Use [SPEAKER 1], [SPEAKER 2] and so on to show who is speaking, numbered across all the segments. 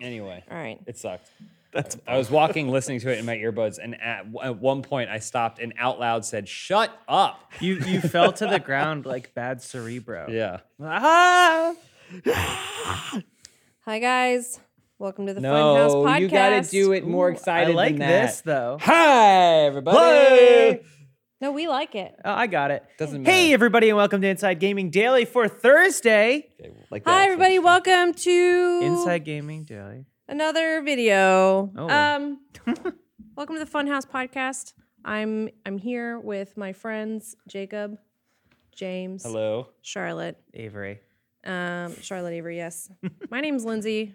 [SPEAKER 1] Anyway,
[SPEAKER 2] All right.
[SPEAKER 1] it sucked. That's I was walking, listening to it in my earbuds, and at, at one point I stopped and out loud said, "Shut up!"
[SPEAKER 3] You you fell to the ground like bad cerebro.
[SPEAKER 1] Yeah.
[SPEAKER 3] Ah!
[SPEAKER 2] Hi guys. Welcome to the Funhouse
[SPEAKER 1] no,
[SPEAKER 2] Podcast.
[SPEAKER 1] you gotta do it more
[SPEAKER 3] Ooh,
[SPEAKER 1] excited
[SPEAKER 3] I like
[SPEAKER 1] than that.
[SPEAKER 3] this though.
[SPEAKER 1] Hi, everybody.
[SPEAKER 3] Hey!
[SPEAKER 2] No, we like it.
[SPEAKER 3] Oh, I got it.
[SPEAKER 1] Doesn't
[SPEAKER 3] Hey
[SPEAKER 1] matter.
[SPEAKER 3] everybody and welcome to Inside Gaming Daily for Thursday.
[SPEAKER 1] Like
[SPEAKER 2] Hi everybody. Welcome to
[SPEAKER 3] Inside Gaming Daily.
[SPEAKER 2] another video.
[SPEAKER 3] Oh.
[SPEAKER 2] Um, welcome to the Funhouse Podcast. I'm I'm here with my friends Jacob, James,
[SPEAKER 1] Hello.
[SPEAKER 2] Charlotte,
[SPEAKER 3] Avery.
[SPEAKER 2] um, Charlotte Avery. Yes, my name's Lindsay.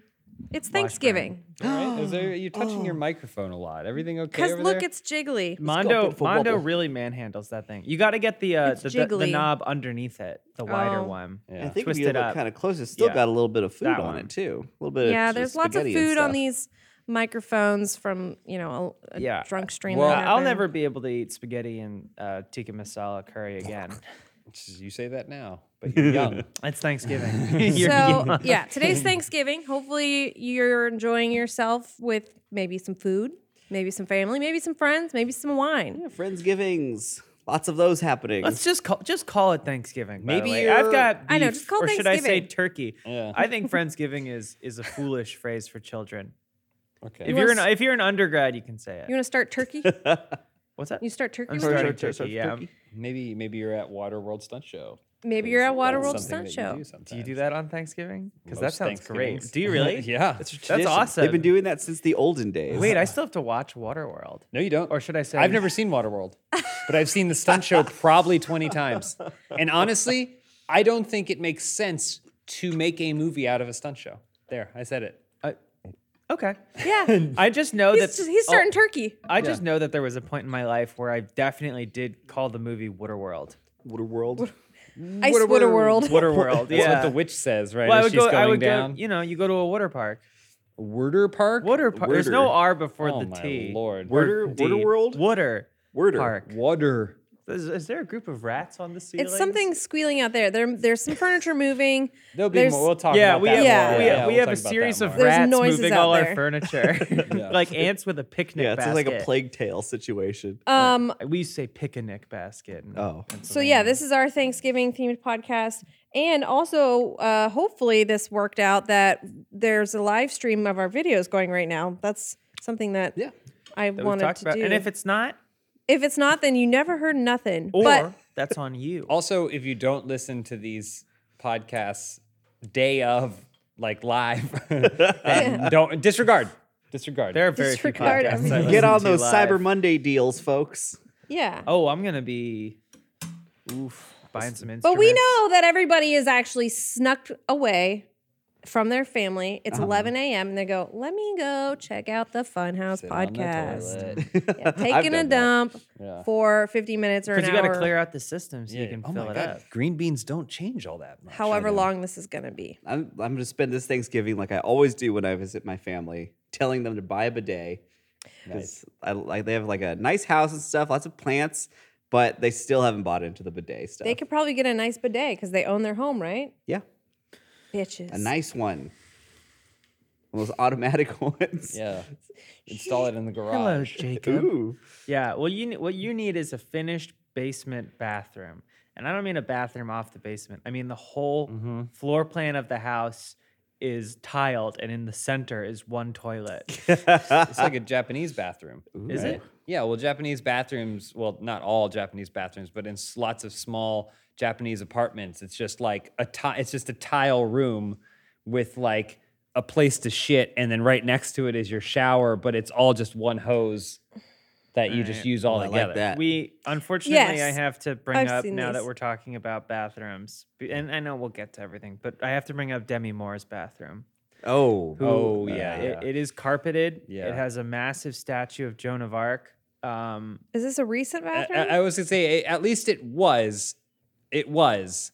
[SPEAKER 2] It's Thanksgiving.
[SPEAKER 1] All right. Is there, you're touching your microphone a lot. Everything okay?
[SPEAKER 2] Oh. Cause
[SPEAKER 1] over
[SPEAKER 2] look,
[SPEAKER 1] there?
[SPEAKER 2] it's jiggly.
[SPEAKER 3] Mondo
[SPEAKER 4] bit for
[SPEAKER 3] Mondo
[SPEAKER 4] wobble.
[SPEAKER 3] really manhandles that thing. You got to get the, uh,
[SPEAKER 2] It's
[SPEAKER 3] the, the the
[SPEAKER 2] jiggly.
[SPEAKER 3] knob underneath it, the wider
[SPEAKER 2] Oh.
[SPEAKER 3] one. Uh,
[SPEAKER 1] Yeah.
[SPEAKER 4] I think
[SPEAKER 3] Twist
[SPEAKER 4] if you
[SPEAKER 3] it
[SPEAKER 4] look
[SPEAKER 3] up.
[SPEAKER 4] kind of close, it's still
[SPEAKER 3] Yeah.
[SPEAKER 4] got a little bit of food
[SPEAKER 3] That
[SPEAKER 4] on
[SPEAKER 3] one.
[SPEAKER 4] it too. A little bit.
[SPEAKER 2] Yeah,
[SPEAKER 4] of
[SPEAKER 2] there's
[SPEAKER 4] just
[SPEAKER 2] lots of
[SPEAKER 4] spaghetti and
[SPEAKER 2] food on
[SPEAKER 4] stuff.
[SPEAKER 2] these microphones from you know a, a
[SPEAKER 3] Yeah.
[SPEAKER 2] drunk stream.
[SPEAKER 1] Well,
[SPEAKER 2] or
[SPEAKER 3] I'll
[SPEAKER 2] another.
[SPEAKER 3] never be able to eat spaghetti and uh, tikka masala curry again.
[SPEAKER 1] You say that now, but you're young.
[SPEAKER 3] it's Thanksgiving. You're
[SPEAKER 2] so
[SPEAKER 3] young.
[SPEAKER 2] yeah, today's Thanksgiving. Hopefully you're enjoying yourself with maybe some food, maybe some family, maybe some friends, maybe some wine.
[SPEAKER 4] Friendsgivings, lots of those happening.
[SPEAKER 3] Let's just call just call it Thanksgiving. by the
[SPEAKER 4] Maybe
[SPEAKER 3] way. I've
[SPEAKER 4] you're-
[SPEAKER 3] got.
[SPEAKER 2] I know,
[SPEAKER 3] beef,
[SPEAKER 2] just call
[SPEAKER 3] or should I say
[SPEAKER 2] Thanksgiving.
[SPEAKER 3] turkey?
[SPEAKER 1] Yeah.
[SPEAKER 3] I think friendsgiving is is a foolish phrase for children.
[SPEAKER 1] Okay.
[SPEAKER 3] If
[SPEAKER 2] wanna
[SPEAKER 3] you're an
[SPEAKER 2] s-
[SPEAKER 3] if you're an undergrad, you can say
[SPEAKER 2] You
[SPEAKER 3] it.
[SPEAKER 2] want to start turkey?
[SPEAKER 3] What's that?
[SPEAKER 2] You start turkey.
[SPEAKER 3] I'm
[SPEAKER 2] with
[SPEAKER 3] starting
[SPEAKER 2] me?
[SPEAKER 3] turkey.
[SPEAKER 4] Sorry,
[SPEAKER 3] yeah.
[SPEAKER 4] turkey.
[SPEAKER 1] Maybe maybe you're at Waterworld Stunt Show.
[SPEAKER 2] Maybe you're at
[SPEAKER 1] That's
[SPEAKER 2] Waterworld
[SPEAKER 1] something
[SPEAKER 2] Stunt
[SPEAKER 1] that
[SPEAKER 2] Show.
[SPEAKER 1] You
[SPEAKER 3] Do you do
[SPEAKER 1] sometimes.
[SPEAKER 3] that on Thanksgiving? Because that
[SPEAKER 1] Most
[SPEAKER 3] sounds great.
[SPEAKER 1] Thanksgivings.
[SPEAKER 3] Do you really?
[SPEAKER 1] yeah.
[SPEAKER 4] It's a
[SPEAKER 3] That's
[SPEAKER 4] tradition.
[SPEAKER 3] awesome.
[SPEAKER 4] They've been doing that since the olden days.
[SPEAKER 3] Wait, I still have to watch Waterworld.
[SPEAKER 1] No, you don't.
[SPEAKER 3] Or should I say-
[SPEAKER 1] I've never seen Waterworld, but I've seen the stunt show probably 20 times. And honestly, I don't think it makes sense to make a movie out of a stunt show. There, I said it.
[SPEAKER 3] Okay.
[SPEAKER 2] Yeah,
[SPEAKER 3] I just know
[SPEAKER 2] he's,
[SPEAKER 3] that
[SPEAKER 2] just- he's
[SPEAKER 3] oh,
[SPEAKER 2] starting turkey.
[SPEAKER 3] I just know that there was a point in my life where I definitely did call the movie Waterworld.
[SPEAKER 4] Waterworld.
[SPEAKER 2] Ice Waterworld.
[SPEAKER 3] Waterworld.
[SPEAKER 1] That's
[SPEAKER 3] yeah.
[SPEAKER 1] what the witch says, right?
[SPEAKER 3] well, I
[SPEAKER 1] As
[SPEAKER 3] would
[SPEAKER 1] she's
[SPEAKER 3] go.
[SPEAKER 1] going
[SPEAKER 3] I would
[SPEAKER 1] down.
[SPEAKER 3] go. You know, you go to a water park.
[SPEAKER 1] Water Park?
[SPEAKER 3] Water park. There's no
[SPEAKER 4] Worder.
[SPEAKER 3] R before
[SPEAKER 1] Oh
[SPEAKER 3] the
[SPEAKER 1] my
[SPEAKER 3] T.
[SPEAKER 1] lord.
[SPEAKER 3] Or
[SPEAKER 4] Worder-
[SPEAKER 3] D.
[SPEAKER 4] Worderworld?
[SPEAKER 3] Water.
[SPEAKER 4] Worder.
[SPEAKER 3] Park.
[SPEAKER 1] Water.
[SPEAKER 3] Is, is there a group of rats on the ceiling?
[SPEAKER 2] It's something squealing out there. There, there's some furniture moving.
[SPEAKER 1] There'll be
[SPEAKER 2] There's-
[SPEAKER 1] more. We'll talk
[SPEAKER 3] Yeah,
[SPEAKER 1] about
[SPEAKER 3] we
[SPEAKER 1] that
[SPEAKER 3] have,
[SPEAKER 2] Yeah.
[SPEAKER 1] more.
[SPEAKER 3] we have,
[SPEAKER 1] we'll
[SPEAKER 3] we have
[SPEAKER 1] talk
[SPEAKER 3] a
[SPEAKER 1] about that
[SPEAKER 3] series
[SPEAKER 1] more.
[SPEAKER 3] of
[SPEAKER 2] There's
[SPEAKER 3] rats
[SPEAKER 2] noises
[SPEAKER 3] moving
[SPEAKER 2] out
[SPEAKER 3] all
[SPEAKER 2] there.
[SPEAKER 3] our furniture, like ants with a picnic
[SPEAKER 4] Yeah, it sounds like a
[SPEAKER 3] basket.
[SPEAKER 4] plague tale situation.
[SPEAKER 2] Um,
[SPEAKER 3] We used to say picnic basket. in
[SPEAKER 4] Oh.
[SPEAKER 2] So yeah, this is our Thanksgiving themed podcast, and also uh, hopefully this worked out that there's a live stream of our videos going right now. That's something that
[SPEAKER 1] Yeah.
[SPEAKER 2] I
[SPEAKER 3] that we've
[SPEAKER 2] wanted
[SPEAKER 3] talked
[SPEAKER 2] to
[SPEAKER 3] about.
[SPEAKER 2] do.
[SPEAKER 3] And if it's not,
[SPEAKER 2] if it's not, then you never heard nothing.
[SPEAKER 3] or
[SPEAKER 2] but
[SPEAKER 3] that's on you.
[SPEAKER 1] Also, if you don't listen to these podcasts day of like live, then don't disregard. Disregard.
[SPEAKER 3] There are very few
[SPEAKER 2] Disregard
[SPEAKER 3] podcasts. I
[SPEAKER 2] everything.
[SPEAKER 4] Get
[SPEAKER 3] listen
[SPEAKER 4] on
[SPEAKER 3] to
[SPEAKER 4] those
[SPEAKER 3] live.
[SPEAKER 4] Cyber Monday deals, folks.
[SPEAKER 2] yeah,
[SPEAKER 3] Oh, I'm gonna be, oof, buying some instruments.
[SPEAKER 2] but we know that everybody is actually snuck away from their family. It's
[SPEAKER 3] Uh-huh.
[SPEAKER 2] 11 a.m. and they go, "Let me go check out the Funhouse
[SPEAKER 1] Sit on the
[SPEAKER 2] podcast."
[SPEAKER 1] toilet.
[SPEAKER 2] Yeah, taking a
[SPEAKER 4] done that.
[SPEAKER 2] dump
[SPEAKER 1] Yeah.
[SPEAKER 2] for 50 minutes or an
[SPEAKER 3] because you
[SPEAKER 2] hour.
[SPEAKER 3] got to clear out the system so you
[SPEAKER 1] Yeah.
[SPEAKER 3] can
[SPEAKER 1] Oh
[SPEAKER 3] fill
[SPEAKER 1] my
[SPEAKER 3] it
[SPEAKER 1] God,
[SPEAKER 3] up.
[SPEAKER 1] Green beans don't change all that much.
[SPEAKER 2] However long this is going to be.
[SPEAKER 4] I'm, I'm going to spend this Thanksgiving like I always do when I visit my family, telling them to buy a bidet. Because I like they have like a nice house and stuff, lots of plants, but they still haven't bought into the bidet stuff.
[SPEAKER 2] They could probably get a nice bidet because they own their home, right?
[SPEAKER 4] yeah,
[SPEAKER 2] Bitches.
[SPEAKER 4] a nice one, one of those automatic ones.
[SPEAKER 1] Yeah. Install it in the
[SPEAKER 3] Hello,
[SPEAKER 1] garage.
[SPEAKER 3] Jacob.
[SPEAKER 4] Ooh,
[SPEAKER 3] Yeah. Well, you ne- what you need is a finished basement bathroom, and I don't mean a bathroom off the basement. I mean the whole
[SPEAKER 1] Mm-hmm.
[SPEAKER 3] floor plan of the house is tiled, and in the center is one toilet.
[SPEAKER 1] It's like a Japanese bathroom.
[SPEAKER 3] Is it?
[SPEAKER 1] Yeah, well, Japanese bathrooms, well, not all Japanese bathrooms, but in s- lots of small Japanese apartments, it's just like a ti- it's just a tile room with like a place to shit and then right next to it is your shower, but it's all just one hose that you just use all
[SPEAKER 4] I
[SPEAKER 1] together.
[SPEAKER 4] like that.
[SPEAKER 3] We unfortunately,
[SPEAKER 2] Yes,
[SPEAKER 3] I have to bring
[SPEAKER 2] I've
[SPEAKER 3] up
[SPEAKER 2] seen
[SPEAKER 3] now that
[SPEAKER 2] these.
[SPEAKER 3] we're talking about bathrooms, b- and I know we'll get to everything, but I have to bring up Demi Moore's bathroom.
[SPEAKER 4] oh,
[SPEAKER 3] who,
[SPEAKER 1] Oh,
[SPEAKER 3] uh,
[SPEAKER 1] yeah,
[SPEAKER 3] it-
[SPEAKER 1] yeah.
[SPEAKER 3] it is carpeted.
[SPEAKER 1] Yeah.
[SPEAKER 3] it has a massive statue of Joan of Arc. Um,
[SPEAKER 2] Is this a recent
[SPEAKER 1] I,
[SPEAKER 2] bathroom?
[SPEAKER 1] I- I was gonna say a- at least it was, it was.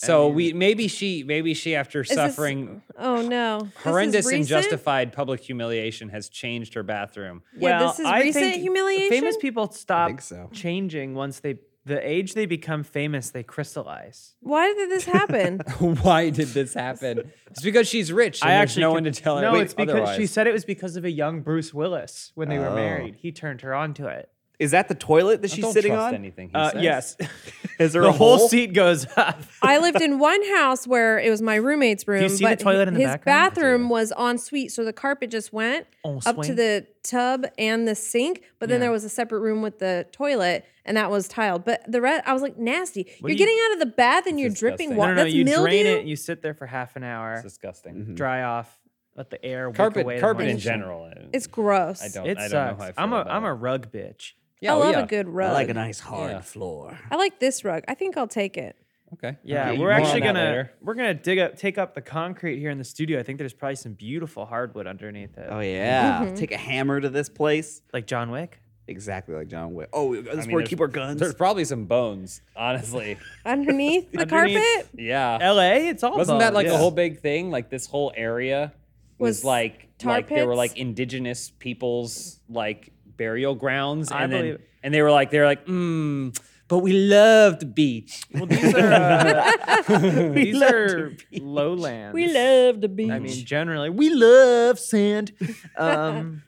[SPEAKER 1] So we maybe she maybe she after
[SPEAKER 2] this-
[SPEAKER 1] suffering
[SPEAKER 2] oh no. This is
[SPEAKER 1] horrendous and
[SPEAKER 2] recent?
[SPEAKER 1] justified public humiliation has changed her bathroom.
[SPEAKER 2] Yeah,
[SPEAKER 3] Well,
[SPEAKER 2] this is
[SPEAKER 3] I
[SPEAKER 2] recent
[SPEAKER 3] think
[SPEAKER 2] humiliation.
[SPEAKER 3] Famous people stop
[SPEAKER 4] so.
[SPEAKER 3] changing once they the age they become famous, they crystallize.
[SPEAKER 2] Why did this happen?
[SPEAKER 1] Why did this happen? It's because she's rich. And there's no
[SPEAKER 3] could-
[SPEAKER 1] one to tell her.
[SPEAKER 3] No, it's because
[SPEAKER 1] otherwise.
[SPEAKER 3] she said it was because of a young Bruce Willis when they were
[SPEAKER 4] Oh.
[SPEAKER 3] married. He turned her onto it.
[SPEAKER 4] Is that the toilet that
[SPEAKER 1] I
[SPEAKER 4] she's
[SPEAKER 1] Oh, don't
[SPEAKER 4] sitting
[SPEAKER 1] trust
[SPEAKER 4] on?
[SPEAKER 1] Anything he
[SPEAKER 3] Uh,
[SPEAKER 1] says.
[SPEAKER 3] yes,
[SPEAKER 4] Is there
[SPEAKER 3] the
[SPEAKER 4] a
[SPEAKER 3] whole
[SPEAKER 4] hole?
[SPEAKER 3] seat goes up.
[SPEAKER 2] I lived in one house where it was my roommate's room.
[SPEAKER 3] see the
[SPEAKER 2] but
[SPEAKER 3] toilet in the
[SPEAKER 2] his
[SPEAKER 3] background?
[SPEAKER 2] bathroom was en suite, so the carpet just went
[SPEAKER 3] En
[SPEAKER 2] up to
[SPEAKER 3] suite.
[SPEAKER 2] the tub and the sink. But then
[SPEAKER 3] Yeah.
[SPEAKER 2] there was a separate room with the toilet, and that was tiled. But the rest, I was like, nasty.
[SPEAKER 3] What
[SPEAKER 2] you're
[SPEAKER 3] do you-
[SPEAKER 2] getting out of the bath and you're dripping
[SPEAKER 1] disgusting.
[SPEAKER 3] No,
[SPEAKER 2] water.
[SPEAKER 3] no, no.
[SPEAKER 2] That's
[SPEAKER 3] You
[SPEAKER 2] mildew.
[SPEAKER 3] drain it. You sit there for half an hour,
[SPEAKER 1] It's disgusting.
[SPEAKER 3] dry off, let the air. wick
[SPEAKER 1] hmm. Carpet,
[SPEAKER 3] away the
[SPEAKER 1] carpet in
[SPEAKER 3] moisture.
[SPEAKER 1] general.
[SPEAKER 2] It's gross.
[SPEAKER 1] I don't.
[SPEAKER 3] It
[SPEAKER 1] I
[SPEAKER 3] sucks.
[SPEAKER 1] don't know how I feel
[SPEAKER 3] am a
[SPEAKER 1] about
[SPEAKER 3] am
[SPEAKER 1] it.
[SPEAKER 3] a rug bitch.
[SPEAKER 1] Yeah,
[SPEAKER 2] I
[SPEAKER 1] well,
[SPEAKER 2] love
[SPEAKER 1] yeah.
[SPEAKER 2] a good
[SPEAKER 4] I
[SPEAKER 2] rug.
[SPEAKER 4] like a nice hard
[SPEAKER 1] Yeah.
[SPEAKER 4] floor.
[SPEAKER 2] I like this rug. I think I'll take it.
[SPEAKER 1] Okay.
[SPEAKER 3] Yeah,
[SPEAKER 4] Okay,
[SPEAKER 3] we're
[SPEAKER 4] more on
[SPEAKER 3] actually
[SPEAKER 4] that
[SPEAKER 3] gonna
[SPEAKER 1] later.
[SPEAKER 3] we're gonna dig up take up the concrete here in the studio. I think there's probably some beautiful hardwood underneath it,
[SPEAKER 4] Oh yeah. Take a hammer to this place.
[SPEAKER 3] like John Wick.
[SPEAKER 4] Exactly like John Wick. Oh, this
[SPEAKER 1] I mean,
[SPEAKER 4] is where we
[SPEAKER 1] there's-
[SPEAKER 4] keep our guns.
[SPEAKER 1] There's probably some bones, honestly.
[SPEAKER 2] Underneath the
[SPEAKER 3] Underneath-
[SPEAKER 2] carpet?
[SPEAKER 1] Yeah.
[SPEAKER 3] L.A. It's all
[SPEAKER 1] Wasn't that
[SPEAKER 3] bones.
[SPEAKER 1] like
[SPEAKER 4] Yeah.
[SPEAKER 1] the whole big thing? Like this whole area was,
[SPEAKER 2] Was
[SPEAKER 1] like
[SPEAKER 2] tar
[SPEAKER 1] like there were
[SPEAKER 2] pits?
[SPEAKER 1] like indigenous peoples like burial grounds,
[SPEAKER 3] I
[SPEAKER 1] and then
[SPEAKER 3] believe-
[SPEAKER 1] and they were like they're like, mm, but we love the beach.
[SPEAKER 3] Well, these are uh, these are lowlands.
[SPEAKER 2] We love the beach.
[SPEAKER 3] I mean, generally, we love sand. Um,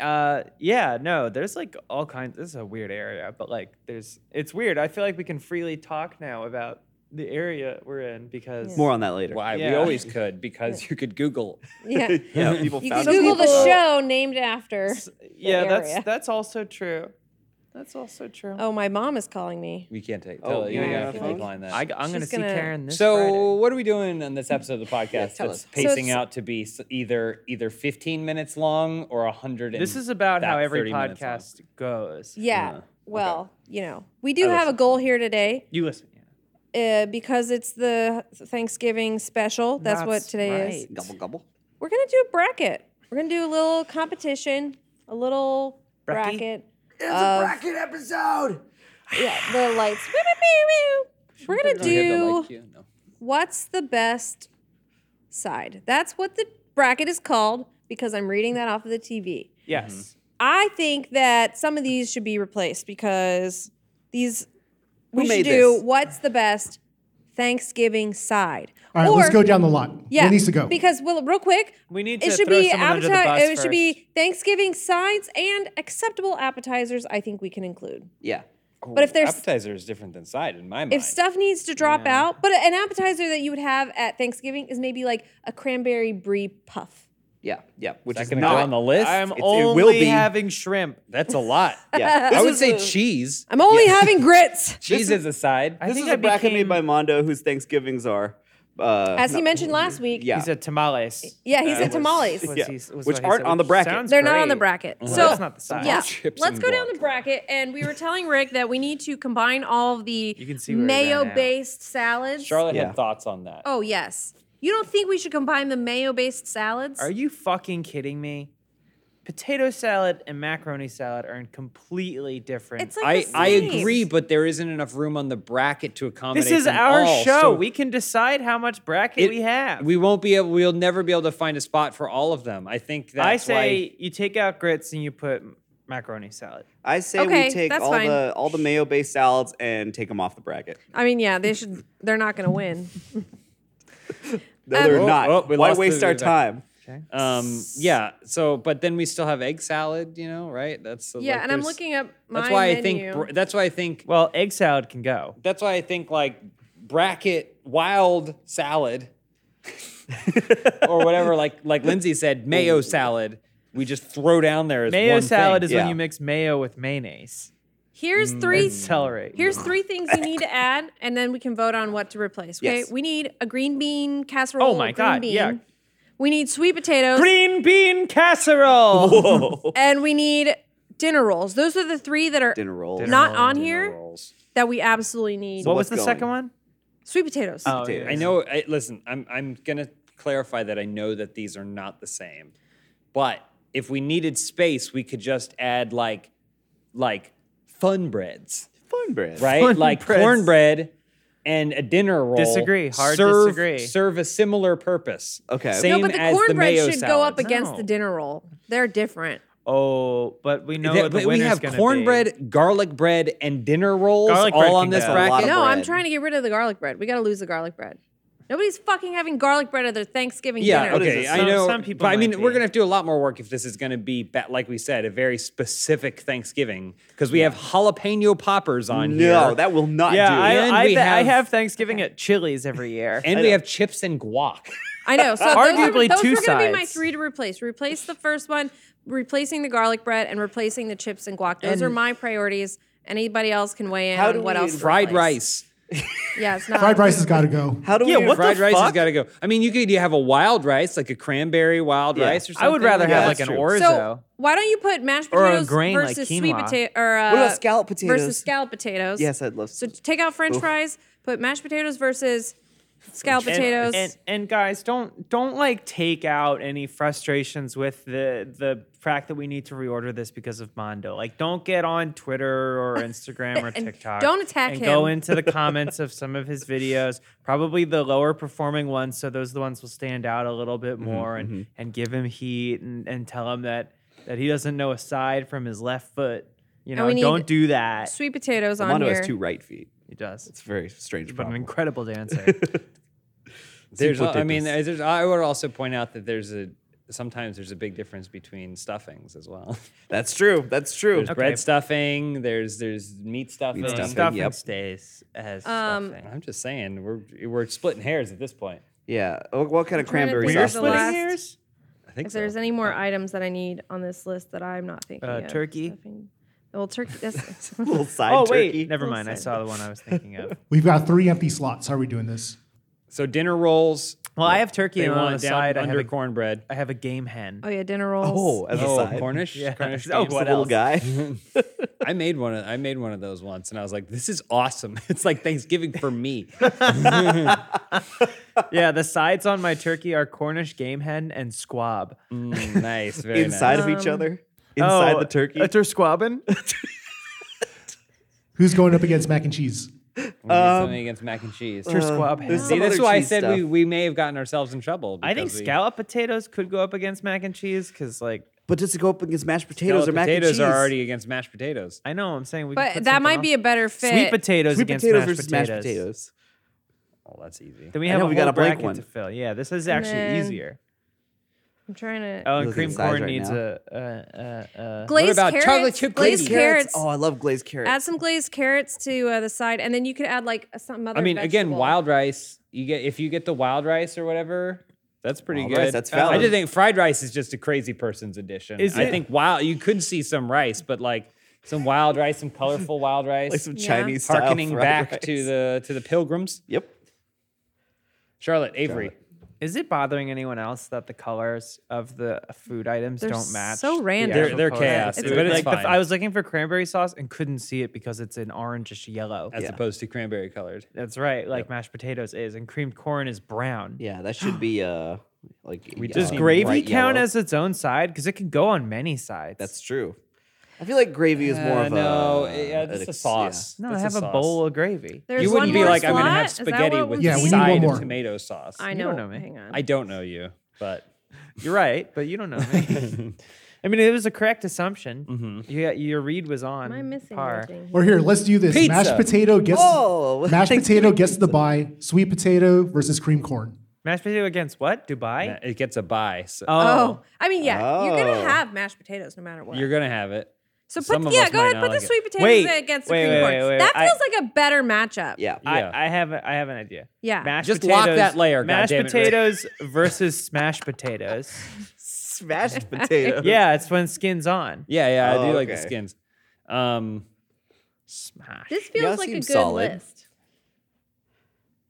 [SPEAKER 3] uh, yeah, no, there's like all kinds. This is a weird area, but like, there's it's weird. I feel like we can freely talk now about the area we're in because
[SPEAKER 4] More on that later.
[SPEAKER 1] Why we
[SPEAKER 3] Yeah.
[SPEAKER 1] always could because you could Google.
[SPEAKER 2] yeah.
[SPEAKER 4] Yeah, people
[SPEAKER 2] You can
[SPEAKER 4] found
[SPEAKER 2] Google
[SPEAKER 4] people.
[SPEAKER 2] the show named after.
[SPEAKER 3] yeah,
[SPEAKER 2] area.
[SPEAKER 3] that's that's also true. That's also true.
[SPEAKER 2] Oh, my mom is calling me.
[SPEAKER 1] We can't take.
[SPEAKER 4] Oh,
[SPEAKER 1] tell-
[SPEAKER 4] you
[SPEAKER 1] you
[SPEAKER 2] got
[SPEAKER 1] gotta
[SPEAKER 2] a
[SPEAKER 1] take
[SPEAKER 2] phone?
[SPEAKER 1] line that.
[SPEAKER 3] I, am gonna,
[SPEAKER 2] She's
[SPEAKER 3] see
[SPEAKER 2] gonna-
[SPEAKER 3] Karen this
[SPEAKER 1] so
[SPEAKER 3] Friday.
[SPEAKER 1] what are we doing on this episode of the podcast
[SPEAKER 4] tell
[SPEAKER 1] that's
[SPEAKER 4] us. So
[SPEAKER 1] pacing
[SPEAKER 2] it's-
[SPEAKER 1] out to be s- either either 15 minutes long or 100
[SPEAKER 3] This is about how
[SPEAKER 1] about
[SPEAKER 3] every
[SPEAKER 1] 30 minutes long.
[SPEAKER 3] podcast goes.
[SPEAKER 2] Yeah.
[SPEAKER 1] Yeah.
[SPEAKER 2] Well, you know, we do
[SPEAKER 1] I
[SPEAKER 2] have a
[SPEAKER 1] listen.
[SPEAKER 2] goal here today
[SPEAKER 3] You listen. Yeah.
[SPEAKER 2] uh, because it's the Thanksgiving special. That's, what
[SPEAKER 3] That's
[SPEAKER 2] today is.
[SPEAKER 3] right.
[SPEAKER 4] Gobble gobble.
[SPEAKER 2] We're going to do a bracket. We're going to do a little competition, a little
[SPEAKER 3] Bracky?
[SPEAKER 2] bracket.
[SPEAKER 4] It's
[SPEAKER 2] Of-
[SPEAKER 4] bracket episode.
[SPEAKER 2] Yeah, the lights. Woo, woo, woo, woo. We're going to
[SPEAKER 1] Do you have to
[SPEAKER 2] do
[SPEAKER 1] like you? No.
[SPEAKER 2] what's the best side. That's what the bracket is called because I'm reading that off of the TV.
[SPEAKER 3] Yes.
[SPEAKER 2] I think that some of these should be replaced because these we
[SPEAKER 4] Who
[SPEAKER 2] should
[SPEAKER 4] made
[SPEAKER 2] do
[SPEAKER 4] this?
[SPEAKER 2] what's the best Thanksgiving side.
[SPEAKER 5] All right, let's go down the lot.
[SPEAKER 2] Yeah,
[SPEAKER 5] What needs to go?
[SPEAKER 2] because well, real quick,
[SPEAKER 3] We need
[SPEAKER 2] it
[SPEAKER 3] to
[SPEAKER 2] should
[SPEAKER 3] throw
[SPEAKER 2] be
[SPEAKER 3] someone under the
[SPEAKER 2] appeti-
[SPEAKER 3] bus
[SPEAKER 2] It should be Thanksgiving sides and acceptable appetizers. I think we can include.
[SPEAKER 4] Yeah.
[SPEAKER 2] But if there's-
[SPEAKER 1] Oh, appetizer is different than side in my mind.
[SPEAKER 2] If stuff needs to drop
[SPEAKER 3] Yeah.
[SPEAKER 2] out, but an appetizer that you would have at Thanksgiving is maybe like a cranberry brie puff.
[SPEAKER 4] Yeah. Yeah. Which
[SPEAKER 1] Is
[SPEAKER 4] is
[SPEAKER 1] that gonna
[SPEAKER 4] not
[SPEAKER 1] go on the list?
[SPEAKER 3] I'm
[SPEAKER 4] It's- it will
[SPEAKER 3] only
[SPEAKER 4] be-
[SPEAKER 3] having shrimp.
[SPEAKER 1] That's a lot. I
[SPEAKER 4] Yeah. This
[SPEAKER 1] would
[SPEAKER 4] is
[SPEAKER 1] say
[SPEAKER 4] a-
[SPEAKER 1] cheese.
[SPEAKER 2] I'm only having grits.
[SPEAKER 1] Cheese is a side.
[SPEAKER 3] I
[SPEAKER 4] This
[SPEAKER 3] think
[SPEAKER 4] is
[SPEAKER 3] I
[SPEAKER 4] a bracket
[SPEAKER 3] became-
[SPEAKER 4] made by Mondo, whose Thanksgivings are. Uh,
[SPEAKER 2] As he
[SPEAKER 4] not-
[SPEAKER 2] mentioned last week,
[SPEAKER 4] Yeah.
[SPEAKER 3] He said tamales. Uh,
[SPEAKER 2] Yeah, he said
[SPEAKER 3] was-
[SPEAKER 2] tamales.
[SPEAKER 3] was
[SPEAKER 4] Yeah,
[SPEAKER 3] he- was
[SPEAKER 4] which
[SPEAKER 3] what he
[SPEAKER 4] aren't
[SPEAKER 3] said,
[SPEAKER 4] on the
[SPEAKER 3] which
[SPEAKER 4] bracket.
[SPEAKER 3] sounds
[SPEAKER 2] They're not on the
[SPEAKER 3] great.
[SPEAKER 2] bracket. So
[SPEAKER 3] That's not the size.
[SPEAKER 2] Yeah.
[SPEAKER 1] Chips
[SPEAKER 2] Let's
[SPEAKER 1] and
[SPEAKER 2] go down
[SPEAKER 1] guac.
[SPEAKER 2] the bracket, and we were telling Rick that we need to combine all of the
[SPEAKER 3] You can see where we ran out.
[SPEAKER 2] mayo-based salads.
[SPEAKER 1] Charlotte
[SPEAKER 4] Yeah.
[SPEAKER 1] had thoughts on that.
[SPEAKER 2] Oh yes. You don't think we should combine the mayo-based salads?
[SPEAKER 3] Are you fucking kidding me? Potato salad and macaroni salad are in completely different.
[SPEAKER 2] It's like
[SPEAKER 1] I,
[SPEAKER 2] the
[SPEAKER 1] I
[SPEAKER 2] same.
[SPEAKER 1] agree, but there isn't enough room on the bracket to accommodate.
[SPEAKER 3] this is
[SPEAKER 1] them
[SPEAKER 3] our
[SPEAKER 1] all,
[SPEAKER 3] show.
[SPEAKER 1] so
[SPEAKER 3] we can decide how much bracket
[SPEAKER 1] it-
[SPEAKER 3] we have.
[SPEAKER 1] We won't be able. We'll never be able to find a spot for all of them. I think that's
[SPEAKER 3] I say
[SPEAKER 1] why.
[SPEAKER 3] you take out grits and you put macaroni salad.
[SPEAKER 4] I say
[SPEAKER 2] Okay,
[SPEAKER 4] we take
[SPEAKER 2] that's
[SPEAKER 4] all
[SPEAKER 2] fine. Um,
[SPEAKER 4] the all the mayo based salads and take them off the bracket.
[SPEAKER 2] I mean, yeah, they should. They're not going to win.
[SPEAKER 4] No,
[SPEAKER 2] Um,
[SPEAKER 4] they're
[SPEAKER 1] Oh,
[SPEAKER 4] not.
[SPEAKER 1] oh, we
[SPEAKER 4] Why
[SPEAKER 1] lost
[SPEAKER 4] waste
[SPEAKER 1] the-
[SPEAKER 4] our time?
[SPEAKER 1] Um, yeah. So, but then we still have egg salad. You know, right? That's so,
[SPEAKER 2] yeah,
[SPEAKER 1] like,
[SPEAKER 2] and I'm
[SPEAKER 1] there's-
[SPEAKER 2] looking up my
[SPEAKER 1] That's why
[SPEAKER 2] menu.
[SPEAKER 1] I think. br- That's why I think.
[SPEAKER 3] Well, egg salad can go.
[SPEAKER 1] That's why I think like bracket wild salad or whatever. Like like Lindsay said, mayo salad. We just throw down there as
[SPEAKER 3] Mayo
[SPEAKER 1] one
[SPEAKER 3] salad
[SPEAKER 1] thing.
[SPEAKER 3] is
[SPEAKER 4] Yeah. Mm.
[SPEAKER 3] when you mix mayo with mayonnaise. Mm,
[SPEAKER 2] Here's three.
[SPEAKER 3] Celery.
[SPEAKER 2] Here's three things you need to add, and then we can vote on what to replace. Okay,
[SPEAKER 4] Yes.
[SPEAKER 2] we need a green bean casserole.
[SPEAKER 3] Oh my
[SPEAKER 2] green
[SPEAKER 3] God,
[SPEAKER 2] Bean.
[SPEAKER 3] yeah.
[SPEAKER 2] We need sweet potatoes.
[SPEAKER 3] Green bean casserole.
[SPEAKER 4] Whoa.
[SPEAKER 2] and we need dinner rolls. Those are the three that are
[SPEAKER 4] Dinner rolls.
[SPEAKER 2] not on
[SPEAKER 1] Dinner
[SPEAKER 2] here
[SPEAKER 1] rolls.
[SPEAKER 2] that we absolutely need.
[SPEAKER 3] what
[SPEAKER 4] what's
[SPEAKER 3] was the
[SPEAKER 4] going?
[SPEAKER 3] second one?
[SPEAKER 2] Sweet potatoes.
[SPEAKER 3] Oh,
[SPEAKER 4] potatoes.
[SPEAKER 1] I know. I, listen, I'm I'm gonna clarify that I know that these are not the same, but if we needed space, we could just add like like fun breads,
[SPEAKER 4] Fun bread.
[SPEAKER 1] right?
[SPEAKER 3] Fun
[SPEAKER 1] like
[SPEAKER 3] breads.
[SPEAKER 1] cornbread and a dinner roll.
[SPEAKER 3] Disagree. Hard
[SPEAKER 1] serve,
[SPEAKER 3] disagree.
[SPEAKER 1] Serve a similar purpose.
[SPEAKER 4] Okay.
[SPEAKER 1] Same
[SPEAKER 2] no, but the
[SPEAKER 1] as the
[SPEAKER 2] cornbread
[SPEAKER 1] mayo
[SPEAKER 2] should go
[SPEAKER 1] salad.
[SPEAKER 2] up against the
[SPEAKER 3] No.
[SPEAKER 2] dinner roll. They're different.
[SPEAKER 3] oh, but we know
[SPEAKER 1] That-
[SPEAKER 3] the
[SPEAKER 1] but we
[SPEAKER 3] winner's
[SPEAKER 1] have
[SPEAKER 3] gonna be-
[SPEAKER 1] cornbread, garlic bread, and dinner rolls
[SPEAKER 3] Garlic bread
[SPEAKER 1] all on
[SPEAKER 3] can
[SPEAKER 1] this
[SPEAKER 4] go. That's a lot
[SPEAKER 1] bracket.
[SPEAKER 4] of-
[SPEAKER 2] No, I'm
[SPEAKER 4] bread.
[SPEAKER 2] trying to get rid of the garlic bread. We got to lose the garlic bread. Nobody's fucking having garlic bread at their Thanksgiving
[SPEAKER 1] Yeah,
[SPEAKER 2] dinner.
[SPEAKER 4] What is
[SPEAKER 1] okay,
[SPEAKER 4] this?
[SPEAKER 1] I
[SPEAKER 3] Some-
[SPEAKER 1] know.
[SPEAKER 3] some people
[SPEAKER 1] but I mean,
[SPEAKER 3] might
[SPEAKER 1] we're
[SPEAKER 3] be.
[SPEAKER 1] gonna have to do a lot more work if this is gonna be, ba- like we said, a very specific Thanksgiving because we have jalapeno poppers on
[SPEAKER 4] No,
[SPEAKER 1] here,
[SPEAKER 4] that will not
[SPEAKER 3] Yeah,
[SPEAKER 4] do.
[SPEAKER 3] I,
[SPEAKER 1] And
[SPEAKER 3] I,
[SPEAKER 1] we
[SPEAKER 3] th- I
[SPEAKER 1] have-
[SPEAKER 3] have Thanksgiving at Chili's every year.
[SPEAKER 1] and we have chips and guac.
[SPEAKER 2] I know. So those, are,
[SPEAKER 3] Arguably
[SPEAKER 2] those
[SPEAKER 3] two
[SPEAKER 2] were going to be my
[SPEAKER 3] sides.
[SPEAKER 2] three to replace. Replace the first one, replacing the garlic bread, and replacing the chips and guac. Those
[SPEAKER 3] And-
[SPEAKER 2] are my priorities. Anybody else can weigh in
[SPEAKER 4] How
[SPEAKER 2] on
[SPEAKER 4] do
[SPEAKER 2] what
[SPEAKER 4] we-
[SPEAKER 2] else. to
[SPEAKER 1] Fried rice.
[SPEAKER 2] replace. Yeah, it's not
[SPEAKER 5] Fried rice has got to go.
[SPEAKER 4] How do
[SPEAKER 3] Yeah,
[SPEAKER 4] we?
[SPEAKER 3] what the
[SPEAKER 1] fried rice has
[SPEAKER 3] fuck?
[SPEAKER 1] got to go. I mean, you could you have a wild rice, like a cranberry wild
[SPEAKER 4] Yeah.
[SPEAKER 1] rice, or something.
[SPEAKER 3] I would rather
[SPEAKER 1] like
[SPEAKER 3] have
[SPEAKER 1] that.
[SPEAKER 3] like an
[SPEAKER 4] That's true.
[SPEAKER 3] orzo.
[SPEAKER 2] So why don't you put mashed
[SPEAKER 3] Or a
[SPEAKER 2] potatoes
[SPEAKER 3] grain like
[SPEAKER 2] versus sweet
[SPEAKER 3] quinoa.
[SPEAKER 2] potato or uh,
[SPEAKER 4] What about scallop
[SPEAKER 2] versus
[SPEAKER 4] potatoes?
[SPEAKER 2] scallop potatoes?
[SPEAKER 4] yes, I'd love.
[SPEAKER 2] So take out French fries, put mashed potatoes versus scalloped
[SPEAKER 3] And-
[SPEAKER 2] potatoes.
[SPEAKER 3] And, and guys, don't don't like take out any frustrations with the the fact that we need to reorder this because of Mondo. Like, don't get on Twitter or Instagram or
[SPEAKER 2] And
[SPEAKER 3] TikTok.
[SPEAKER 2] don't attack
[SPEAKER 3] and Go
[SPEAKER 2] him.
[SPEAKER 3] into the comments of some of his videos, probably the lower performing ones, so those are the ones will stand out a little
[SPEAKER 2] Mm-hmm,
[SPEAKER 3] bit more and and give him heat and, and tell him that that he doesn't know a side from his left foot. You
[SPEAKER 2] And
[SPEAKER 3] know,
[SPEAKER 2] we need
[SPEAKER 3] don't do that.
[SPEAKER 2] sweet potatoes on
[SPEAKER 4] Mondo
[SPEAKER 2] here.
[SPEAKER 4] has two right feet.
[SPEAKER 3] He does.
[SPEAKER 4] It's a very strange.
[SPEAKER 3] But an
[SPEAKER 4] problem.
[SPEAKER 3] incredible dancer.
[SPEAKER 1] There's,
[SPEAKER 4] Simple
[SPEAKER 1] a, I mean,
[SPEAKER 4] potatoes.
[SPEAKER 1] there's, I would also point out that there's a sometimes there's a big difference between stuffings as well.
[SPEAKER 4] that's true. That's true.
[SPEAKER 1] There's bread stuffing. There's there's meat stuffing.
[SPEAKER 4] stuffing.
[SPEAKER 3] stuffing
[SPEAKER 4] yep.
[SPEAKER 3] stays as
[SPEAKER 2] Um,
[SPEAKER 3] stuffing.
[SPEAKER 1] I'm just saying we're we're splitting hairs at this point.
[SPEAKER 4] Yeah. What, what kind of
[SPEAKER 2] trying to
[SPEAKER 4] cranberry
[SPEAKER 2] think of
[SPEAKER 4] sauce?
[SPEAKER 2] the
[SPEAKER 4] do they-
[SPEAKER 2] last-
[SPEAKER 1] I think
[SPEAKER 2] If there's
[SPEAKER 1] so.
[SPEAKER 2] any more
[SPEAKER 4] Oh.
[SPEAKER 2] items that I need on this list that I'm not thinking
[SPEAKER 3] Uh,
[SPEAKER 2] of,
[SPEAKER 3] turkey?
[SPEAKER 2] stuffing- Well, turkey. That's,
[SPEAKER 4] little side
[SPEAKER 3] Oh
[SPEAKER 4] turkey.
[SPEAKER 3] wait, never
[SPEAKER 2] Little
[SPEAKER 3] mind. I
[SPEAKER 2] side
[SPEAKER 3] saw the one I was thinking of.
[SPEAKER 5] We've got three empty slots. How are we doing this?
[SPEAKER 1] So dinner rolls.
[SPEAKER 3] Well, I have turkey
[SPEAKER 1] They
[SPEAKER 3] and on the
[SPEAKER 1] want down
[SPEAKER 3] side. I have,
[SPEAKER 1] under
[SPEAKER 3] a,
[SPEAKER 1] cornbread.
[SPEAKER 3] I have a game hen.
[SPEAKER 2] oh yeah, dinner rolls.
[SPEAKER 4] Oh, as a
[SPEAKER 1] Oh,
[SPEAKER 4] side.
[SPEAKER 1] Cornish.
[SPEAKER 3] Yeah.
[SPEAKER 1] Cornish
[SPEAKER 3] Oh,
[SPEAKER 1] games.
[SPEAKER 3] what
[SPEAKER 4] The little
[SPEAKER 3] else?
[SPEAKER 4] guy.
[SPEAKER 1] I made one. Of, I made one of those once, and I was like, "This is awesome! It's like Thanksgiving for me."
[SPEAKER 3] yeah, the sides on my turkey are Cornish game hen and squab.
[SPEAKER 1] Mm, nice, very
[SPEAKER 4] inside
[SPEAKER 1] nice.
[SPEAKER 4] of
[SPEAKER 2] Um,
[SPEAKER 4] each other. Inside
[SPEAKER 3] Oh,
[SPEAKER 4] the turkey.
[SPEAKER 3] uh, They're squabbing.
[SPEAKER 5] Who's going up against mac and cheese?
[SPEAKER 1] We're gonna
[SPEAKER 4] Um,
[SPEAKER 1] get something against mac and cheese.
[SPEAKER 3] They're squab
[SPEAKER 4] there's
[SPEAKER 3] hen.
[SPEAKER 1] See,
[SPEAKER 4] some
[SPEAKER 1] this is
[SPEAKER 4] other
[SPEAKER 1] why I
[SPEAKER 4] cheese
[SPEAKER 1] said we,
[SPEAKER 4] stuff.
[SPEAKER 1] we may have gotten ourselves in trouble.
[SPEAKER 3] I think
[SPEAKER 1] because we-
[SPEAKER 3] scallop potatoes could go up against mac and cheese because, like,
[SPEAKER 4] But does it go up against mashed potatoes
[SPEAKER 1] scalloped
[SPEAKER 4] or mac
[SPEAKER 1] potatoes
[SPEAKER 4] and cheese?
[SPEAKER 1] are already against mashed potatoes.
[SPEAKER 3] I know I'm saying we. could put
[SPEAKER 2] but that
[SPEAKER 3] something
[SPEAKER 2] might
[SPEAKER 3] else.
[SPEAKER 2] be a better fit.
[SPEAKER 3] sweet potatoes
[SPEAKER 4] sweet
[SPEAKER 3] against
[SPEAKER 4] potatoes
[SPEAKER 3] mashed
[SPEAKER 4] versus
[SPEAKER 3] potatoes.
[SPEAKER 4] mashed potatoes.
[SPEAKER 1] Oh, that's easy.
[SPEAKER 3] Then we
[SPEAKER 4] I
[SPEAKER 3] have
[SPEAKER 4] know
[SPEAKER 3] a
[SPEAKER 4] we
[SPEAKER 3] whole
[SPEAKER 4] got a blank
[SPEAKER 3] bracket
[SPEAKER 4] one.
[SPEAKER 3] to fill. Yeah, this is actually
[SPEAKER 2] then-
[SPEAKER 3] easier.
[SPEAKER 2] I'm trying to.
[SPEAKER 3] Oh, and
[SPEAKER 4] Look at
[SPEAKER 3] cream
[SPEAKER 4] the size
[SPEAKER 3] corn
[SPEAKER 4] right
[SPEAKER 3] needs
[SPEAKER 4] now.
[SPEAKER 3] a, a, a, a
[SPEAKER 2] glazed
[SPEAKER 1] about
[SPEAKER 2] carrots,
[SPEAKER 1] chocolate chip
[SPEAKER 2] glazed
[SPEAKER 1] cookies?
[SPEAKER 2] carrots.
[SPEAKER 4] Oh, I love glazed carrots.
[SPEAKER 2] Add some glazed carrots to uh, the side, and then you could add like some other.
[SPEAKER 1] I mean, again,
[SPEAKER 2] vegetable.
[SPEAKER 1] wild rice. You get if you get the wild rice or whatever. That's pretty
[SPEAKER 4] Wild
[SPEAKER 1] good.
[SPEAKER 4] rice, that's
[SPEAKER 1] I
[SPEAKER 4] valid.
[SPEAKER 1] just think fried rice is just a crazy person's addition.
[SPEAKER 3] Is
[SPEAKER 1] I
[SPEAKER 3] it-
[SPEAKER 1] think wild. You could see some rice, but like some wild rice, some colorful wild rice,
[SPEAKER 4] like some
[SPEAKER 2] Yeah.
[SPEAKER 4] Chinese style
[SPEAKER 1] harkening
[SPEAKER 4] fried
[SPEAKER 1] back
[SPEAKER 4] rice.
[SPEAKER 1] to the to the pilgrims.
[SPEAKER 4] Yep.
[SPEAKER 1] Charlotte Avery.
[SPEAKER 3] Is it bothering anyone else that the colors of the food items
[SPEAKER 2] They're
[SPEAKER 3] don't match?
[SPEAKER 2] so
[SPEAKER 3] the
[SPEAKER 2] random.
[SPEAKER 1] They're-
[SPEAKER 3] actual
[SPEAKER 1] they're
[SPEAKER 3] colors?
[SPEAKER 1] chaos,
[SPEAKER 2] but it's
[SPEAKER 3] like the-
[SPEAKER 1] fine.
[SPEAKER 3] I was looking for cranberry sauce and couldn't see it because it's an orangish yellow.
[SPEAKER 1] As
[SPEAKER 4] Yeah.
[SPEAKER 1] opposed to cranberry colored.
[SPEAKER 3] That's right, like mashed potatoes is, and creamed corn is brown.
[SPEAKER 4] Yeah, that should be uh like
[SPEAKER 1] We
[SPEAKER 4] yeah,
[SPEAKER 1] just
[SPEAKER 3] Does
[SPEAKER 1] Um,
[SPEAKER 3] gravy
[SPEAKER 4] bright
[SPEAKER 3] count
[SPEAKER 4] yellow.
[SPEAKER 3] as its own side? Because it could go on many sides.
[SPEAKER 4] That's true. I feel like gravy is more
[SPEAKER 1] Uh,
[SPEAKER 4] of
[SPEAKER 1] no,
[SPEAKER 4] a
[SPEAKER 1] yeah, this
[SPEAKER 4] an
[SPEAKER 1] is a
[SPEAKER 4] ex-
[SPEAKER 1] sauce.
[SPEAKER 3] no. I
[SPEAKER 1] That's
[SPEAKER 3] have a,
[SPEAKER 1] sauce.
[SPEAKER 3] bowl of gravy.
[SPEAKER 2] There's
[SPEAKER 1] you wouldn't
[SPEAKER 2] one
[SPEAKER 1] be
[SPEAKER 2] more
[SPEAKER 1] like, I'm gonna have
[SPEAKER 2] slot? Is that
[SPEAKER 1] spaghetti
[SPEAKER 2] what
[SPEAKER 1] with
[SPEAKER 2] we
[SPEAKER 5] Yeah,
[SPEAKER 1] a
[SPEAKER 5] we need
[SPEAKER 1] side
[SPEAKER 5] one
[SPEAKER 1] of
[SPEAKER 5] more.
[SPEAKER 1] tomato sauce.
[SPEAKER 2] I
[SPEAKER 1] I,
[SPEAKER 2] know.
[SPEAKER 3] don't know me.
[SPEAKER 2] Hang on.
[SPEAKER 1] don't know you, but
[SPEAKER 3] You're right, but you don't know me. I mean, it was a correct assumption.
[SPEAKER 1] Mm-hmm.
[SPEAKER 3] You got- your read was on.
[SPEAKER 2] Am I missing
[SPEAKER 3] par.
[SPEAKER 2] anything?
[SPEAKER 5] Or here, let's do this.
[SPEAKER 1] Pizza.
[SPEAKER 5] Mashed potato gets
[SPEAKER 4] Oh,
[SPEAKER 5] mashed
[SPEAKER 4] Thanksgiving
[SPEAKER 5] potato gets the buy. Sweet potato versus cream corn.
[SPEAKER 3] Mashed potato against what? Dubai.
[SPEAKER 1] it gets a buy. So
[SPEAKER 2] Oh, I mean, yeah, you're
[SPEAKER 4] Oh.
[SPEAKER 2] gonna have mashed potatoes no matter what.
[SPEAKER 1] you're gonna have it.
[SPEAKER 2] so put
[SPEAKER 1] some of
[SPEAKER 2] yeah,
[SPEAKER 1] us
[SPEAKER 2] go
[SPEAKER 1] might
[SPEAKER 2] ahead,
[SPEAKER 1] not
[SPEAKER 2] put the
[SPEAKER 1] like it.
[SPEAKER 2] sweet potatoes
[SPEAKER 3] Wait,
[SPEAKER 2] against
[SPEAKER 3] wait,
[SPEAKER 2] the cream
[SPEAKER 3] wait,
[SPEAKER 2] corn.
[SPEAKER 3] wait, wait,
[SPEAKER 2] that
[SPEAKER 3] I-
[SPEAKER 2] feels like a better matchup.
[SPEAKER 4] Yeah.
[SPEAKER 1] Yeah.
[SPEAKER 3] I, I have a, I have an idea.
[SPEAKER 2] Yeah.
[SPEAKER 3] Mashed
[SPEAKER 1] Just lock
[SPEAKER 3] potatoes-
[SPEAKER 1] that layer,
[SPEAKER 3] Mashed
[SPEAKER 1] goddammit, Rick.
[SPEAKER 3] potatoes versus smashed potatoes.
[SPEAKER 4] Smashed potato.
[SPEAKER 3] Yeah, it's when skin's on.
[SPEAKER 1] Yeah, yeah, I
[SPEAKER 4] Oh,
[SPEAKER 1] do like the
[SPEAKER 4] okay.
[SPEAKER 1] skins. Um,
[SPEAKER 3] Smash.
[SPEAKER 2] This
[SPEAKER 4] Y'all
[SPEAKER 2] feels like a
[SPEAKER 4] seem
[SPEAKER 2] good
[SPEAKER 4] solid.
[SPEAKER 2] list.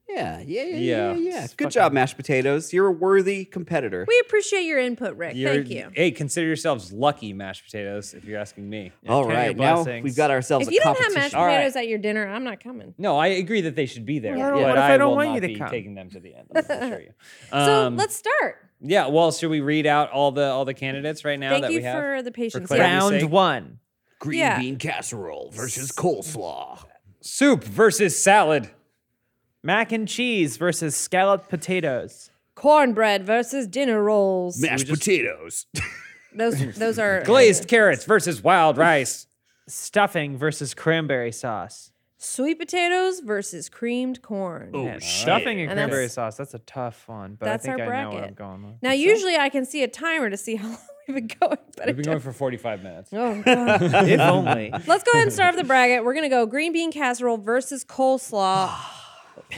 [SPEAKER 4] Yeah, yeah, yeah, yeah,
[SPEAKER 1] Yeah.
[SPEAKER 4] yeah.
[SPEAKER 3] It's
[SPEAKER 4] Good
[SPEAKER 3] fucking-
[SPEAKER 4] job, mashed potatoes. You're a worthy competitor.
[SPEAKER 2] We appreciate your input, Rick.
[SPEAKER 1] you're-
[SPEAKER 2] Thank you.
[SPEAKER 1] Hey, consider yourselves lucky, mashed potatoes, if you're asking me.
[SPEAKER 4] All
[SPEAKER 3] count your
[SPEAKER 4] right, now
[SPEAKER 3] blessings.
[SPEAKER 4] we've got ourselves
[SPEAKER 2] If
[SPEAKER 4] a
[SPEAKER 2] you don't have
[SPEAKER 4] competition.
[SPEAKER 2] mashed
[SPEAKER 1] All right.
[SPEAKER 2] potatoes at your dinner, I'm not coming.
[SPEAKER 1] No, I agree that they should be there.
[SPEAKER 3] I don't-
[SPEAKER 1] but
[SPEAKER 3] what if I don't
[SPEAKER 1] will
[SPEAKER 3] want you
[SPEAKER 1] not
[SPEAKER 3] to
[SPEAKER 1] be
[SPEAKER 3] come?
[SPEAKER 1] Taking them to the end. Let me assure you.
[SPEAKER 2] So
[SPEAKER 1] Um,
[SPEAKER 2] let's start.
[SPEAKER 1] Yeah. Well, should we read out all the all the candidates right now
[SPEAKER 2] Thank
[SPEAKER 1] that
[SPEAKER 2] you
[SPEAKER 1] we have?
[SPEAKER 2] for the patience.
[SPEAKER 1] clarity.
[SPEAKER 2] yeah.
[SPEAKER 1] Round
[SPEAKER 3] Round
[SPEAKER 1] sake.
[SPEAKER 3] one.
[SPEAKER 4] Green
[SPEAKER 2] Yeah.
[SPEAKER 4] bean casserole versus coleslaw.
[SPEAKER 1] Soup versus salad.
[SPEAKER 3] Mac and cheese versus scalloped potatoes.
[SPEAKER 2] Cornbread versus dinner rolls.
[SPEAKER 4] Mashed potatoes.
[SPEAKER 2] Those those are
[SPEAKER 1] Glazed carrots versus wild rice.
[SPEAKER 3] Stuffing versus cranberry sauce.
[SPEAKER 2] sweet potatoes versus creamed corn.
[SPEAKER 1] Oh,
[SPEAKER 3] Man, stuffing and
[SPEAKER 2] And
[SPEAKER 3] cranberry
[SPEAKER 2] that's-
[SPEAKER 3] sauce. That's a tough one, but
[SPEAKER 2] That's
[SPEAKER 3] I
[SPEAKER 2] our
[SPEAKER 3] think I know where I'm
[SPEAKER 2] bracket.
[SPEAKER 3] going with.
[SPEAKER 2] Now, usually I can see a timer to see how long we've been going, but I
[SPEAKER 1] uh, We've been going for
[SPEAKER 2] don't.
[SPEAKER 1] 45 minutes.
[SPEAKER 2] Oh, God.
[SPEAKER 3] if only.
[SPEAKER 2] Let's go ahead and start off the bracket. We're gonna go green bean casserole versus coleslaw.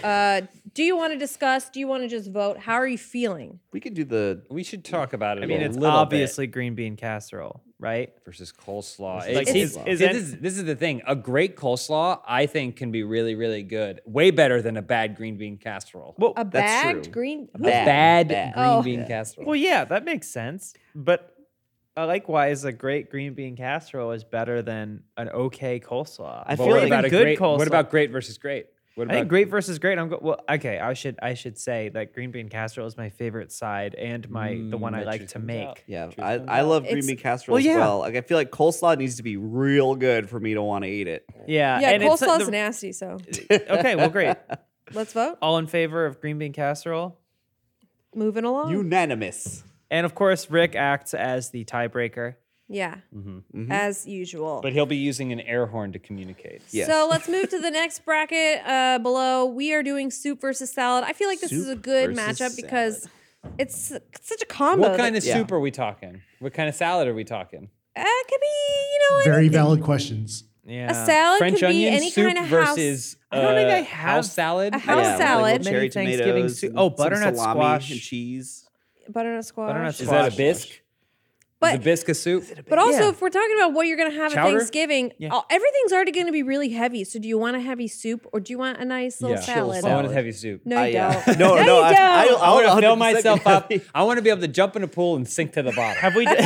[SPEAKER 2] Uh, do you want to discuss? Do you want to just vote? How are you feeling?
[SPEAKER 4] We could do the
[SPEAKER 1] We should talk about it.
[SPEAKER 3] I mean,
[SPEAKER 1] a
[SPEAKER 3] it's
[SPEAKER 1] little bit.
[SPEAKER 3] obviously green bean casserole, right?
[SPEAKER 1] versus coleslaw.
[SPEAKER 3] Versus
[SPEAKER 1] It's- it's-
[SPEAKER 3] coleslaw. Is
[SPEAKER 1] see,
[SPEAKER 3] that-
[SPEAKER 1] this, is, this is the thing. A great coleslaw, I think, can be really, really good. Way better than a bad green bean casserole.
[SPEAKER 3] Well,
[SPEAKER 2] A
[SPEAKER 4] That's
[SPEAKER 2] bagged
[SPEAKER 4] true.
[SPEAKER 2] green.
[SPEAKER 1] a bad,
[SPEAKER 4] bad.
[SPEAKER 1] green
[SPEAKER 2] Oh.
[SPEAKER 1] bean
[SPEAKER 4] Yeah.
[SPEAKER 1] casserole.
[SPEAKER 3] well, yeah, that makes sense. But uh, likewise, a great green bean casserole is better than an okay coleslaw.
[SPEAKER 4] I
[SPEAKER 3] But
[SPEAKER 1] But
[SPEAKER 4] feel
[SPEAKER 1] what
[SPEAKER 4] like
[SPEAKER 1] about
[SPEAKER 3] even
[SPEAKER 1] a
[SPEAKER 3] good
[SPEAKER 1] great?
[SPEAKER 3] coleslaw.
[SPEAKER 1] What about great versus great? What
[SPEAKER 3] I
[SPEAKER 1] about
[SPEAKER 3] think great versus great. I'm go- well. Okay, I should I should say that green bean casserole is my favorite side and my the one
[SPEAKER 1] Mm,
[SPEAKER 3] I
[SPEAKER 1] that
[SPEAKER 3] like
[SPEAKER 1] truth
[SPEAKER 3] to
[SPEAKER 1] comes
[SPEAKER 3] make.
[SPEAKER 1] out.
[SPEAKER 4] Yeah,
[SPEAKER 1] Choose
[SPEAKER 4] I,
[SPEAKER 1] one
[SPEAKER 4] I love green
[SPEAKER 2] It's-
[SPEAKER 4] bean casserole
[SPEAKER 3] Well,
[SPEAKER 4] as
[SPEAKER 3] yeah.
[SPEAKER 4] well. Like I feel like coleslaw needs to be real good for me to want to eat it.
[SPEAKER 3] Yeah,
[SPEAKER 2] Yeah,
[SPEAKER 3] and it's, uh,
[SPEAKER 2] coleslaw's
[SPEAKER 3] the-
[SPEAKER 2] nasty. So
[SPEAKER 3] Okay, well, great.
[SPEAKER 2] let's vote.
[SPEAKER 3] All in favor of green bean casserole,
[SPEAKER 2] Moving along.
[SPEAKER 4] Unanimous.
[SPEAKER 3] and of course Rick acts as the tiebreaker.
[SPEAKER 2] yeah,
[SPEAKER 4] Mm-hmm.
[SPEAKER 2] as usual.
[SPEAKER 1] Mm-hmm. But he'll be using an air horn to communicate.
[SPEAKER 4] Yes.
[SPEAKER 2] So let's move to the next bracket uh, below. We are doing soup versus salad. I feel like this is a
[SPEAKER 4] Soup
[SPEAKER 2] good matchup
[SPEAKER 4] versus
[SPEAKER 2] because it's such a combo.
[SPEAKER 1] What kind
[SPEAKER 2] that-
[SPEAKER 1] of soup are we talking? What kind of salad are we talking?
[SPEAKER 2] Uh, it could be, you know,
[SPEAKER 5] Very
[SPEAKER 2] anything.
[SPEAKER 5] valid questions.
[SPEAKER 3] Yeah,
[SPEAKER 2] A salad
[SPEAKER 1] French
[SPEAKER 2] could be
[SPEAKER 1] onion
[SPEAKER 2] any
[SPEAKER 1] soup
[SPEAKER 2] kind of house.
[SPEAKER 1] versus
[SPEAKER 3] I don't think I
[SPEAKER 1] uh,
[SPEAKER 3] have-
[SPEAKER 1] house salad.
[SPEAKER 2] a house
[SPEAKER 4] with, like, little
[SPEAKER 2] salad. Many
[SPEAKER 4] cherry
[SPEAKER 3] Thanksgiving
[SPEAKER 4] tomatoes.
[SPEAKER 3] sou-
[SPEAKER 4] and
[SPEAKER 3] oh,
[SPEAKER 4] some
[SPEAKER 3] butternut
[SPEAKER 4] salami
[SPEAKER 3] squash.
[SPEAKER 4] and cheese.
[SPEAKER 2] butternut squash.
[SPEAKER 3] Butternut
[SPEAKER 1] Is that
[SPEAKER 3] squash.
[SPEAKER 1] a bisque?
[SPEAKER 2] But
[SPEAKER 1] is a bisque a soup?
[SPEAKER 2] but also,
[SPEAKER 3] Yeah.
[SPEAKER 2] if we're talking about what you're going to have
[SPEAKER 1] Chowder?
[SPEAKER 2] at Thanksgiving,
[SPEAKER 3] Yeah.
[SPEAKER 2] all- everything's already going to be really heavy. So, do you want a heavy soup or do you want a nice little salad?
[SPEAKER 1] I
[SPEAKER 4] salad.
[SPEAKER 1] want a heavy soup.
[SPEAKER 2] No,
[SPEAKER 4] I,
[SPEAKER 2] you
[SPEAKER 4] uh,
[SPEAKER 2] don't.
[SPEAKER 4] no,
[SPEAKER 2] no,
[SPEAKER 4] no,
[SPEAKER 2] you
[SPEAKER 4] I- I-
[SPEAKER 2] don't.
[SPEAKER 1] I want to fill
[SPEAKER 4] 100%
[SPEAKER 1] myself up.
[SPEAKER 4] happy.
[SPEAKER 1] I want to be able to jump in a pool and sink to the bottom.
[SPEAKER 3] Have we?
[SPEAKER 4] I
[SPEAKER 3] Go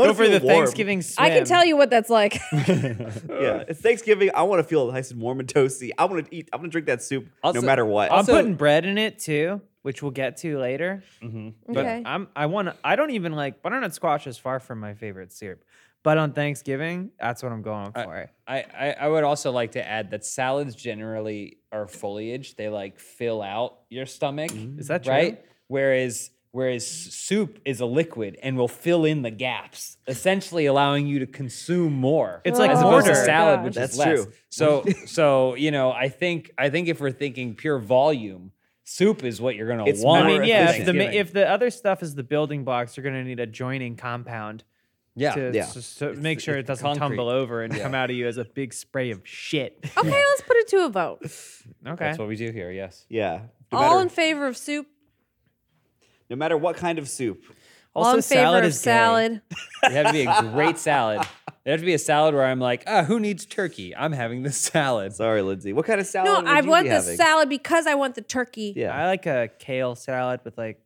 [SPEAKER 4] want
[SPEAKER 3] for
[SPEAKER 4] to
[SPEAKER 3] the
[SPEAKER 4] feel warm.
[SPEAKER 3] Thanksgiving swim.
[SPEAKER 2] I can tell you what that's like.
[SPEAKER 4] Yeah, Uh, it's Thanksgiving. I want to feel nice and warm and toasty. I want to eat. I want to drink that soup
[SPEAKER 1] Also-
[SPEAKER 4] no matter what.
[SPEAKER 3] I'm
[SPEAKER 1] also-
[SPEAKER 3] putting bread in it too, which we'll get to later. But
[SPEAKER 2] okay.
[SPEAKER 3] I'm I want to I don't even like butternut squash is far from my favorite syrup. But on Thanksgiving, that's what I'm going for.
[SPEAKER 1] I, I, I would also like to add that salads generally are foliage. They like fill out your stomach.
[SPEAKER 3] Mm. Is that true?
[SPEAKER 1] Right? Whereas whereas soup is a liquid and will fill in the gaps, essentially allowing you to consume more.
[SPEAKER 3] It's like
[SPEAKER 1] as opposed to
[SPEAKER 3] mortar.
[SPEAKER 1] salad, which
[SPEAKER 4] That's
[SPEAKER 1] is less.
[SPEAKER 4] true.
[SPEAKER 1] So so you know, I think I think if we're thinking pure volume, soup is what you're gonna
[SPEAKER 4] It's
[SPEAKER 1] want.
[SPEAKER 3] I mean,
[SPEAKER 4] Or at
[SPEAKER 3] yeah, if the,
[SPEAKER 1] Thanksgiving.
[SPEAKER 3] ma- if the other stuff is the building blocks, you're going to need a joining compound
[SPEAKER 1] yeah.
[SPEAKER 3] to
[SPEAKER 4] Yeah.
[SPEAKER 3] s- so make sure it doesn't
[SPEAKER 1] concrete.
[SPEAKER 3] tumble over and come out of you as a big spray of shit.
[SPEAKER 2] okay, let's put it to a vote.
[SPEAKER 3] okay.
[SPEAKER 1] that's what we do here, yes.
[SPEAKER 4] yeah, no
[SPEAKER 2] All
[SPEAKER 4] matter,
[SPEAKER 2] in favor of soup.
[SPEAKER 4] no matter what kind of soup.
[SPEAKER 2] all in favor of
[SPEAKER 3] gay.
[SPEAKER 2] salad.
[SPEAKER 1] It'd have to be a great salad. It'd have to be a salad where I'm like, ah, who needs turkey? I'm having this salad.
[SPEAKER 4] Sorry, Lindsay. What kind of salad?
[SPEAKER 2] No,
[SPEAKER 4] Oh, would
[SPEAKER 2] I
[SPEAKER 4] you
[SPEAKER 2] want
[SPEAKER 4] be
[SPEAKER 2] the
[SPEAKER 4] having?
[SPEAKER 2] salad because I want the turkey.
[SPEAKER 4] Yeah,
[SPEAKER 3] I like a kale salad with like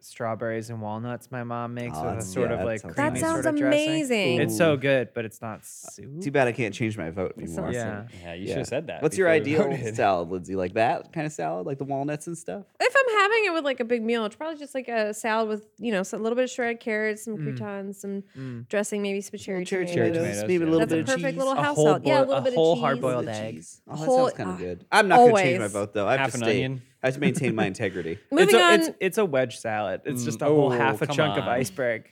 [SPEAKER 3] strawberries and walnuts my mom makes
[SPEAKER 4] Oh,
[SPEAKER 3] with a
[SPEAKER 4] that's-
[SPEAKER 3] sort
[SPEAKER 4] yeah,
[SPEAKER 3] of
[SPEAKER 4] that
[SPEAKER 3] like
[SPEAKER 4] sounds
[SPEAKER 2] That
[SPEAKER 3] creamy
[SPEAKER 4] nice. Uh,
[SPEAKER 2] sounds
[SPEAKER 3] sort of dressing.
[SPEAKER 2] amazing.
[SPEAKER 3] It's so good, but it's not soup.
[SPEAKER 4] too bad I can't change my vote anymore.
[SPEAKER 2] sounds-
[SPEAKER 3] Yeah.
[SPEAKER 1] Yeah, you
[SPEAKER 4] Yeah.
[SPEAKER 1] should have said that.
[SPEAKER 4] What's your
[SPEAKER 1] before
[SPEAKER 4] ideal
[SPEAKER 1] we voted.
[SPEAKER 4] salad, Lindsay? Like that kind of salad, like the walnuts and stuff.
[SPEAKER 2] If I'm having it with like a big meal, it's probably just like a salad with, you know, so- a little bit of shredded carrots, some
[SPEAKER 3] Mm.
[SPEAKER 2] croutons, some dressing, maybe some cherry,
[SPEAKER 4] Cherry
[SPEAKER 2] tomatoes.
[SPEAKER 1] tomatoes,
[SPEAKER 4] tomatoes, maybe a
[SPEAKER 1] yeah.
[SPEAKER 4] little
[SPEAKER 2] That's
[SPEAKER 4] bit
[SPEAKER 2] a
[SPEAKER 4] of
[SPEAKER 2] perfect
[SPEAKER 4] cheese.
[SPEAKER 2] little
[SPEAKER 3] A
[SPEAKER 2] house
[SPEAKER 3] whole
[SPEAKER 2] salad. Yeah, a
[SPEAKER 3] boi-
[SPEAKER 2] little
[SPEAKER 3] a
[SPEAKER 2] bit
[SPEAKER 3] whole
[SPEAKER 2] of cheese.
[SPEAKER 3] hard-boiled
[SPEAKER 4] Little
[SPEAKER 3] egg.
[SPEAKER 4] cheese. Oh, that
[SPEAKER 2] Whole-
[SPEAKER 4] sounds kind
[SPEAKER 2] ah,
[SPEAKER 4] of good. I'm not going to change my
[SPEAKER 2] always.
[SPEAKER 4] vote though. I have
[SPEAKER 1] Half
[SPEAKER 4] to
[SPEAKER 1] an
[SPEAKER 4] stay.
[SPEAKER 1] onion.
[SPEAKER 4] I have to maintain my integrity.
[SPEAKER 2] Moving
[SPEAKER 3] it's a,
[SPEAKER 2] on,
[SPEAKER 3] It's, it's a wedge salad. It's just a
[SPEAKER 1] Mm,
[SPEAKER 3] whole
[SPEAKER 1] oh,
[SPEAKER 3] half a
[SPEAKER 1] come
[SPEAKER 3] chunk of
[SPEAKER 1] on.
[SPEAKER 3] iceberg.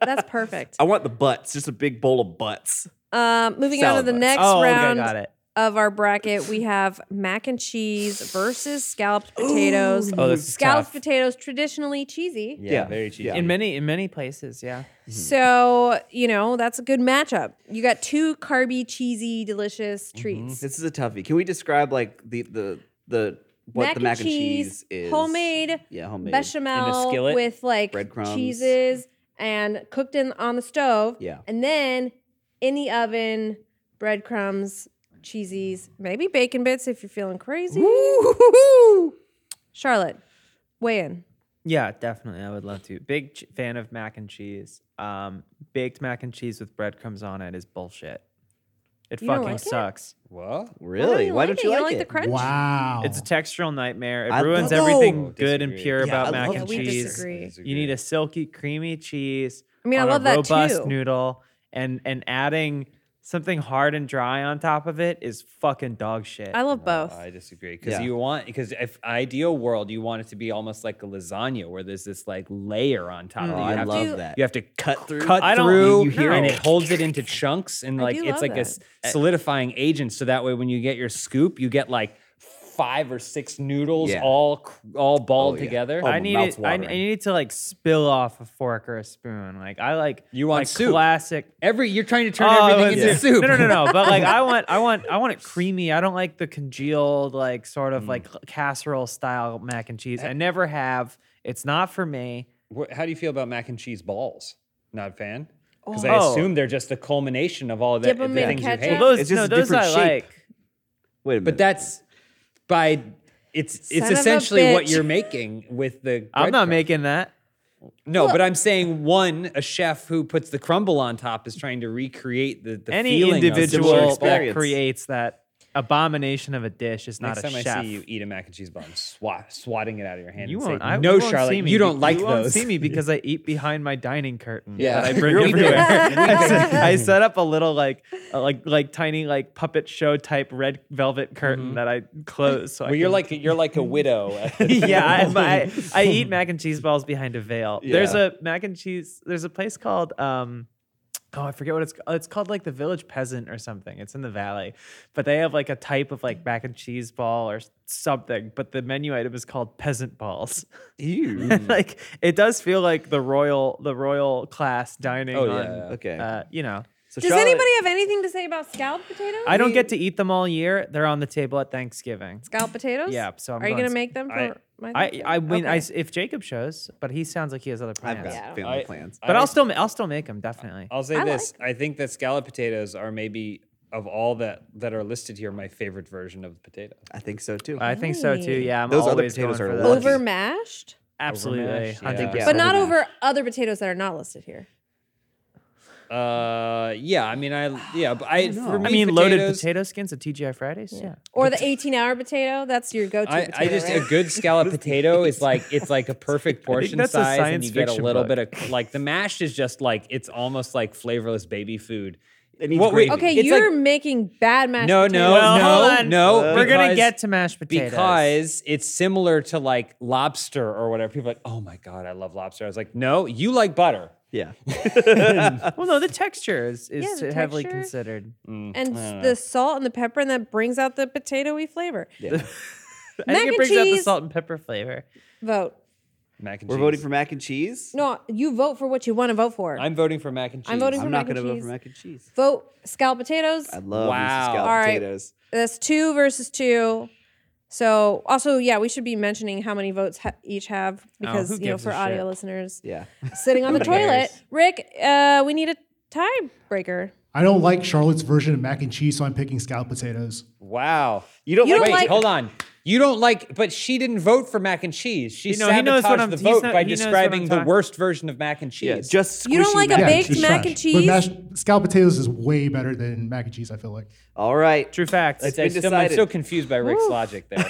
[SPEAKER 2] that's perfect.
[SPEAKER 4] I want the butts, just a big bowl of butts.
[SPEAKER 2] Um, moving on to
[SPEAKER 4] Salad
[SPEAKER 2] the
[SPEAKER 4] bites.
[SPEAKER 2] next
[SPEAKER 3] oh,
[SPEAKER 2] round
[SPEAKER 3] okay, got it.
[SPEAKER 2] of our bracket, we have mac and cheese versus scalloped potatoes.
[SPEAKER 3] Oh, this is
[SPEAKER 2] scalloped
[SPEAKER 3] tough.
[SPEAKER 2] potatoes, traditionally cheesy.
[SPEAKER 1] Yeah,
[SPEAKER 4] Yeah.
[SPEAKER 1] very cheesy.
[SPEAKER 4] Yeah.
[SPEAKER 3] In many in many places, yeah.
[SPEAKER 2] So, you know, that's a good matchup. You got two carby, cheesy, delicious
[SPEAKER 3] Mm-hmm.
[SPEAKER 2] treats.
[SPEAKER 4] This is a toughie. Can we describe like the the the what the mac and cheese, is?
[SPEAKER 2] Homemade
[SPEAKER 4] Yeah, homemade.
[SPEAKER 2] bechamel
[SPEAKER 1] skillet,
[SPEAKER 2] with like
[SPEAKER 4] breadcrumbs.
[SPEAKER 2] cheeses and cooked in on the stove.
[SPEAKER 4] Yeah.
[SPEAKER 2] And then in the oven, breadcrumbs, cheesies, maybe bacon bits if you're feeling crazy. Charlotte, weigh in.
[SPEAKER 3] Yeah, definitely. I would love to. Big ch- fan of mac and cheese. Um, baked mac and cheese with breadcrumbs on it is bullshit. It
[SPEAKER 2] You don't
[SPEAKER 3] fucking
[SPEAKER 2] like it?
[SPEAKER 3] sucks.
[SPEAKER 1] What?
[SPEAKER 4] Really? Why don't
[SPEAKER 2] it?
[SPEAKER 4] you like,
[SPEAKER 2] don't like
[SPEAKER 4] it?
[SPEAKER 2] the crunch?
[SPEAKER 5] Wow.
[SPEAKER 3] It's a textural nightmare. It
[SPEAKER 4] I
[SPEAKER 3] ruins
[SPEAKER 4] love-
[SPEAKER 3] everything
[SPEAKER 1] No.
[SPEAKER 3] good and
[SPEAKER 1] Disagree.
[SPEAKER 3] pure
[SPEAKER 4] Yeah,
[SPEAKER 3] about
[SPEAKER 4] I
[SPEAKER 3] mac
[SPEAKER 4] love
[SPEAKER 3] and
[SPEAKER 2] we
[SPEAKER 3] cheese.
[SPEAKER 2] disagree.
[SPEAKER 3] You need a silky, creamy cheese.
[SPEAKER 2] I mean, I
[SPEAKER 3] on a
[SPEAKER 2] love that
[SPEAKER 3] robust
[SPEAKER 2] too.
[SPEAKER 3] noodle, and and adding something hard and dry on top of it is fucking dog shit.
[SPEAKER 2] I love both.
[SPEAKER 1] I disagree because
[SPEAKER 4] Yeah.
[SPEAKER 1] you want because if ideal world you want it to be almost like a lasagna where there's this like layer on top.
[SPEAKER 4] Oh,
[SPEAKER 1] that you
[SPEAKER 4] I
[SPEAKER 1] have to-
[SPEAKER 4] love
[SPEAKER 2] you-
[SPEAKER 4] that.
[SPEAKER 1] You have to cut
[SPEAKER 4] through?
[SPEAKER 1] through, cut
[SPEAKER 3] Mm. I don't-
[SPEAKER 1] through,
[SPEAKER 3] You hear
[SPEAKER 1] and
[SPEAKER 3] it.
[SPEAKER 1] it holds it into chunks, and
[SPEAKER 2] I
[SPEAKER 1] like
[SPEAKER 2] do
[SPEAKER 1] it's
[SPEAKER 2] love
[SPEAKER 1] like a
[SPEAKER 2] that.
[SPEAKER 1] s-
[SPEAKER 4] Eh.
[SPEAKER 1] solidifying agent. So that way, when you get your scoop, you get like five or six noodles
[SPEAKER 4] Yeah.
[SPEAKER 1] all cr- all balled
[SPEAKER 4] Oh, yeah.
[SPEAKER 1] together.
[SPEAKER 4] Oh,
[SPEAKER 3] I
[SPEAKER 4] my
[SPEAKER 3] need
[SPEAKER 4] mouth's
[SPEAKER 3] it, I, I
[SPEAKER 4] watering.
[SPEAKER 3] need it to like spill off a fork or a spoon. Like I like
[SPEAKER 1] You want
[SPEAKER 3] like
[SPEAKER 1] soup.
[SPEAKER 3] classic.
[SPEAKER 1] Every you're trying to turn
[SPEAKER 3] Oh,
[SPEAKER 1] everything into
[SPEAKER 3] it's-
[SPEAKER 1] soup.
[SPEAKER 3] No, no, no, no. But like I want, I want, I want it creamy. I don't like the congealed, like sort
[SPEAKER 1] Hmm.
[SPEAKER 3] of like casserole style mac and
[SPEAKER 1] Eh.
[SPEAKER 3] cheese. I never have. It's not for me.
[SPEAKER 1] Wha- How do you feel about mac and cheese balls? Not a fan. Because I
[SPEAKER 3] Oh.
[SPEAKER 1] assume they're just a culmination of all the,
[SPEAKER 2] Dip
[SPEAKER 1] the
[SPEAKER 2] 'em in
[SPEAKER 1] things you
[SPEAKER 2] ketchup?
[SPEAKER 1] hate.
[SPEAKER 3] Well, those,
[SPEAKER 4] It's
[SPEAKER 3] no,
[SPEAKER 4] just a
[SPEAKER 3] those
[SPEAKER 4] different
[SPEAKER 3] I
[SPEAKER 4] shape.
[SPEAKER 3] like.
[SPEAKER 4] Wait a minute.
[SPEAKER 1] But that's by it's
[SPEAKER 2] Son
[SPEAKER 1] it's
[SPEAKER 2] of a
[SPEAKER 1] essentially what
[SPEAKER 2] bitch.
[SPEAKER 1] you're making with the.
[SPEAKER 3] I'm not
[SPEAKER 1] breadcrumb.
[SPEAKER 3] making that.
[SPEAKER 1] No, but I'm saying one, a chef who puts the crumble on top is trying to recreate the, the
[SPEAKER 3] Any
[SPEAKER 1] feeling of similar
[SPEAKER 3] individual
[SPEAKER 1] experience.
[SPEAKER 3] that creates that abomination of a dish is not
[SPEAKER 1] Next
[SPEAKER 3] a
[SPEAKER 1] time
[SPEAKER 3] chef.
[SPEAKER 1] I see you eat a mac and cheese ball, I'm swat, swatting it out of your hand.
[SPEAKER 3] You
[SPEAKER 1] and saying,
[SPEAKER 3] won't. I,
[SPEAKER 1] no,
[SPEAKER 3] you won't
[SPEAKER 1] Charlotte,
[SPEAKER 3] see me
[SPEAKER 1] you
[SPEAKER 3] be-
[SPEAKER 1] don't like
[SPEAKER 3] you
[SPEAKER 1] those.
[SPEAKER 3] Won't see me because I eat behind my dining curtain.
[SPEAKER 1] Yeah.
[SPEAKER 3] that I bring
[SPEAKER 1] You're
[SPEAKER 3] everywhere.
[SPEAKER 1] either-
[SPEAKER 3] I set- I set up a little like, a, like, like tiny like puppet show type red velvet curtain that I close. So I
[SPEAKER 1] Mm-hmm. Well, you're
[SPEAKER 3] can-
[SPEAKER 1] like you're like a widow. at the-
[SPEAKER 3] yeah, I, I, I eat mac and cheese balls behind a veil. There's
[SPEAKER 4] Yeah.
[SPEAKER 3] a mac and cheese. There's a place called. Um, Oh, I forget what it's called. It's called like the Village Peasant or something. It's in the valley. But they have like a type of like mac and cheese ball or something. But the menu item is called peasant balls.
[SPEAKER 4] Ew.
[SPEAKER 3] like it does feel like the royal the royal class dining
[SPEAKER 1] Oh,
[SPEAKER 3] on
[SPEAKER 1] yeah.
[SPEAKER 4] okay.
[SPEAKER 3] uh, you know.
[SPEAKER 4] so
[SPEAKER 2] Does
[SPEAKER 4] Charlotte-
[SPEAKER 2] anybody have anything to say about scalloped potatoes?
[SPEAKER 3] I don't get to eat them all year. They're on the table at Thanksgiving.
[SPEAKER 2] scalloped potatoes.
[SPEAKER 3] Yeah, so I'm
[SPEAKER 2] are you
[SPEAKER 3] going
[SPEAKER 2] gonna
[SPEAKER 3] s-
[SPEAKER 2] make them for
[SPEAKER 1] I-
[SPEAKER 2] my?
[SPEAKER 3] I I mean I
[SPEAKER 2] Okay.
[SPEAKER 3] s if Jacob shows, but he sounds like he has other plans.
[SPEAKER 4] I've got
[SPEAKER 2] Yeah.
[SPEAKER 4] family
[SPEAKER 1] I-
[SPEAKER 4] plans.
[SPEAKER 3] But I,
[SPEAKER 1] I-
[SPEAKER 3] will still I'll still make them definitely.
[SPEAKER 1] I'll say
[SPEAKER 2] I
[SPEAKER 1] this: I think that scalloped potatoes are maybe of all that that are listed here, my favorite version of the potato.
[SPEAKER 4] I think so too.
[SPEAKER 3] I think so too.
[SPEAKER 2] Really?
[SPEAKER 3] Yeah, I'm
[SPEAKER 4] Those other
[SPEAKER 3] always
[SPEAKER 4] potatoes
[SPEAKER 3] going
[SPEAKER 4] are
[SPEAKER 3] for
[SPEAKER 4] lucky.
[SPEAKER 3] those.
[SPEAKER 2] over mashed,
[SPEAKER 3] absolutely.
[SPEAKER 1] Overmashed, yeah.
[SPEAKER 3] 100%.
[SPEAKER 1] Yeah.
[SPEAKER 2] but not
[SPEAKER 4] Overmashed.
[SPEAKER 2] over other potatoes that are not listed here.
[SPEAKER 1] Uh, yeah, I mean, I yeah, but I, for me,
[SPEAKER 3] I mean, loaded
[SPEAKER 1] potatoes-
[SPEAKER 3] potato skins at TGI Fridays. Yeah,
[SPEAKER 2] Or the 18-hour potato. That's your go-to.
[SPEAKER 1] I, I
[SPEAKER 2] potato,
[SPEAKER 1] just
[SPEAKER 2] right?
[SPEAKER 1] a good scalloped potato is like it's like a perfect portion
[SPEAKER 3] that's a
[SPEAKER 1] size, and
[SPEAKER 3] science
[SPEAKER 1] you get a
[SPEAKER 3] fiction
[SPEAKER 1] little
[SPEAKER 3] book.
[SPEAKER 1] bit of like the mash is just like it's almost like flavorless baby food.
[SPEAKER 4] needs
[SPEAKER 1] What we-
[SPEAKER 4] gravy.
[SPEAKER 2] Okay,
[SPEAKER 1] it's
[SPEAKER 2] you're
[SPEAKER 1] like-
[SPEAKER 2] making bad mashed
[SPEAKER 1] no,
[SPEAKER 2] potatoes.
[SPEAKER 1] no,
[SPEAKER 3] Well,
[SPEAKER 1] no,
[SPEAKER 3] hold on.
[SPEAKER 1] no.
[SPEAKER 3] we're gonna
[SPEAKER 1] because-
[SPEAKER 3] get to mashed potatoes
[SPEAKER 1] because it's similar to like lobster or whatever. People are like, oh my god, I love lobster. I was like, no, you like butter.
[SPEAKER 4] Yeah.
[SPEAKER 3] well, no, the texture is is
[SPEAKER 2] Yeah, the
[SPEAKER 3] heavily
[SPEAKER 2] texture.
[SPEAKER 3] considered.
[SPEAKER 2] and the salt and the pepper, and that brings out the potatoey flavor.
[SPEAKER 3] I
[SPEAKER 2] Mac
[SPEAKER 3] think
[SPEAKER 2] and
[SPEAKER 3] it brings out the
[SPEAKER 2] cheese.
[SPEAKER 3] salt and pepper flavor.
[SPEAKER 2] Vote.
[SPEAKER 1] Mac and
[SPEAKER 4] We're
[SPEAKER 1] cheese.
[SPEAKER 4] voting for mac and cheese.
[SPEAKER 2] No, you vote for what you want to vote for.
[SPEAKER 1] I'm voting for mac and cheese.
[SPEAKER 2] I'm voting for
[SPEAKER 4] I'm
[SPEAKER 2] mac
[SPEAKER 4] not
[SPEAKER 2] and
[SPEAKER 4] going to vote
[SPEAKER 2] cheese.
[SPEAKER 4] for mac and cheese.
[SPEAKER 2] vote scalloped potatoes.
[SPEAKER 4] I love
[SPEAKER 1] Wow.
[SPEAKER 4] wow. scalloped
[SPEAKER 2] All right.
[SPEAKER 4] potatoes.
[SPEAKER 2] That's two versus two. So also, yeah, we should be mentioning how many votes ha- each
[SPEAKER 1] Oh,
[SPEAKER 2] have because
[SPEAKER 3] who
[SPEAKER 2] you know
[SPEAKER 3] gives a
[SPEAKER 2] for audio
[SPEAKER 3] shit?
[SPEAKER 2] listeners
[SPEAKER 4] Yeah.
[SPEAKER 2] sitting on the toilet.
[SPEAKER 1] cares?
[SPEAKER 2] Rick, uh, we need a tiebreaker.
[SPEAKER 5] I don't like Charlotte's version of mac and cheese, so I'm picking scalloped potatoes.
[SPEAKER 1] Wow.
[SPEAKER 4] You don't
[SPEAKER 2] You
[SPEAKER 4] like
[SPEAKER 2] don't
[SPEAKER 1] Wait,
[SPEAKER 2] like-
[SPEAKER 1] hold on. You don't like, but she didn't vote for mac and cheese. She
[SPEAKER 3] You know, he
[SPEAKER 1] sabotaged
[SPEAKER 3] knows what I'm-
[SPEAKER 1] the
[SPEAKER 3] he's
[SPEAKER 1] vote
[SPEAKER 3] not-
[SPEAKER 1] by
[SPEAKER 3] he knows what I'm
[SPEAKER 1] describing the
[SPEAKER 3] talking-
[SPEAKER 1] worst version of mac and cheese.
[SPEAKER 4] yeah, just
[SPEAKER 2] You don't
[SPEAKER 4] squishy
[SPEAKER 2] like a
[SPEAKER 4] mac and
[SPEAKER 2] baked
[SPEAKER 5] it's
[SPEAKER 4] cheese.
[SPEAKER 2] mac and cheese?
[SPEAKER 5] But mashed, scalloped potatoes is way better than mac and cheese. I feel like.
[SPEAKER 4] All right.
[SPEAKER 3] True facts.
[SPEAKER 4] It's
[SPEAKER 1] I
[SPEAKER 4] been
[SPEAKER 1] still, I'm
[SPEAKER 4] decided.
[SPEAKER 1] still confused by Rick's logic there.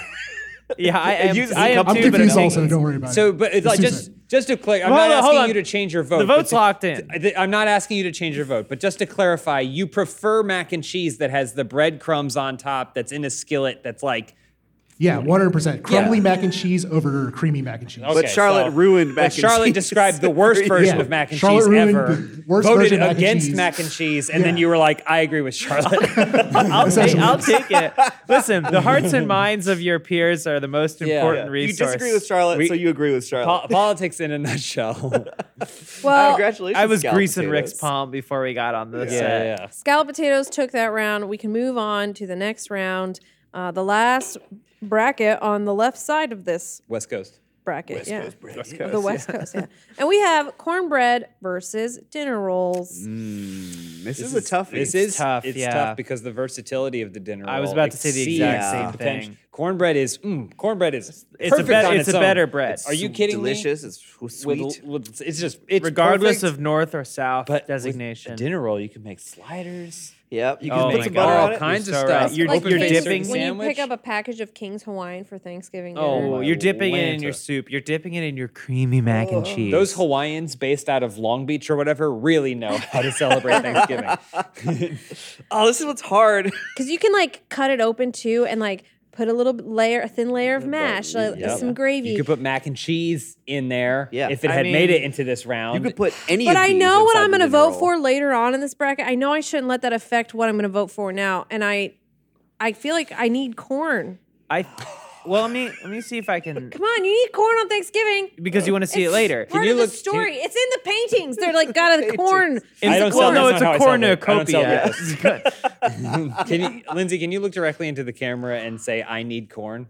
[SPEAKER 3] yeah, I am.
[SPEAKER 4] uses
[SPEAKER 3] I
[SPEAKER 4] a
[SPEAKER 3] am
[SPEAKER 5] I'm
[SPEAKER 4] couple
[SPEAKER 3] too, but
[SPEAKER 5] confused
[SPEAKER 3] I'm-
[SPEAKER 5] also. Don't worry about it.
[SPEAKER 1] So, but it's like
[SPEAKER 5] Excuse
[SPEAKER 1] just
[SPEAKER 5] me.
[SPEAKER 1] just to clarify, I'm
[SPEAKER 3] Hold
[SPEAKER 1] not
[SPEAKER 3] on, hold
[SPEAKER 1] asking
[SPEAKER 3] on.
[SPEAKER 1] you to change your vote.
[SPEAKER 3] The
[SPEAKER 1] but
[SPEAKER 3] vote's
[SPEAKER 1] to-
[SPEAKER 3] locked in.
[SPEAKER 1] I- th- I'm not asking you to change your vote, but just to clarify, you prefer mac and cheese that has the breadcrumbs on top, that's in a skillet, that's like.
[SPEAKER 5] Yeah, 100%. Crumbly mac and cheese over creamy mac and cheese.
[SPEAKER 1] Okay,
[SPEAKER 4] But Charlotte ruined
[SPEAKER 1] but
[SPEAKER 4] mac and
[SPEAKER 1] Charlotte
[SPEAKER 4] cheese.
[SPEAKER 1] described the worst version
[SPEAKER 5] Yeah.
[SPEAKER 1] of mac and
[SPEAKER 5] Charlotte
[SPEAKER 1] cheese
[SPEAKER 5] ruined
[SPEAKER 1] ever.
[SPEAKER 5] the worst
[SPEAKER 1] voted
[SPEAKER 5] version of mac and
[SPEAKER 1] against
[SPEAKER 5] cheese.
[SPEAKER 1] mac and cheese, and then
[SPEAKER 5] Yeah.
[SPEAKER 1] you were like, "I agree with Charlotte."
[SPEAKER 3] I'll, take,
[SPEAKER 5] Essentially.
[SPEAKER 3] I'll take it. Listen, the hearts and minds of your peers are the most important
[SPEAKER 4] Yeah. You
[SPEAKER 3] resource.
[SPEAKER 4] disagree with Charlotte,
[SPEAKER 1] We-
[SPEAKER 4] so you agree with Charlotte.
[SPEAKER 1] Po- politics in a nutshell.
[SPEAKER 2] Well,
[SPEAKER 4] Congratulations.
[SPEAKER 3] I was
[SPEAKER 4] scalloped
[SPEAKER 3] greasing Rick's
[SPEAKER 4] potatoes.
[SPEAKER 3] palm before we got on the
[SPEAKER 1] yeah,
[SPEAKER 3] set.
[SPEAKER 1] yeah.
[SPEAKER 2] scalloped potatoes took that round. We can move on to the next round. Uh, the last bracket on the left side of this
[SPEAKER 1] West Coast.
[SPEAKER 2] bracket. yeah.
[SPEAKER 4] West
[SPEAKER 2] The
[SPEAKER 4] Coast.
[SPEAKER 2] West Coast, yeah. And we have cornbread versus dinner rolls.
[SPEAKER 4] This, is, a toughie.
[SPEAKER 1] This
[SPEAKER 3] It's
[SPEAKER 1] is
[SPEAKER 3] tough,
[SPEAKER 1] It's
[SPEAKER 3] yeah.
[SPEAKER 1] tough because the versatility of the dinner.
[SPEAKER 3] I was
[SPEAKER 1] roll
[SPEAKER 3] about to say the
[SPEAKER 1] exceeds
[SPEAKER 3] exact
[SPEAKER 1] its
[SPEAKER 4] same
[SPEAKER 1] potential.
[SPEAKER 3] thing.
[SPEAKER 1] Cornbread is mm, cornbread is
[SPEAKER 3] It's a
[SPEAKER 1] perfect
[SPEAKER 3] bet-
[SPEAKER 1] on
[SPEAKER 3] it's a
[SPEAKER 1] own.
[SPEAKER 3] better bread.
[SPEAKER 1] It's- Are you kidding
[SPEAKER 4] delicious. It's
[SPEAKER 1] me? With-
[SPEAKER 4] sweet.
[SPEAKER 1] with- it's just it's
[SPEAKER 3] Regardless
[SPEAKER 1] perfect,
[SPEAKER 3] of north or south
[SPEAKER 1] but with a
[SPEAKER 3] designation.
[SPEAKER 1] dinner roll you can make sliders.
[SPEAKER 4] Yep. You can
[SPEAKER 1] Oh
[SPEAKER 4] put
[SPEAKER 1] my
[SPEAKER 4] some
[SPEAKER 1] God.
[SPEAKER 4] butter
[SPEAKER 1] All
[SPEAKER 4] on it.
[SPEAKER 1] kinds of
[SPEAKER 3] so
[SPEAKER 1] stuff.
[SPEAKER 3] right. You're-
[SPEAKER 1] Open
[SPEAKER 3] you're
[SPEAKER 1] face
[SPEAKER 2] when you-
[SPEAKER 3] dipping-
[SPEAKER 2] when you
[SPEAKER 1] sandwich?
[SPEAKER 2] pick up a package of King's Hawaiian for Thanksgiving. dinner.
[SPEAKER 3] Oh,
[SPEAKER 1] my
[SPEAKER 3] you're dipping it in your
[SPEAKER 1] Lanta.
[SPEAKER 3] soup. You're dipping it in your creamy mac and cheese.
[SPEAKER 1] Those Hawaiians based out of Long Beach or whatever really know how to celebrate Thanksgiving.
[SPEAKER 4] Oh, this is what's hard.
[SPEAKER 2] Because you can like cut it open too and like put a little layer, a thin layer of mash, like,
[SPEAKER 4] yeah.
[SPEAKER 2] some gravy.
[SPEAKER 1] You could put mac and cheese in there
[SPEAKER 4] Yeah.
[SPEAKER 1] if it
[SPEAKER 3] I
[SPEAKER 1] had made
[SPEAKER 3] mean,
[SPEAKER 1] it into this
[SPEAKER 4] You
[SPEAKER 1] round.
[SPEAKER 4] could put any.
[SPEAKER 2] but
[SPEAKER 4] of
[SPEAKER 2] I
[SPEAKER 4] these
[SPEAKER 2] know what
[SPEAKER 4] inside
[SPEAKER 2] I'm
[SPEAKER 4] the
[SPEAKER 2] going to
[SPEAKER 4] dinner
[SPEAKER 2] vote
[SPEAKER 4] roll.
[SPEAKER 2] for later on in this bracket. I know I shouldn't let that affect what I'm going to vote for now. And I, I feel like I need corn.
[SPEAKER 3] I well, let me let me see if I can
[SPEAKER 2] Come on, you need corn on Thanksgiving.
[SPEAKER 3] because you want to see it
[SPEAKER 2] It's
[SPEAKER 3] later.
[SPEAKER 2] Part
[SPEAKER 1] you
[SPEAKER 2] of the
[SPEAKER 1] look- can you-
[SPEAKER 2] story. it's in the paintings. They're like got a corn.
[SPEAKER 1] I don't sell-
[SPEAKER 3] well, no,
[SPEAKER 1] that's
[SPEAKER 3] it's
[SPEAKER 1] not
[SPEAKER 3] a
[SPEAKER 1] how I celebrate. I don't
[SPEAKER 3] cornucopia.
[SPEAKER 1] can you, Lindsay, can you look directly into the camera and say, I need corn?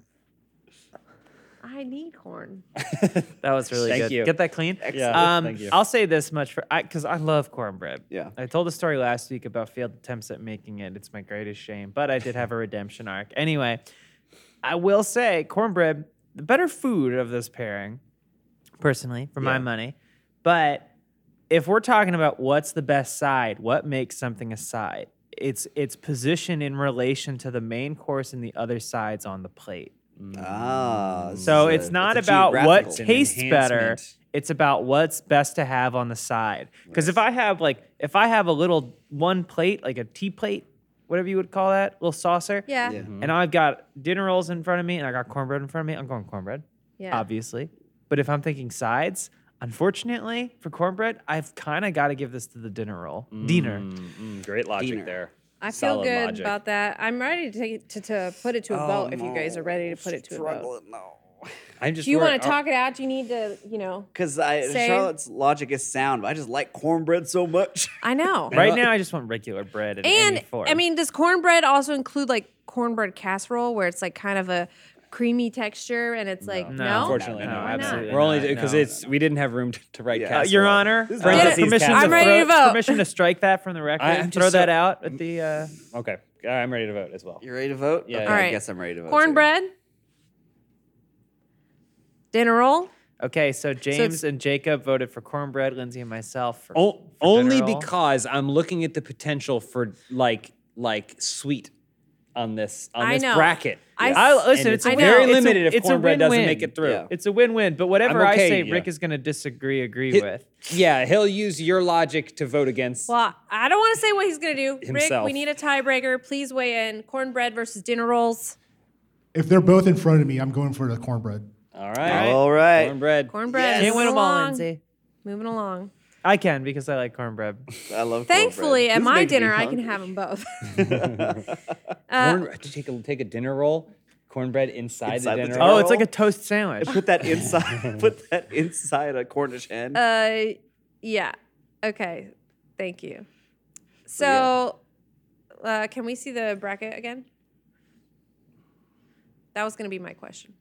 [SPEAKER 2] I need corn.
[SPEAKER 3] that was really
[SPEAKER 1] Thank
[SPEAKER 3] good.
[SPEAKER 1] you.
[SPEAKER 3] Get that clean.
[SPEAKER 1] Yeah,
[SPEAKER 3] Um,
[SPEAKER 1] thank you.
[SPEAKER 3] I'll say this much for I because I love cornbread.
[SPEAKER 4] Yeah.
[SPEAKER 3] I told a story last week about failed attempts at making it. It's my greatest shame, but I did have a redemption arc. Anyway, I will say cornbread, the better food of this pairing, personally, for my money. But if we're talking about what's the best side, what makes something a side, it's its position in relation to the main course and the other sides on the plate.
[SPEAKER 1] Mm.
[SPEAKER 4] Ah, this
[SPEAKER 3] So
[SPEAKER 4] is a-
[SPEAKER 3] it's not
[SPEAKER 4] a
[SPEAKER 3] about what
[SPEAKER 4] geographical.
[SPEAKER 1] an
[SPEAKER 3] tastes better.
[SPEAKER 1] enhancement.
[SPEAKER 3] It's about what's best to have on the side. Because if I have like if I have a little one plate, like a tea plate, whatever you would call that, little saucer.
[SPEAKER 2] Yeah.
[SPEAKER 4] Yeah.
[SPEAKER 2] Yeah.
[SPEAKER 3] And I've got dinner rolls in front of me and I got cornbread in front of me, I'm going cornbread. Obviously. But if I'm thinking sides, unfortunately for cornbread, I've kind of got to give this to the dinner roll. Dinner.
[SPEAKER 1] Mm, great logic
[SPEAKER 4] Diener.
[SPEAKER 1] there.
[SPEAKER 2] I feel
[SPEAKER 1] Solid
[SPEAKER 2] good
[SPEAKER 1] logic.
[SPEAKER 2] about that. I'm ready to take it to, to put it to a vote if you guys are ready to put it to a vote.
[SPEAKER 4] Oh, Struggling, no.
[SPEAKER 1] I'm just
[SPEAKER 2] Do you
[SPEAKER 1] worried-
[SPEAKER 2] want to talk it out? Do you need to, you know?
[SPEAKER 4] Because I
[SPEAKER 2] Say-
[SPEAKER 4] Charlotte's logic is sound, but I just like cornbread so much.
[SPEAKER 2] I know.
[SPEAKER 3] Right now I just want regular bread in any
[SPEAKER 2] And
[SPEAKER 3] form.
[SPEAKER 2] I mean, does cornbread also include like cornbread casserole where it's like kind of a creamy texture and it's like, no?
[SPEAKER 3] No.
[SPEAKER 1] oh, Unfortunately,
[SPEAKER 3] No,
[SPEAKER 1] no,
[SPEAKER 3] why not?
[SPEAKER 1] absolutely.
[SPEAKER 3] Why
[SPEAKER 1] We're only
[SPEAKER 3] not?
[SPEAKER 1] because
[SPEAKER 3] No,
[SPEAKER 1] it's we didn't have room to, to write.
[SPEAKER 4] Yeah.
[SPEAKER 3] Uh,
[SPEAKER 1] Yeah.
[SPEAKER 3] Your Honor,
[SPEAKER 4] This is
[SPEAKER 3] parentheses,
[SPEAKER 1] Get it.
[SPEAKER 3] permission,
[SPEAKER 1] I'm
[SPEAKER 3] to
[SPEAKER 2] ready to
[SPEAKER 3] throw-
[SPEAKER 2] vote.
[SPEAKER 3] permission to strike that from the record.
[SPEAKER 1] I'm
[SPEAKER 3] throw
[SPEAKER 1] just so-
[SPEAKER 3] that out at the. Uh,
[SPEAKER 1] Okay, I'm ready to vote as well.
[SPEAKER 4] You ready to vote?
[SPEAKER 1] Yeah,
[SPEAKER 4] Okay,
[SPEAKER 1] yeah.
[SPEAKER 2] All right.
[SPEAKER 4] I guess I'm ready to vote. too.
[SPEAKER 2] Cornbread, dinner roll.
[SPEAKER 3] okay, so James and Jacob voted for cornbread. Lindsay and myself for,
[SPEAKER 1] O-
[SPEAKER 3] for
[SPEAKER 1] only
[SPEAKER 3] dinner roll.
[SPEAKER 1] because I'm looking at the potential for like like sweet on this on
[SPEAKER 2] I
[SPEAKER 1] this
[SPEAKER 2] know.
[SPEAKER 1] bracket.
[SPEAKER 2] I
[SPEAKER 1] And
[SPEAKER 3] I- listen,
[SPEAKER 1] it's
[SPEAKER 3] it's
[SPEAKER 2] I know.
[SPEAKER 1] very
[SPEAKER 2] It's a-
[SPEAKER 1] limited if
[SPEAKER 3] it's a
[SPEAKER 1] cornbread doesn't
[SPEAKER 3] win-win.
[SPEAKER 1] make it through.
[SPEAKER 4] Yeah.
[SPEAKER 3] It's a win-win. But whatever I
[SPEAKER 1] okay,
[SPEAKER 3] say,
[SPEAKER 1] yeah.
[SPEAKER 3] Rick is going to disagree. Agree
[SPEAKER 1] It-
[SPEAKER 3] with.
[SPEAKER 1] yeah, he'll use your logic to vote against.
[SPEAKER 2] Well, I don't want to say what he's going to do. Rick,
[SPEAKER 1] Himself.
[SPEAKER 2] we need a tiebreaker. Please weigh in. Cornbread versus dinner rolls.
[SPEAKER 5] If they're both in front of me, I'm going for the cornbread.
[SPEAKER 1] all right,
[SPEAKER 4] All right.
[SPEAKER 1] cornbread.
[SPEAKER 2] Cornbread.
[SPEAKER 4] Yes.
[SPEAKER 3] Can't win
[SPEAKER 2] moving
[SPEAKER 3] them all,
[SPEAKER 2] along.
[SPEAKER 3] Lindsay.
[SPEAKER 2] Moving along.
[SPEAKER 3] I can because I like cornbread.
[SPEAKER 4] I love
[SPEAKER 2] Thankfully,
[SPEAKER 4] cornbread.
[SPEAKER 2] at
[SPEAKER 4] This
[SPEAKER 2] my
[SPEAKER 4] makes me
[SPEAKER 2] dinner, I can
[SPEAKER 4] hungry.
[SPEAKER 2] have them both. Uh,
[SPEAKER 1] Corn, take a take a dinner roll, cornbread inside,
[SPEAKER 4] Inside
[SPEAKER 1] the
[SPEAKER 4] the
[SPEAKER 1] dinner.
[SPEAKER 4] dinner
[SPEAKER 1] roll.
[SPEAKER 3] Oh, it's like a toast sandwich.
[SPEAKER 4] Put that inside. put that inside a Cornish hen.
[SPEAKER 2] Uh, yeah. Okay. Thank you. So, uh, can we see the bracket again? That was going to be my question.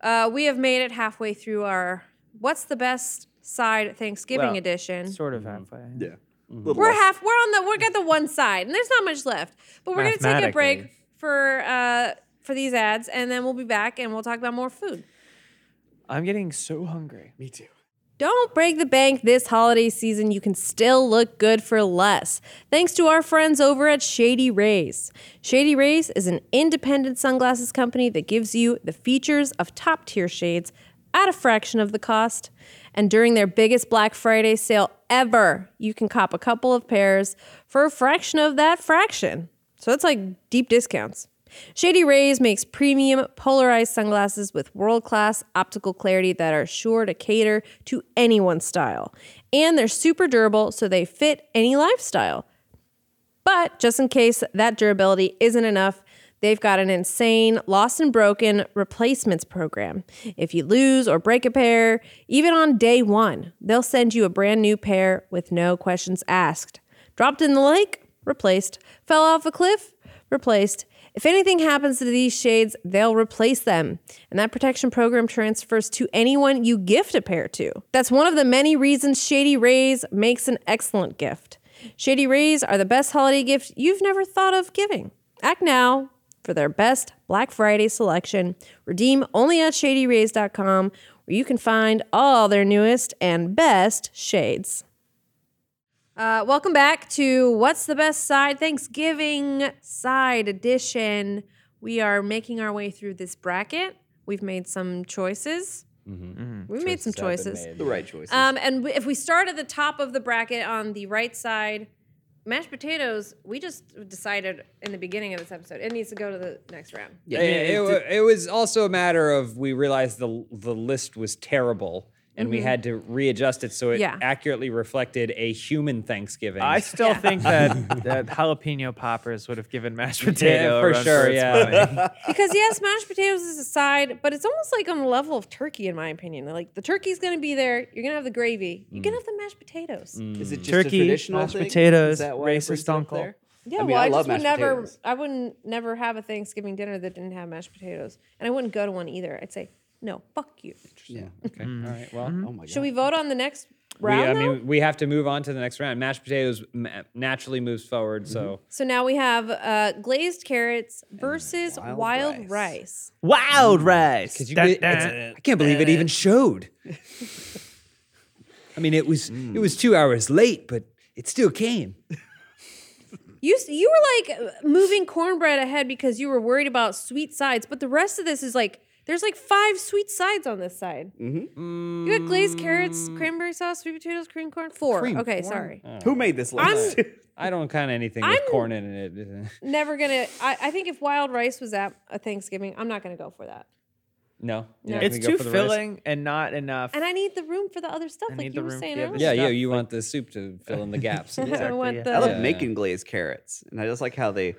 [SPEAKER 2] Uh, we have made it halfway through our what's the best side Thanksgiving
[SPEAKER 3] Well,
[SPEAKER 2] edition.
[SPEAKER 3] Sort
[SPEAKER 1] Mm-hmm.
[SPEAKER 3] of halfway.
[SPEAKER 4] yeah. Little
[SPEAKER 2] We're
[SPEAKER 4] less-
[SPEAKER 2] half. We're on the. We're got the one side, and there's not much left. But we're going to take a break
[SPEAKER 3] Mathematically.
[SPEAKER 2] for uh, for these ads, and then we'll be back, and we'll talk about more food.
[SPEAKER 3] I'm getting so hungry. Me too.
[SPEAKER 2] Don't break the bank this holiday season. You can still look good for less. Thanks to our friends over at Shady Rays. Shady Rays is an independent sunglasses company that gives you the features of top tier shades at a fraction of the cost. And during their biggest Black Friday sale ever, you can cop a couple of pairs for a fraction of that fraction. So that's like deep discounts. Shady Rays makes premium polarized sunglasses with world class optical clarity that are sure to cater to anyone's style. And they're super durable, so they fit any lifestyle. But just in case that durability isn't enough, they've got an insane lost and broken replacements program. If you lose or break a pair, even on day one, they'll send you a brand new pair with no questions asked. Dropped in the lake, replaced. Fell off a cliff, replaced. If anything happens to these shades, they'll replace them. And that protection program transfers to anyone you gift a pair to. That's one of the many reasons Shady Rays makes an excellent gift. Shady Rays are the best holiday gift you've never thought of giving. Act now for their best Black Friday selection. Redeem only at shadyrays.com where you can find all their newest and best shades. Uh, welcome back to What's the Best Side Thanksgiving Side Edition. We are making our way through this bracket. We've made some choices. We've made some Mm-hmm. choices.
[SPEAKER 4] The right choices.
[SPEAKER 2] Um, and w- if we start at the top of the bracket on the right side, mashed potatoes, we just decided in the beginning of this episode, it needs to go to the next round.
[SPEAKER 4] yeah,
[SPEAKER 1] it, it,
[SPEAKER 4] it-
[SPEAKER 1] wa- it was also a matter of we realized the the list was terrible and we had to readjust it so it
[SPEAKER 2] Yeah.
[SPEAKER 1] accurately reflected a human Thanksgiving.
[SPEAKER 3] I still think that, that jalapeno poppers would have given mashed potato
[SPEAKER 1] yeah,
[SPEAKER 3] a
[SPEAKER 1] for
[SPEAKER 3] run
[SPEAKER 1] sure.
[SPEAKER 3] its
[SPEAKER 1] Yeah,
[SPEAKER 3] money.
[SPEAKER 2] Because, yes, mashed potatoes is a side, but it's almost like on the level of turkey, in my opinion. Like the turkey's going to be there, you're going to have the gravy, you're going to have the mashed potatoes.
[SPEAKER 4] Is it just
[SPEAKER 3] Turkey,
[SPEAKER 4] a traditional
[SPEAKER 3] mashed
[SPEAKER 4] thing?
[SPEAKER 3] potatoes,
[SPEAKER 4] Is that why it
[SPEAKER 3] racist
[SPEAKER 4] brings it up
[SPEAKER 3] uncle.
[SPEAKER 4] there?
[SPEAKER 2] Yeah,
[SPEAKER 4] I mean,
[SPEAKER 2] well,
[SPEAKER 4] I
[SPEAKER 2] I, just
[SPEAKER 4] love
[SPEAKER 2] would
[SPEAKER 4] mashed
[SPEAKER 2] never,
[SPEAKER 4] potatoes.
[SPEAKER 2] I wouldn't never have a Thanksgiving dinner that didn't have mashed potatoes, and I wouldn't go to one either. I'd say, no, fuck you.
[SPEAKER 4] Yeah.
[SPEAKER 1] okay. All right. Well,
[SPEAKER 4] Oh my god.
[SPEAKER 2] Should we vote on the next
[SPEAKER 1] we,
[SPEAKER 2] round?
[SPEAKER 1] I
[SPEAKER 2] though?
[SPEAKER 1] mean, we have to move on to the next round. Mashed potatoes ma- naturally moves forward, so
[SPEAKER 2] So now we have uh, glazed carrots versus wild,
[SPEAKER 4] wild
[SPEAKER 2] rice.
[SPEAKER 4] rice.
[SPEAKER 3] Wild rice.
[SPEAKER 1] Because you,
[SPEAKER 3] Dun,
[SPEAKER 1] it-
[SPEAKER 3] dun.
[SPEAKER 1] it's- I can't believe it even showed. Hmm. I mean, it was it was two hours late, but it still came.
[SPEAKER 2] You s- you were like uh, moving cornbread ahead because you were worried about sweet sides, but the rest of this is like there's like five sweet sides on this side. Mm-hmm. You got glazed carrots, cranberry sauce, sweet potatoes, cream corn. Four.
[SPEAKER 1] Cream
[SPEAKER 2] okay,
[SPEAKER 1] corn.
[SPEAKER 2] sorry.
[SPEAKER 3] Oh.
[SPEAKER 4] Who made this list?
[SPEAKER 2] I'm
[SPEAKER 1] I don't count anything with
[SPEAKER 2] I'm-
[SPEAKER 1] corn in it.
[SPEAKER 2] never gonna. I, I think if wild rice was at a Thanksgiving, I'm not gonna go for that.
[SPEAKER 1] No,
[SPEAKER 2] No.
[SPEAKER 1] Can
[SPEAKER 3] It's
[SPEAKER 1] we go
[SPEAKER 3] too
[SPEAKER 1] for the rest?
[SPEAKER 3] filling and not enough.
[SPEAKER 2] And I need the room for the other stuff,
[SPEAKER 3] I
[SPEAKER 2] like
[SPEAKER 3] need
[SPEAKER 2] you
[SPEAKER 3] the
[SPEAKER 2] were
[SPEAKER 3] room for
[SPEAKER 2] saying
[SPEAKER 3] the
[SPEAKER 2] earlier.
[SPEAKER 3] other
[SPEAKER 1] Yeah, yeah. You want the soup to fill in the gaps.
[SPEAKER 2] I
[SPEAKER 1] exactly.
[SPEAKER 2] want
[SPEAKER 3] yeah.
[SPEAKER 2] the.
[SPEAKER 4] I love
[SPEAKER 1] Yeah.
[SPEAKER 4] making glazed carrots, and I just like how they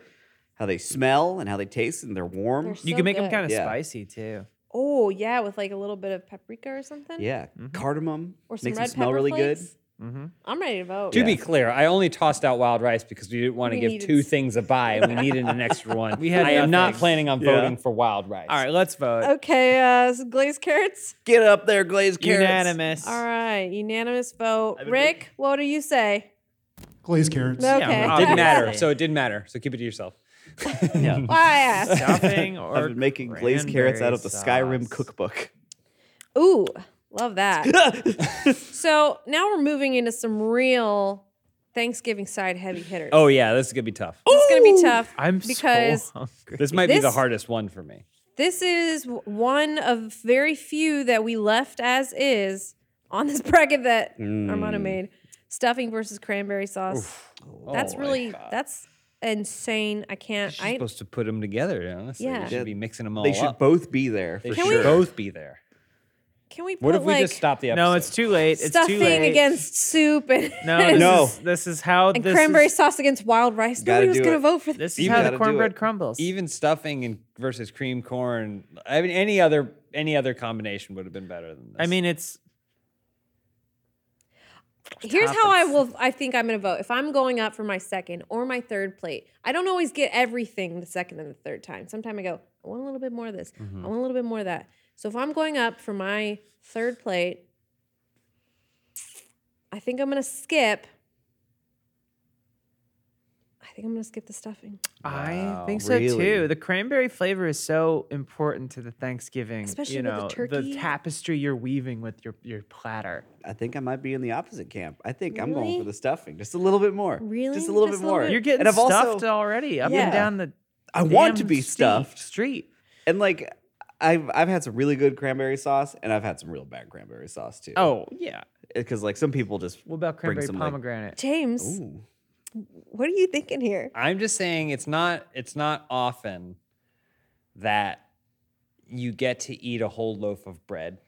[SPEAKER 4] how they smell and how they taste, and they're warm.
[SPEAKER 2] They're
[SPEAKER 3] you
[SPEAKER 2] so
[SPEAKER 3] can make
[SPEAKER 2] good.
[SPEAKER 3] them kind of
[SPEAKER 4] Yeah.
[SPEAKER 3] spicy too.
[SPEAKER 2] Oh yeah, with like a little bit of paprika or something.
[SPEAKER 4] yeah, cardamom
[SPEAKER 2] Or some
[SPEAKER 4] makes
[SPEAKER 2] red
[SPEAKER 4] them smell
[SPEAKER 2] pepper
[SPEAKER 4] really
[SPEAKER 2] flakes.
[SPEAKER 4] good.
[SPEAKER 2] I'm ready to vote.
[SPEAKER 1] To be clear, I only tossed out wild rice because we didn't want to
[SPEAKER 2] We
[SPEAKER 1] give
[SPEAKER 2] needed
[SPEAKER 1] two
[SPEAKER 2] s-
[SPEAKER 1] things a buy, and we needed an extra one.
[SPEAKER 3] We had
[SPEAKER 1] I am not
[SPEAKER 3] nothing.
[SPEAKER 1] planning on
[SPEAKER 4] Yeah.
[SPEAKER 1] voting for wild rice.
[SPEAKER 3] All right, let's vote.
[SPEAKER 2] Okay, uh, so glazed carrots.
[SPEAKER 4] Get up there, glazed carrots.
[SPEAKER 3] Unanimous.
[SPEAKER 2] All right, unanimous vote.
[SPEAKER 4] I've been
[SPEAKER 2] Rick, what do you say?
[SPEAKER 5] Glazed carrots.
[SPEAKER 2] Okay.
[SPEAKER 3] Yeah,
[SPEAKER 1] It didn't matter,
[SPEAKER 3] Obviously.
[SPEAKER 1] so it didn't matter. So keep it to yourself.
[SPEAKER 3] Yeah.
[SPEAKER 2] Why I asked.
[SPEAKER 3] Stuffing or
[SPEAKER 4] I've been making glazed carrots out of the
[SPEAKER 3] cranberry
[SPEAKER 4] Skyrim
[SPEAKER 3] sauce.
[SPEAKER 4] cookbook.
[SPEAKER 2] Ooh, love that. so now we're moving into some real Thanksgiving side heavy hitters.
[SPEAKER 1] Oh yeah, this is gonna be tough.
[SPEAKER 2] This is going to be tough
[SPEAKER 3] I'm
[SPEAKER 2] because
[SPEAKER 3] so hungry.
[SPEAKER 1] This might be the
[SPEAKER 2] This-
[SPEAKER 1] hardest one for me.
[SPEAKER 2] this is w- one of very few that we left as is on this bracket that Armando made. Stuffing versus cranberry sauce. That's
[SPEAKER 1] Oh,
[SPEAKER 2] really, that's insane. I can't.
[SPEAKER 1] She's
[SPEAKER 2] I,
[SPEAKER 1] supposed to put them together. Honestly,
[SPEAKER 2] Yeah.
[SPEAKER 1] you should be mixing them all
[SPEAKER 4] They should
[SPEAKER 1] up.
[SPEAKER 4] both be there.
[SPEAKER 1] they
[SPEAKER 4] for
[SPEAKER 1] should
[SPEAKER 4] sure.
[SPEAKER 1] both be there.
[SPEAKER 2] can we put
[SPEAKER 1] What if we
[SPEAKER 2] like,
[SPEAKER 1] just stop the episode?
[SPEAKER 3] No, it's too late. It's too
[SPEAKER 2] stuffing
[SPEAKER 3] late.
[SPEAKER 2] against soup and,
[SPEAKER 3] No, this
[SPEAKER 4] No.
[SPEAKER 3] Is, this is how
[SPEAKER 2] and
[SPEAKER 3] this
[SPEAKER 2] cranberry
[SPEAKER 3] Is,
[SPEAKER 2] sauce against wild rice.
[SPEAKER 4] Gotta
[SPEAKER 2] Nobody was
[SPEAKER 4] do
[SPEAKER 2] going to
[SPEAKER 4] it.
[SPEAKER 2] vote for this.
[SPEAKER 3] this is
[SPEAKER 4] You
[SPEAKER 3] how
[SPEAKER 4] gotta
[SPEAKER 3] the
[SPEAKER 4] do
[SPEAKER 3] cornbread
[SPEAKER 4] it.
[SPEAKER 3] crumbles.
[SPEAKER 1] even stuffing and versus cream corn. I mean, any other any other combination would have been better than this.
[SPEAKER 3] I mean, it's
[SPEAKER 2] Here's how I will. I think I'm going to vote. If I'm going up for my second or my third plate, I don't always get everything the second and the third time. Sometimes I go, I want a little bit more of this. I want a little bit more of that. So if I'm going up for my third plate, I think I'm going to skip. I think I'm going to skip the stuffing,
[SPEAKER 3] I think so
[SPEAKER 4] really?
[SPEAKER 3] too. The cranberry flavor is so important to the Thanksgiving,
[SPEAKER 2] Especially
[SPEAKER 3] you
[SPEAKER 2] with the
[SPEAKER 3] know,
[SPEAKER 2] turkey.
[SPEAKER 3] tapestry you're weaving with your your platter.
[SPEAKER 4] I think I might be in the opposite camp. I think I'm
[SPEAKER 2] Really?
[SPEAKER 4] going for the stuffing, just a little bit more.
[SPEAKER 2] Really?
[SPEAKER 4] Just a little
[SPEAKER 2] Just
[SPEAKER 4] bit
[SPEAKER 2] a little
[SPEAKER 4] more.
[SPEAKER 2] bit?
[SPEAKER 3] You're getting
[SPEAKER 4] and I've
[SPEAKER 3] stuffed
[SPEAKER 4] also,
[SPEAKER 3] already up
[SPEAKER 2] Yeah.
[SPEAKER 3] and down the.
[SPEAKER 4] I want
[SPEAKER 3] damn
[SPEAKER 4] to be
[SPEAKER 3] street-
[SPEAKER 4] stuffed.
[SPEAKER 3] Street.
[SPEAKER 4] And like, I've I've had some really good cranberry sauce, and I've had some real bad cranberry sauce too.
[SPEAKER 3] Oh yeah.
[SPEAKER 4] because like some people just
[SPEAKER 3] What about
[SPEAKER 4] bring
[SPEAKER 3] cranberry
[SPEAKER 4] some, like-
[SPEAKER 3] pomegranate?
[SPEAKER 2] James.
[SPEAKER 4] Ooh.
[SPEAKER 2] What are you thinking here?
[SPEAKER 1] I'm just saying it's not it's not often that you get to eat a whole loaf of bread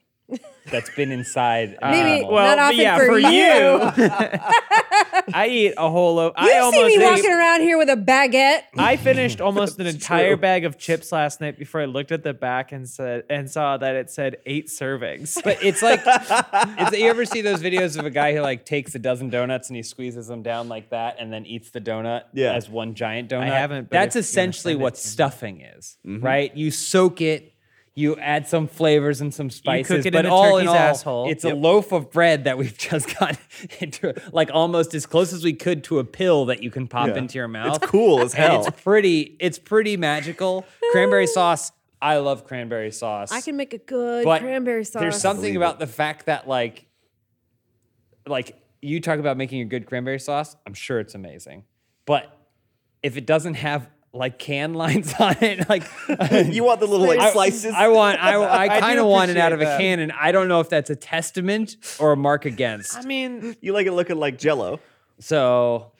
[SPEAKER 1] that's been inside.
[SPEAKER 4] Uh,
[SPEAKER 1] an
[SPEAKER 2] Maybe-
[SPEAKER 1] animal.
[SPEAKER 2] Well, Not often
[SPEAKER 3] yeah,
[SPEAKER 2] for
[SPEAKER 3] for,
[SPEAKER 2] you.
[SPEAKER 3] you. I eat a whole loaf.
[SPEAKER 2] You
[SPEAKER 3] I
[SPEAKER 2] see
[SPEAKER 3] almost
[SPEAKER 2] me
[SPEAKER 3] ate-
[SPEAKER 2] walking around here with a baguette.
[SPEAKER 3] I finished almost an entire
[SPEAKER 4] true.
[SPEAKER 3] bag of chips last night before I looked at the back and said and saw that it said eight servings.
[SPEAKER 1] But it's like it's, you ever see those videos of a guy who like takes a dozen donuts and he squeezes them down like that and then eats the donut
[SPEAKER 4] Yeah.
[SPEAKER 1] as one giant donut.
[SPEAKER 3] haven't, but
[SPEAKER 1] That's
[SPEAKER 3] if you wanna
[SPEAKER 1] essentially
[SPEAKER 3] send it
[SPEAKER 1] what
[SPEAKER 3] to me.
[SPEAKER 1] stuffing is,
[SPEAKER 4] Mm-hmm.
[SPEAKER 1] right? You soak it, you add some flavors and some spices,
[SPEAKER 3] it
[SPEAKER 1] but
[SPEAKER 3] in a
[SPEAKER 1] all in
[SPEAKER 3] turkey's
[SPEAKER 1] all,
[SPEAKER 3] asshole.
[SPEAKER 1] it's a loaf of bread that we've just got into, like almost as close as we could to a pill that you can pop
[SPEAKER 4] Yeah.
[SPEAKER 1] into your mouth.
[SPEAKER 4] It's cool as
[SPEAKER 1] And
[SPEAKER 4] hell.
[SPEAKER 1] it's pretty. It's pretty magical. Cranberry sauce. I love cranberry sauce
[SPEAKER 2] I can make a good
[SPEAKER 1] but
[SPEAKER 2] cranberry sauce.
[SPEAKER 1] There's something about the fact that like like you talk about making a good cranberry sauce. I'm sure it's amazing, but if it doesn't have like can lines on it, like
[SPEAKER 4] You want the little like
[SPEAKER 1] I-
[SPEAKER 4] slices?
[SPEAKER 1] I want. I, I
[SPEAKER 3] do
[SPEAKER 1] kind of want it out of a
[SPEAKER 3] appreciate that.
[SPEAKER 1] can, and I don't know if that's a testament or a mark against.
[SPEAKER 3] I mean,
[SPEAKER 4] you like it looking like Jello.
[SPEAKER 1] So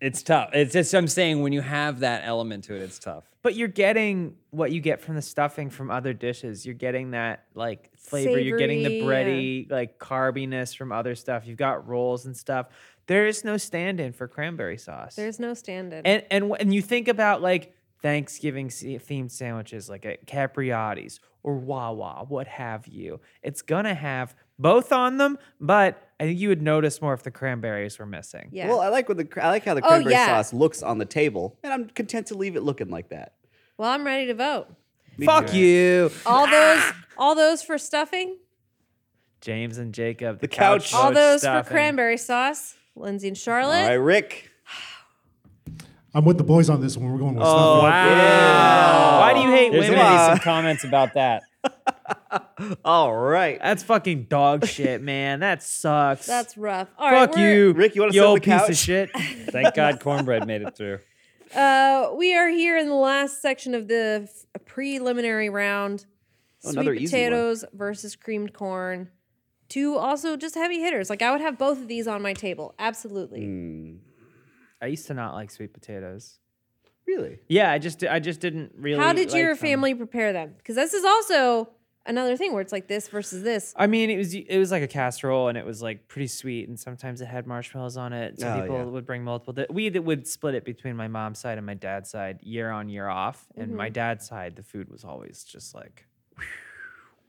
[SPEAKER 1] it's tough. It's just I'm saying when you have that element to it, it's tough.
[SPEAKER 3] but you're getting what you get from the stuffing from other dishes. You're getting that like flavor. you're getting the
[SPEAKER 2] Savory,
[SPEAKER 3] bready like carbiness from other stuff. You've got rolls and stuff. There is no stand-in for cranberry sauce.
[SPEAKER 2] There's no stand-in.
[SPEAKER 3] and and wh- and you think about like Thanksgiving se- themed sandwiches like at Capriotti's or Wawa, what have you. It's gonna have both on them, but I think you would notice more if the cranberries were missing.
[SPEAKER 2] yeah.
[SPEAKER 4] Well, I like when the cr- I like how the
[SPEAKER 2] Oh,
[SPEAKER 4] cranberry
[SPEAKER 2] yeah.
[SPEAKER 4] sauce looks on the table, and I'm content to leave it looking like that.
[SPEAKER 2] well, I'm ready to vote.
[SPEAKER 3] Fuck you, Ah.
[SPEAKER 2] All those, all those for stuffing.
[SPEAKER 3] James and Jacob. The,
[SPEAKER 4] The couch.
[SPEAKER 3] couch.
[SPEAKER 4] Oh,
[SPEAKER 2] All
[SPEAKER 3] loads
[SPEAKER 2] those for
[SPEAKER 3] stuffing.
[SPEAKER 2] cranberry sauce. Lindsay and Charlotte.
[SPEAKER 4] All right, Rick.
[SPEAKER 5] I'm with the boys on this one. We're going with
[SPEAKER 3] Oh,
[SPEAKER 5] stuffing.
[SPEAKER 3] wow. Why do you hate
[SPEAKER 1] There's
[SPEAKER 3] women?
[SPEAKER 1] gonna be
[SPEAKER 4] Wow.
[SPEAKER 1] some comments about that.
[SPEAKER 4] All right,
[SPEAKER 3] That's fucking dog shit, man. That sucks.
[SPEAKER 2] That's rough. All right,
[SPEAKER 3] fuck
[SPEAKER 2] we're-
[SPEAKER 3] you,
[SPEAKER 4] Rick, you wanna
[SPEAKER 3] you
[SPEAKER 4] sit on
[SPEAKER 3] old
[SPEAKER 4] the
[SPEAKER 3] piece of
[SPEAKER 4] couch?
[SPEAKER 3] shit.
[SPEAKER 1] Thank God cornbread made it through.
[SPEAKER 2] Uh, we are here in the last section of the f- preliminary round.
[SPEAKER 4] Oh,
[SPEAKER 2] Sweet
[SPEAKER 4] another easy one.
[SPEAKER 2] potatoes versus creamed corn. Two also just heavy hitters. Like I would have both of these on my table. Absolutely.
[SPEAKER 4] Mm.
[SPEAKER 3] I used to not like sweet potatoes.
[SPEAKER 4] really?
[SPEAKER 3] Yeah, I just I just didn't really.
[SPEAKER 2] How did
[SPEAKER 3] like
[SPEAKER 2] your
[SPEAKER 3] them.
[SPEAKER 4] um,
[SPEAKER 2] family prepare them? Because this is also another thing where it's like this versus this.
[SPEAKER 3] I mean, it was it was like a casserole, and it was like pretty sweet, and sometimes it had marshmallows on it. So
[SPEAKER 4] Oh,
[SPEAKER 3] people
[SPEAKER 4] yeah.
[SPEAKER 3] would bring multiple. Di- we that would split it between my mom's side and my dad's side, year on year off. And my dad's side, the food was always just like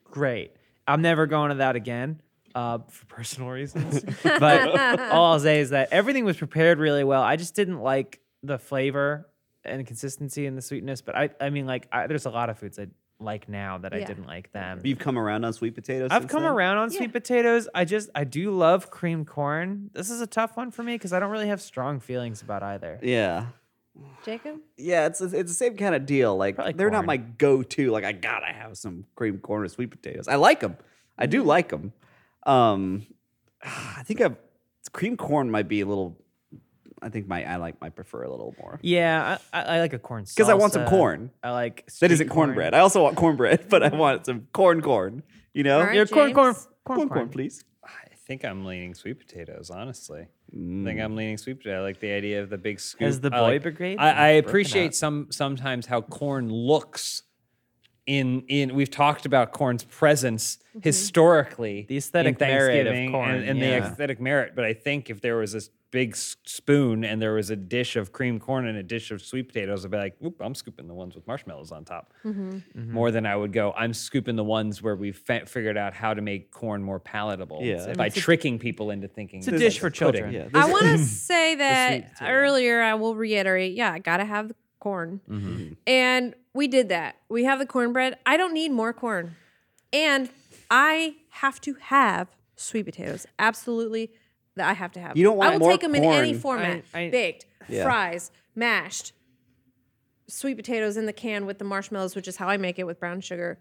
[SPEAKER 3] great. I'm never going to that again uh, for personal reasons. but all I'll say is that everything was prepared really well. I just didn't like the flavor and consistency and the sweetness. But I, I mean, like, I, there's a lot of foods I like now that I
[SPEAKER 2] Yeah.
[SPEAKER 3] didn't like then.
[SPEAKER 4] You've come around on sweet potatoes.
[SPEAKER 3] I've
[SPEAKER 4] since
[SPEAKER 3] come
[SPEAKER 4] then?
[SPEAKER 3] around on
[SPEAKER 2] Yeah.
[SPEAKER 3] sweet potatoes. I just I do love creamed corn. This is a tough one for me because I don't really have strong feelings about either.
[SPEAKER 4] Yeah,
[SPEAKER 2] Jacob?
[SPEAKER 4] yeah. It's it's the same kind of deal. Like
[SPEAKER 3] Probably
[SPEAKER 4] they're not
[SPEAKER 3] corn.
[SPEAKER 4] my go-to. Like I gotta have some cream corn or sweet potatoes. I like them. I
[SPEAKER 3] Mm.
[SPEAKER 4] do like them. Um, I think I've cream corn might be a little. I think my I like might prefer a little more.
[SPEAKER 3] Yeah, I, I, I like a corn
[SPEAKER 4] Because I want some
[SPEAKER 3] salsa.
[SPEAKER 4] corn.
[SPEAKER 3] I like
[SPEAKER 4] That
[SPEAKER 3] sweet
[SPEAKER 4] isn't
[SPEAKER 3] corn.
[SPEAKER 4] cornbread. I also want cornbread, but I want some corn corn. You know,
[SPEAKER 2] All right,
[SPEAKER 3] Yeah, corn, corn,
[SPEAKER 2] James.
[SPEAKER 3] corn, corn,
[SPEAKER 4] please.
[SPEAKER 1] I think I'm leaning sweet potatoes, honestly. I think I'm leaning sweet potatoes. I like the idea of the big scoop.
[SPEAKER 3] As the
[SPEAKER 1] I
[SPEAKER 3] boy
[SPEAKER 1] like-
[SPEAKER 3] brigade?
[SPEAKER 1] I, I
[SPEAKER 3] Broken
[SPEAKER 1] appreciate
[SPEAKER 3] up.
[SPEAKER 1] some sometimes how corn looks. In in we've talked about corn's presence historically,
[SPEAKER 3] Mm-hmm. The aesthetic
[SPEAKER 1] in
[SPEAKER 3] merit of
[SPEAKER 1] Thanksgiving
[SPEAKER 3] corn,
[SPEAKER 1] and, and the
[SPEAKER 3] yeah.
[SPEAKER 1] aesthetic merit. But I think if there was this big s- spoon and there was a dish of creamed corn and a dish of sweet potatoes, I'd be like, "Oop, I'm scooping the ones with marshmallows on top."
[SPEAKER 2] Mm-hmm.
[SPEAKER 1] More than I would go, I'm scooping the ones where we've fa- figured out how to make corn more palatable
[SPEAKER 4] Yeah.
[SPEAKER 1] by tricking people into thinking
[SPEAKER 3] It's a dish for children.
[SPEAKER 4] Yeah,
[SPEAKER 2] I
[SPEAKER 4] there's-
[SPEAKER 2] want to say that
[SPEAKER 4] potato.
[SPEAKER 2] earlier. I will reiterate. Yeah, I gotta have the corn,
[SPEAKER 4] Mm-hmm.
[SPEAKER 2] and we did that. We have the cornbread. I don't need more corn, and I have to have sweet potatoes. Absolutely, that I have to have.
[SPEAKER 4] You don't
[SPEAKER 2] them.
[SPEAKER 4] want
[SPEAKER 2] I will
[SPEAKER 4] more
[SPEAKER 2] take them in any
[SPEAKER 4] corn.
[SPEAKER 2] format:
[SPEAKER 3] I- I-
[SPEAKER 2] baked,
[SPEAKER 4] Yeah.
[SPEAKER 2] fries, mashed. Sweet potatoes in the can with the marshmallows, which is how I make it with brown sugar.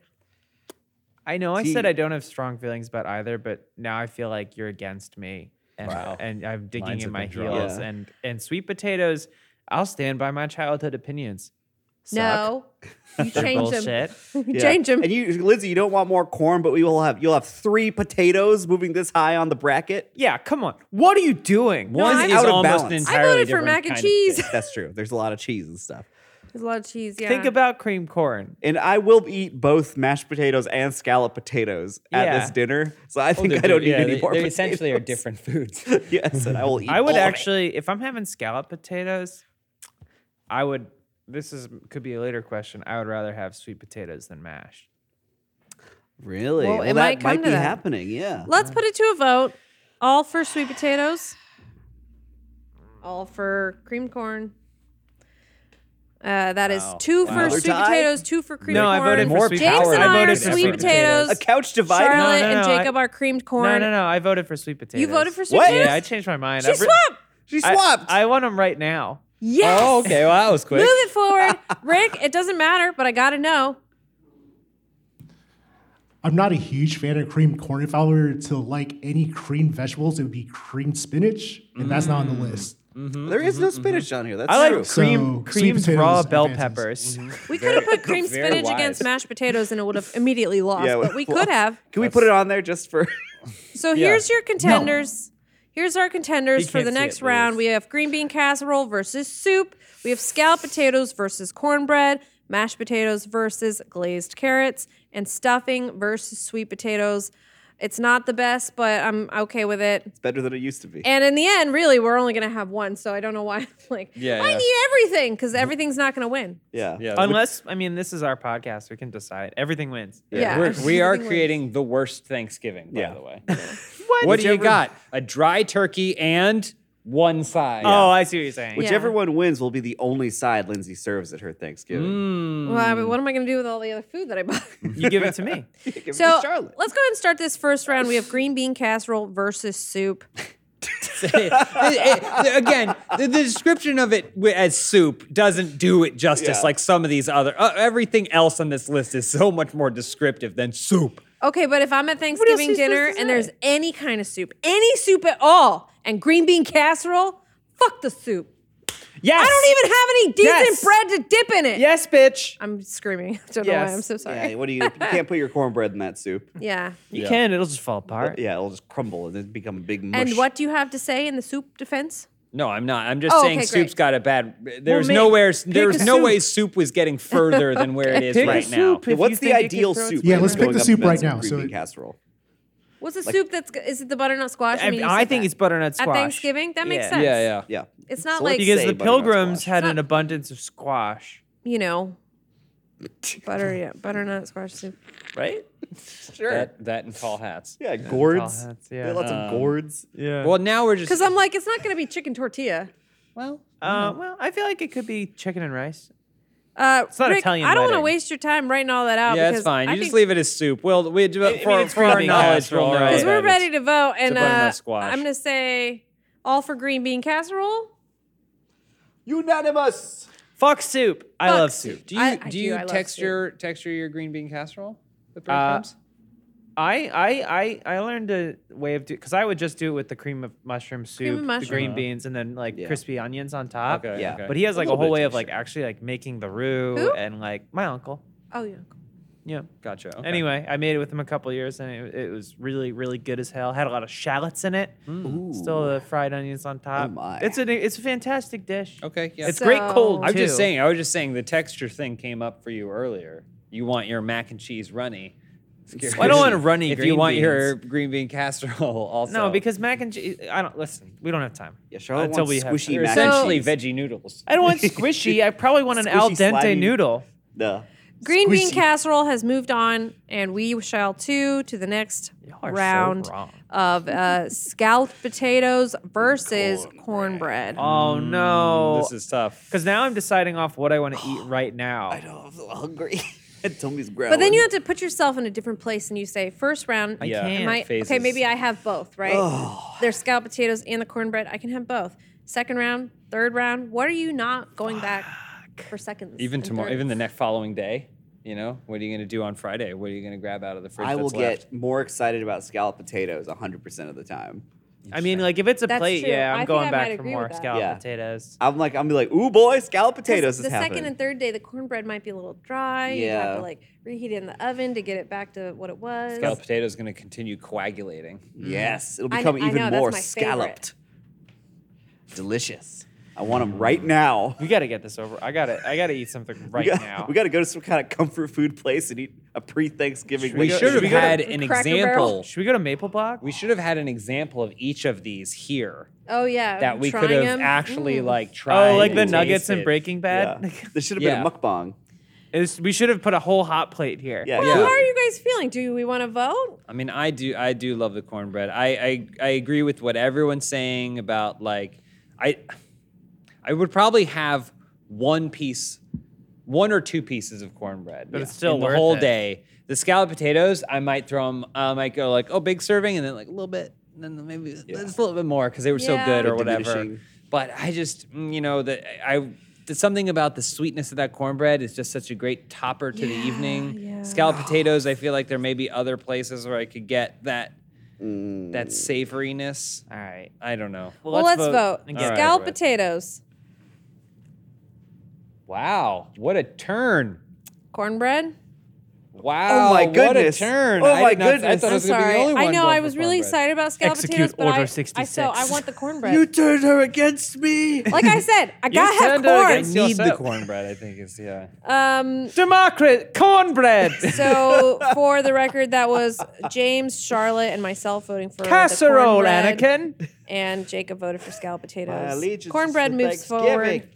[SPEAKER 3] I know I
[SPEAKER 4] See-
[SPEAKER 3] said I don't have strong feelings about either, but now I feel like you're against me, and and I'm digging
[SPEAKER 1] Lines
[SPEAKER 3] in
[SPEAKER 1] have
[SPEAKER 3] my
[SPEAKER 1] been drawn.
[SPEAKER 3] heels.
[SPEAKER 4] Yeah.
[SPEAKER 3] And and sweet potatoes, I'll stand by my childhood opinions. Suck.
[SPEAKER 2] No, you
[SPEAKER 3] They're
[SPEAKER 2] change them.
[SPEAKER 3] bullshit.
[SPEAKER 2] You
[SPEAKER 4] yeah.
[SPEAKER 2] change them.
[SPEAKER 4] And you, Lindsay, you don't want more corn, but we will have. You'll have three potatoes moving this high on the bracket.
[SPEAKER 3] Yeah, come on. What are you doing?
[SPEAKER 1] One
[SPEAKER 4] I'm
[SPEAKER 1] is
[SPEAKER 4] out of
[SPEAKER 1] almost an
[SPEAKER 4] balance. I
[SPEAKER 1] entirely
[SPEAKER 2] voted for
[SPEAKER 1] different
[SPEAKER 2] mac and
[SPEAKER 1] kind of
[SPEAKER 2] cheese.
[SPEAKER 1] dish.
[SPEAKER 4] That's true. There's a lot of cheese and stuff.
[SPEAKER 2] There's a lot of cheese. Yeah.
[SPEAKER 3] Think about cream corn.
[SPEAKER 4] And I will eat both mashed potatoes and scallop potatoes at
[SPEAKER 3] Yeah.
[SPEAKER 4] this dinner. So I
[SPEAKER 1] Oh,
[SPEAKER 4] think
[SPEAKER 1] they're
[SPEAKER 4] I don't
[SPEAKER 1] di-
[SPEAKER 4] need
[SPEAKER 1] yeah,
[SPEAKER 4] any
[SPEAKER 1] they,
[SPEAKER 4] more.
[SPEAKER 1] They essentially are
[SPEAKER 4] potatoes.
[SPEAKER 1] different foods.
[SPEAKER 4] yes, and I will eat.
[SPEAKER 3] I would
[SPEAKER 4] all of it.
[SPEAKER 3] actually, if I'm having scallop potatoes, I would. This is could be a later question. I would rather have sweet potatoes than mashed.
[SPEAKER 4] Really?
[SPEAKER 2] Well,
[SPEAKER 4] Well,
[SPEAKER 2] it
[SPEAKER 4] that
[SPEAKER 2] might
[SPEAKER 4] might,
[SPEAKER 2] come to
[SPEAKER 4] be
[SPEAKER 2] that.
[SPEAKER 4] happening. Yeah.
[SPEAKER 2] Let's put it to a vote. All for sweet potatoes. All for creamed corn. Uh, that is
[SPEAKER 1] Wow.
[SPEAKER 2] two for
[SPEAKER 4] Another
[SPEAKER 2] sweet
[SPEAKER 4] tie?
[SPEAKER 2] potatoes, two for creamed
[SPEAKER 3] No, I
[SPEAKER 2] corn.
[SPEAKER 3] voted for sweet
[SPEAKER 2] James
[SPEAKER 1] potatoes.
[SPEAKER 2] and
[SPEAKER 1] I
[SPEAKER 2] I, are
[SPEAKER 1] voted for
[SPEAKER 2] sweet
[SPEAKER 1] sweet
[SPEAKER 2] potatoes.
[SPEAKER 1] potatoes.
[SPEAKER 4] A couch divided.
[SPEAKER 2] Charlotte
[SPEAKER 3] No, no,
[SPEAKER 2] and
[SPEAKER 3] no, I-
[SPEAKER 2] Jacob are creamed corn.
[SPEAKER 3] No, no, no. I voted for sweet potatoes.
[SPEAKER 2] You voted for sweet
[SPEAKER 4] What?
[SPEAKER 2] potatoes?
[SPEAKER 3] Yeah, I changed Oh, my mind.
[SPEAKER 2] she
[SPEAKER 3] I've re-
[SPEAKER 2] swapped.
[SPEAKER 4] She
[SPEAKER 3] I-
[SPEAKER 4] swapped.
[SPEAKER 3] I, want them right now.
[SPEAKER 2] Yes.
[SPEAKER 1] Oh, okay. Well, that was quick.
[SPEAKER 2] Move it forward. Rick, it doesn't matter, but I got to know.
[SPEAKER 5] I'm not a huge fan of creamed corn. If I were to like any creamed vegetables, it would be creamed spinach, and that's not on
[SPEAKER 3] Mm.
[SPEAKER 5] the list.
[SPEAKER 4] There is no spinach on here. That's
[SPEAKER 3] I
[SPEAKER 4] true.
[SPEAKER 3] like cream,
[SPEAKER 5] So, sweet
[SPEAKER 3] creams,
[SPEAKER 5] potatoes
[SPEAKER 3] raw
[SPEAKER 5] and Uh,
[SPEAKER 3] bell
[SPEAKER 5] fancies.
[SPEAKER 3] peppers.
[SPEAKER 4] Mm-hmm.
[SPEAKER 2] We could have put cream
[SPEAKER 1] very
[SPEAKER 2] spinach
[SPEAKER 1] wise.
[SPEAKER 2] against mashed potatoes and it would have immediately lost, but we
[SPEAKER 4] well,
[SPEAKER 2] could have.
[SPEAKER 4] Can we put it on there just for?
[SPEAKER 2] So here's your contenders. Here's our contenders
[SPEAKER 3] He
[SPEAKER 2] for the
[SPEAKER 3] can't see
[SPEAKER 2] next
[SPEAKER 3] it,
[SPEAKER 2] round.
[SPEAKER 3] Liz.
[SPEAKER 2] We have green bean casserole versus soup. We have scalloped potatoes versus cornbread, mashed potatoes versus glazed carrots, and stuffing versus sweet potatoes. It's not the best, but I'm okay with it.
[SPEAKER 4] it's better than it used to be.
[SPEAKER 2] And in the end, really, we're only gonna have one, so I don't know why. I'm like,
[SPEAKER 1] Yeah,
[SPEAKER 2] I
[SPEAKER 1] yeah.
[SPEAKER 2] need everything because everything's not gonna win.
[SPEAKER 4] yeah.
[SPEAKER 1] Yeah.
[SPEAKER 3] Unless, I mean, this is our podcast. We can decide. Everything wins.
[SPEAKER 2] Yeah,
[SPEAKER 1] We're, we are
[SPEAKER 2] everything wins.
[SPEAKER 1] creating the worst Thanksgiving, by
[SPEAKER 4] Yeah.
[SPEAKER 1] the way. what do you
[SPEAKER 4] Whichever-
[SPEAKER 1] got? A dry turkey and one side.
[SPEAKER 3] Oh, I see what you're saying.
[SPEAKER 2] Yeah.
[SPEAKER 4] Whichever one wins will be the only side Lindsay serves at her
[SPEAKER 1] Mm.
[SPEAKER 4] Thanksgiving.
[SPEAKER 2] Well, I mean, what am I gonna do with all the other food that I bought?
[SPEAKER 3] You give it to me.
[SPEAKER 4] Give it
[SPEAKER 2] So
[SPEAKER 4] to Charlotte.
[SPEAKER 2] let's go ahead and start this first round. We have green bean casserole versus soup.
[SPEAKER 1] It- it- again, the, the description of it wi- as soup doesn't do it justice.
[SPEAKER 4] Yeah.
[SPEAKER 1] Like some of these other, uh, everything else on this list is so much more descriptive than soup.
[SPEAKER 2] Okay, but if I'm at Thanksgiving
[SPEAKER 3] you supposed
[SPEAKER 2] dinner
[SPEAKER 3] to
[SPEAKER 2] and there's any kind of soup, any soup at all, and green bean casserole, fuck the soup.
[SPEAKER 3] Yes.
[SPEAKER 2] I don't even have any decent
[SPEAKER 3] Yes.
[SPEAKER 2] bread to dip in it.
[SPEAKER 3] Yes, bitch.
[SPEAKER 2] I'm screaming. I don't know why.
[SPEAKER 3] Yes.
[SPEAKER 2] I'm so sorry.
[SPEAKER 4] Yeah,
[SPEAKER 2] Yeah.
[SPEAKER 4] what do you? You can't put your cornbread in that soup.
[SPEAKER 3] You
[SPEAKER 1] Yeah.
[SPEAKER 3] can. It'll just fall apart.
[SPEAKER 4] Yeah, it'll just crumble and then become a big mush.
[SPEAKER 2] And what do you have to say in the soup defense?
[SPEAKER 1] No, I'm not. I'm just
[SPEAKER 2] Oh,
[SPEAKER 1] saying
[SPEAKER 2] okay,
[SPEAKER 1] soup's
[SPEAKER 2] great.
[SPEAKER 1] got a bad. There's
[SPEAKER 3] make-
[SPEAKER 1] nowhere.
[SPEAKER 3] pick
[SPEAKER 1] There was
[SPEAKER 3] a
[SPEAKER 1] no
[SPEAKER 3] soup.
[SPEAKER 1] way soup was getting further than where it is
[SPEAKER 3] Pick a
[SPEAKER 1] right
[SPEAKER 3] soup.
[SPEAKER 1] now.
[SPEAKER 3] If
[SPEAKER 4] What's
[SPEAKER 3] you
[SPEAKER 4] the
[SPEAKER 3] think it
[SPEAKER 4] ideal
[SPEAKER 3] can throw
[SPEAKER 4] soup?
[SPEAKER 3] its weight
[SPEAKER 5] Yeah, let's pick
[SPEAKER 4] Going
[SPEAKER 5] the
[SPEAKER 4] up
[SPEAKER 5] soup
[SPEAKER 4] in that
[SPEAKER 5] right now,
[SPEAKER 4] green
[SPEAKER 5] so
[SPEAKER 4] bean
[SPEAKER 5] it-
[SPEAKER 4] casserole.
[SPEAKER 2] What's a soup that's is it the butternut squash?
[SPEAKER 3] I,
[SPEAKER 2] mean, you
[SPEAKER 3] I
[SPEAKER 2] said
[SPEAKER 3] think
[SPEAKER 2] that.
[SPEAKER 3] it's butternut
[SPEAKER 2] At
[SPEAKER 3] squash.
[SPEAKER 2] Thanksgiving? That makes
[SPEAKER 3] Yeah.
[SPEAKER 2] sense.
[SPEAKER 1] Yeah, yeah.
[SPEAKER 4] Yeah.
[SPEAKER 2] It's not
[SPEAKER 4] So
[SPEAKER 2] like
[SPEAKER 4] let's
[SPEAKER 3] Because
[SPEAKER 4] say
[SPEAKER 3] the
[SPEAKER 4] butternut
[SPEAKER 3] pilgrims
[SPEAKER 4] squash.
[SPEAKER 3] had
[SPEAKER 2] It's
[SPEAKER 3] an
[SPEAKER 2] not-
[SPEAKER 3] abundance of squash,
[SPEAKER 2] you know butter butternut squash soup.
[SPEAKER 3] right?
[SPEAKER 4] Sure.
[SPEAKER 1] That, that and tall hats.
[SPEAKER 4] yeah, gourds.
[SPEAKER 3] Tall hats,
[SPEAKER 4] They had
[SPEAKER 3] yeah.
[SPEAKER 4] Lots of
[SPEAKER 2] Um,
[SPEAKER 4] gourds.
[SPEAKER 3] Yeah.
[SPEAKER 1] Well, now we're just.
[SPEAKER 2] Because oh, I'm like, it's not gonna be chicken tortilla.
[SPEAKER 1] well,
[SPEAKER 3] uh, well, I feel like it could be chicken and rice.
[SPEAKER 2] Uh,
[SPEAKER 3] not
[SPEAKER 2] Rick,
[SPEAKER 3] Italian
[SPEAKER 2] I don't want to
[SPEAKER 3] wedding.
[SPEAKER 2] waste your time writing all that out.
[SPEAKER 1] yeah,
[SPEAKER 2] because
[SPEAKER 1] it's fine.
[SPEAKER 2] I
[SPEAKER 1] You just
[SPEAKER 2] think-
[SPEAKER 1] leave it as soup. Well, we do it for,
[SPEAKER 3] mean, it's
[SPEAKER 1] for our
[SPEAKER 3] creamy
[SPEAKER 1] knowledge.
[SPEAKER 3] casserole,
[SPEAKER 1] we'll know
[SPEAKER 3] right?
[SPEAKER 2] Because
[SPEAKER 1] that
[SPEAKER 2] we're
[SPEAKER 1] it's-
[SPEAKER 2] ready to vote, and
[SPEAKER 1] butternut
[SPEAKER 2] uh,
[SPEAKER 1] squash.
[SPEAKER 2] I'm gonna say all for green bean casserole.
[SPEAKER 4] Unanimous.
[SPEAKER 3] Fuck soup. I
[SPEAKER 2] Fuck
[SPEAKER 3] love
[SPEAKER 2] soup.
[SPEAKER 3] soup.
[SPEAKER 1] Do you
[SPEAKER 2] I- I
[SPEAKER 1] do,
[SPEAKER 2] do,
[SPEAKER 1] you
[SPEAKER 2] I love
[SPEAKER 1] texture
[SPEAKER 2] soup.
[SPEAKER 1] texture your green bean casserole with bread
[SPEAKER 3] Uh,
[SPEAKER 1] crumbs?
[SPEAKER 3] I I I I learned a way of do because I would just do it with the cream of mushroom soup,
[SPEAKER 2] of
[SPEAKER 3] the
[SPEAKER 2] mushroom.
[SPEAKER 3] green beans, and then like
[SPEAKER 4] Yeah.
[SPEAKER 3] crispy onions on top.
[SPEAKER 1] Okay,
[SPEAKER 4] yeah.
[SPEAKER 1] okay.
[SPEAKER 3] uh, But he has like a,
[SPEAKER 4] little
[SPEAKER 3] whole
[SPEAKER 4] bit
[SPEAKER 3] way of
[SPEAKER 4] texture.
[SPEAKER 3] like actually like making the roux
[SPEAKER 2] Who?
[SPEAKER 3] and like my uncle.
[SPEAKER 2] Oh yeah.
[SPEAKER 3] Yeah.
[SPEAKER 1] Gotcha. Okay.
[SPEAKER 3] Anyway, I made it with him a couple years and it, it was really really good as hell. Had a lot of shallots in it.
[SPEAKER 4] Ooh.
[SPEAKER 3] Still the fried onions on top.
[SPEAKER 4] my.
[SPEAKER 3] It's a it's a fantastic dish.
[SPEAKER 1] Okay. Yeah.
[SPEAKER 3] It's great cold.
[SPEAKER 2] So-
[SPEAKER 1] I'm just
[SPEAKER 3] too.
[SPEAKER 1] saying. I was just saying the texture thing came up for you earlier. You want your mac and cheese runny.
[SPEAKER 3] I don't want a runny
[SPEAKER 1] If you
[SPEAKER 3] green
[SPEAKER 1] want your green bean casserole, also
[SPEAKER 3] No, because mac and cheese. I don't listen. We don't have time.
[SPEAKER 4] Yeah, Charlotte
[SPEAKER 3] Until
[SPEAKER 4] wants
[SPEAKER 3] we have
[SPEAKER 4] squishy
[SPEAKER 3] time.
[SPEAKER 1] they're
[SPEAKER 4] mac
[SPEAKER 1] essentially
[SPEAKER 4] and cheese.
[SPEAKER 1] veggie noodles.
[SPEAKER 3] I don't want squishy. I probably want an
[SPEAKER 4] Squishy,
[SPEAKER 3] al dente
[SPEAKER 4] slimy.
[SPEAKER 3] noodle.
[SPEAKER 4] No.
[SPEAKER 2] Green bean
[SPEAKER 4] Squishy.
[SPEAKER 2] casserole has moved on, and we shall too to the next
[SPEAKER 3] Y'all are so
[SPEAKER 2] round
[SPEAKER 3] wrong.
[SPEAKER 2] of uh, scalloped potatoes versus cornbread.
[SPEAKER 3] Oh no!
[SPEAKER 1] This is tough.
[SPEAKER 3] because now I'm deciding off what I want to eat right now.
[SPEAKER 4] I know. I'm so hungry. Tummy's growling.
[SPEAKER 2] But then you have to put yourself in a different place, and you say first round.
[SPEAKER 3] I
[SPEAKER 1] Yeah.
[SPEAKER 3] can't.
[SPEAKER 2] Am I- okay,
[SPEAKER 1] phases.
[SPEAKER 2] maybe I have both, right? There's scalloped potatoes and the cornbread. I can have both. Second round, third round. What are you not going back for seconds?
[SPEAKER 1] Even
[SPEAKER 2] and
[SPEAKER 1] tomorrow,
[SPEAKER 2] thirds?
[SPEAKER 1] even the next following day. You know, what are you going to do on Friday? What are you going to grab out of the fridge?
[SPEAKER 4] I will
[SPEAKER 1] that's
[SPEAKER 4] get
[SPEAKER 1] left?
[SPEAKER 4] more excited about scalloped potatoes 100% of the time.
[SPEAKER 3] I mean, like if it's a
[SPEAKER 2] That's
[SPEAKER 3] plate,
[SPEAKER 2] true.
[SPEAKER 3] yeah,
[SPEAKER 2] I
[SPEAKER 3] I'm
[SPEAKER 2] think I
[SPEAKER 3] going
[SPEAKER 2] might
[SPEAKER 3] back for
[SPEAKER 2] agree
[SPEAKER 3] more
[SPEAKER 2] with that.
[SPEAKER 3] scalloped
[SPEAKER 4] Yeah.
[SPEAKER 3] potatoes.
[SPEAKER 4] I'm like, I'm be like, ooh, boy, scalloped potatoes is
[SPEAKER 2] the
[SPEAKER 4] happening.
[SPEAKER 2] second and third day, the cornbread might be a little dry. You have
[SPEAKER 4] Yeah.
[SPEAKER 2] to like reheat it in the oven to get it back to what it was.
[SPEAKER 1] Scalloped potato is going to continue coagulating.
[SPEAKER 4] Yes, it'll
[SPEAKER 2] I kn-
[SPEAKER 4] become
[SPEAKER 2] I
[SPEAKER 4] even
[SPEAKER 2] know, that's
[SPEAKER 4] more
[SPEAKER 2] my favorite.
[SPEAKER 4] scalloped. Delicious. I want them right now.
[SPEAKER 3] We gotta get this over. I gotta. I gotta eat something right
[SPEAKER 4] we got,
[SPEAKER 3] now.
[SPEAKER 4] We got to go to some kind of comfort food place and eat a pre-Thanksgiving.
[SPEAKER 1] We
[SPEAKER 4] meal.
[SPEAKER 1] should have
[SPEAKER 3] we go to
[SPEAKER 1] had an
[SPEAKER 2] Cracker Barrel?
[SPEAKER 1] example.
[SPEAKER 3] Should we go to Maple Block?
[SPEAKER 1] We should have had an example of each of these here
[SPEAKER 2] oh yeah,
[SPEAKER 1] that we could
[SPEAKER 2] trying
[SPEAKER 1] have
[SPEAKER 2] 'em.
[SPEAKER 1] actually
[SPEAKER 2] Mm.
[SPEAKER 1] like tried.
[SPEAKER 3] oh, like the
[SPEAKER 1] and
[SPEAKER 3] nuggets
[SPEAKER 1] tasted.
[SPEAKER 3] and Breaking
[SPEAKER 4] Yeah.
[SPEAKER 3] Bad.
[SPEAKER 4] There should have
[SPEAKER 1] Yeah.
[SPEAKER 4] been a mukbang.
[SPEAKER 3] It was- we should have put a whole hot plate here.
[SPEAKER 4] Yeah,
[SPEAKER 2] Well,
[SPEAKER 1] Yeah.
[SPEAKER 2] How are you guys feeling? Do we want to vote?
[SPEAKER 1] I mean, I do, I do love the cornbread. I, I, I agree with what everyone's saying about like, I, I would probably have one piece, one or two pieces of cornbread,
[SPEAKER 3] But it's still
[SPEAKER 1] in the
[SPEAKER 3] worth
[SPEAKER 1] whole
[SPEAKER 3] it.
[SPEAKER 1] day. The scalloped potatoes, I might throw them. I might go like, oh, big serving, and then like a little bit, and then maybe just a little bit more because they were so
[SPEAKER 2] Yeah.
[SPEAKER 1] good or
[SPEAKER 4] Bit
[SPEAKER 1] whatever.
[SPEAKER 4] diminishing.
[SPEAKER 1] But I just, mm, you know, that I th- something about the sweetness of that cornbread is just such a great topper to the
[SPEAKER 2] Yeah,
[SPEAKER 1] evening.
[SPEAKER 2] yeah.
[SPEAKER 1] Scalloped potatoes, I feel like there may be other places where I could get that
[SPEAKER 4] Mm.
[SPEAKER 1] that savoriness.
[SPEAKER 3] All right.
[SPEAKER 1] I don't know.
[SPEAKER 2] Well, let's, vote.
[SPEAKER 3] and
[SPEAKER 1] All
[SPEAKER 3] get
[SPEAKER 1] right.
[SPEAKER 2] Scalloped
[SPEAKER 3] it over with.
[SPEAKER 2] potatoes,
[SPEAKER 1] Wow, what a turn!
[SPEAKER 2] cornbread.
[SPEAKER 1] Wow,
[SPEAKER 4] Oh my
[SPEAKER 1] What a
[SPEAKER 4] goodness.
[SPEAKER 1] turn!
[SPEAKER 4] Oh
[SPEAKER 1] I
[SPEAKER 4] my
[SPEAKER 1] did not- I
[SPEAKER 4] goodness.
[SPEAKER 1] thought I
[SPEAKER 2] I'm
[SPEAKER 1] was gonna be
[SPEAKER 2] sorry.
[SPEAKER 1] the only one.
[SPEAKER 2] I know.
[SPEAKER 1] going
[SPEAKER 2] I
[SPEAKER 1] for
[SPEAKER 2] was really
[SPEAKER 1] cornbread.
[SPEAKER 2] excited about scalloped
[SPEAKER 3] Execute
[SPEAKER 2] potatoes, but I-
[SPEAKER 3] Order
[SPEAKER 2] I, so I
[SPEAKER 3] 66.
[SPEAKER 2] want the cornbread.
[SPEAKER 4] turned her against me.
[SPEAKER 2] like I said, I
[SPEAKER 1] You
[SPEAKER 2] gotta have
[SPEAKER 1] turned her
[SPEAKER 2] corn.
[SPEAKER 1] against
[SPEAKER 4] I need
[SPEAKER 1] yourself.
[SPEAKER 4] the
[SPEAKER 1] cornbread. I think is yeah.
[SPEAKER 2] Um,
[SPEAKER 3] Democrat cornbread.
[SPEAKER 2] so for the record, that was James, Charlotte, and myself voting for the
[SPEAKER 3] Casserole,
[SPEAKER 2] cornbread,
[SPEAKER 3] Anakin.
[SPEAKER 2] and Jacob voted for scalloped potatoes.
[SPEAKER 4] allegiance is
[SPEAKER 2] Cornbread
[SPEAKER 4] to
[SPEAKER 2] moves
[SPEAKER 4] Thanksgiving.
[SPEAKER 2] forward.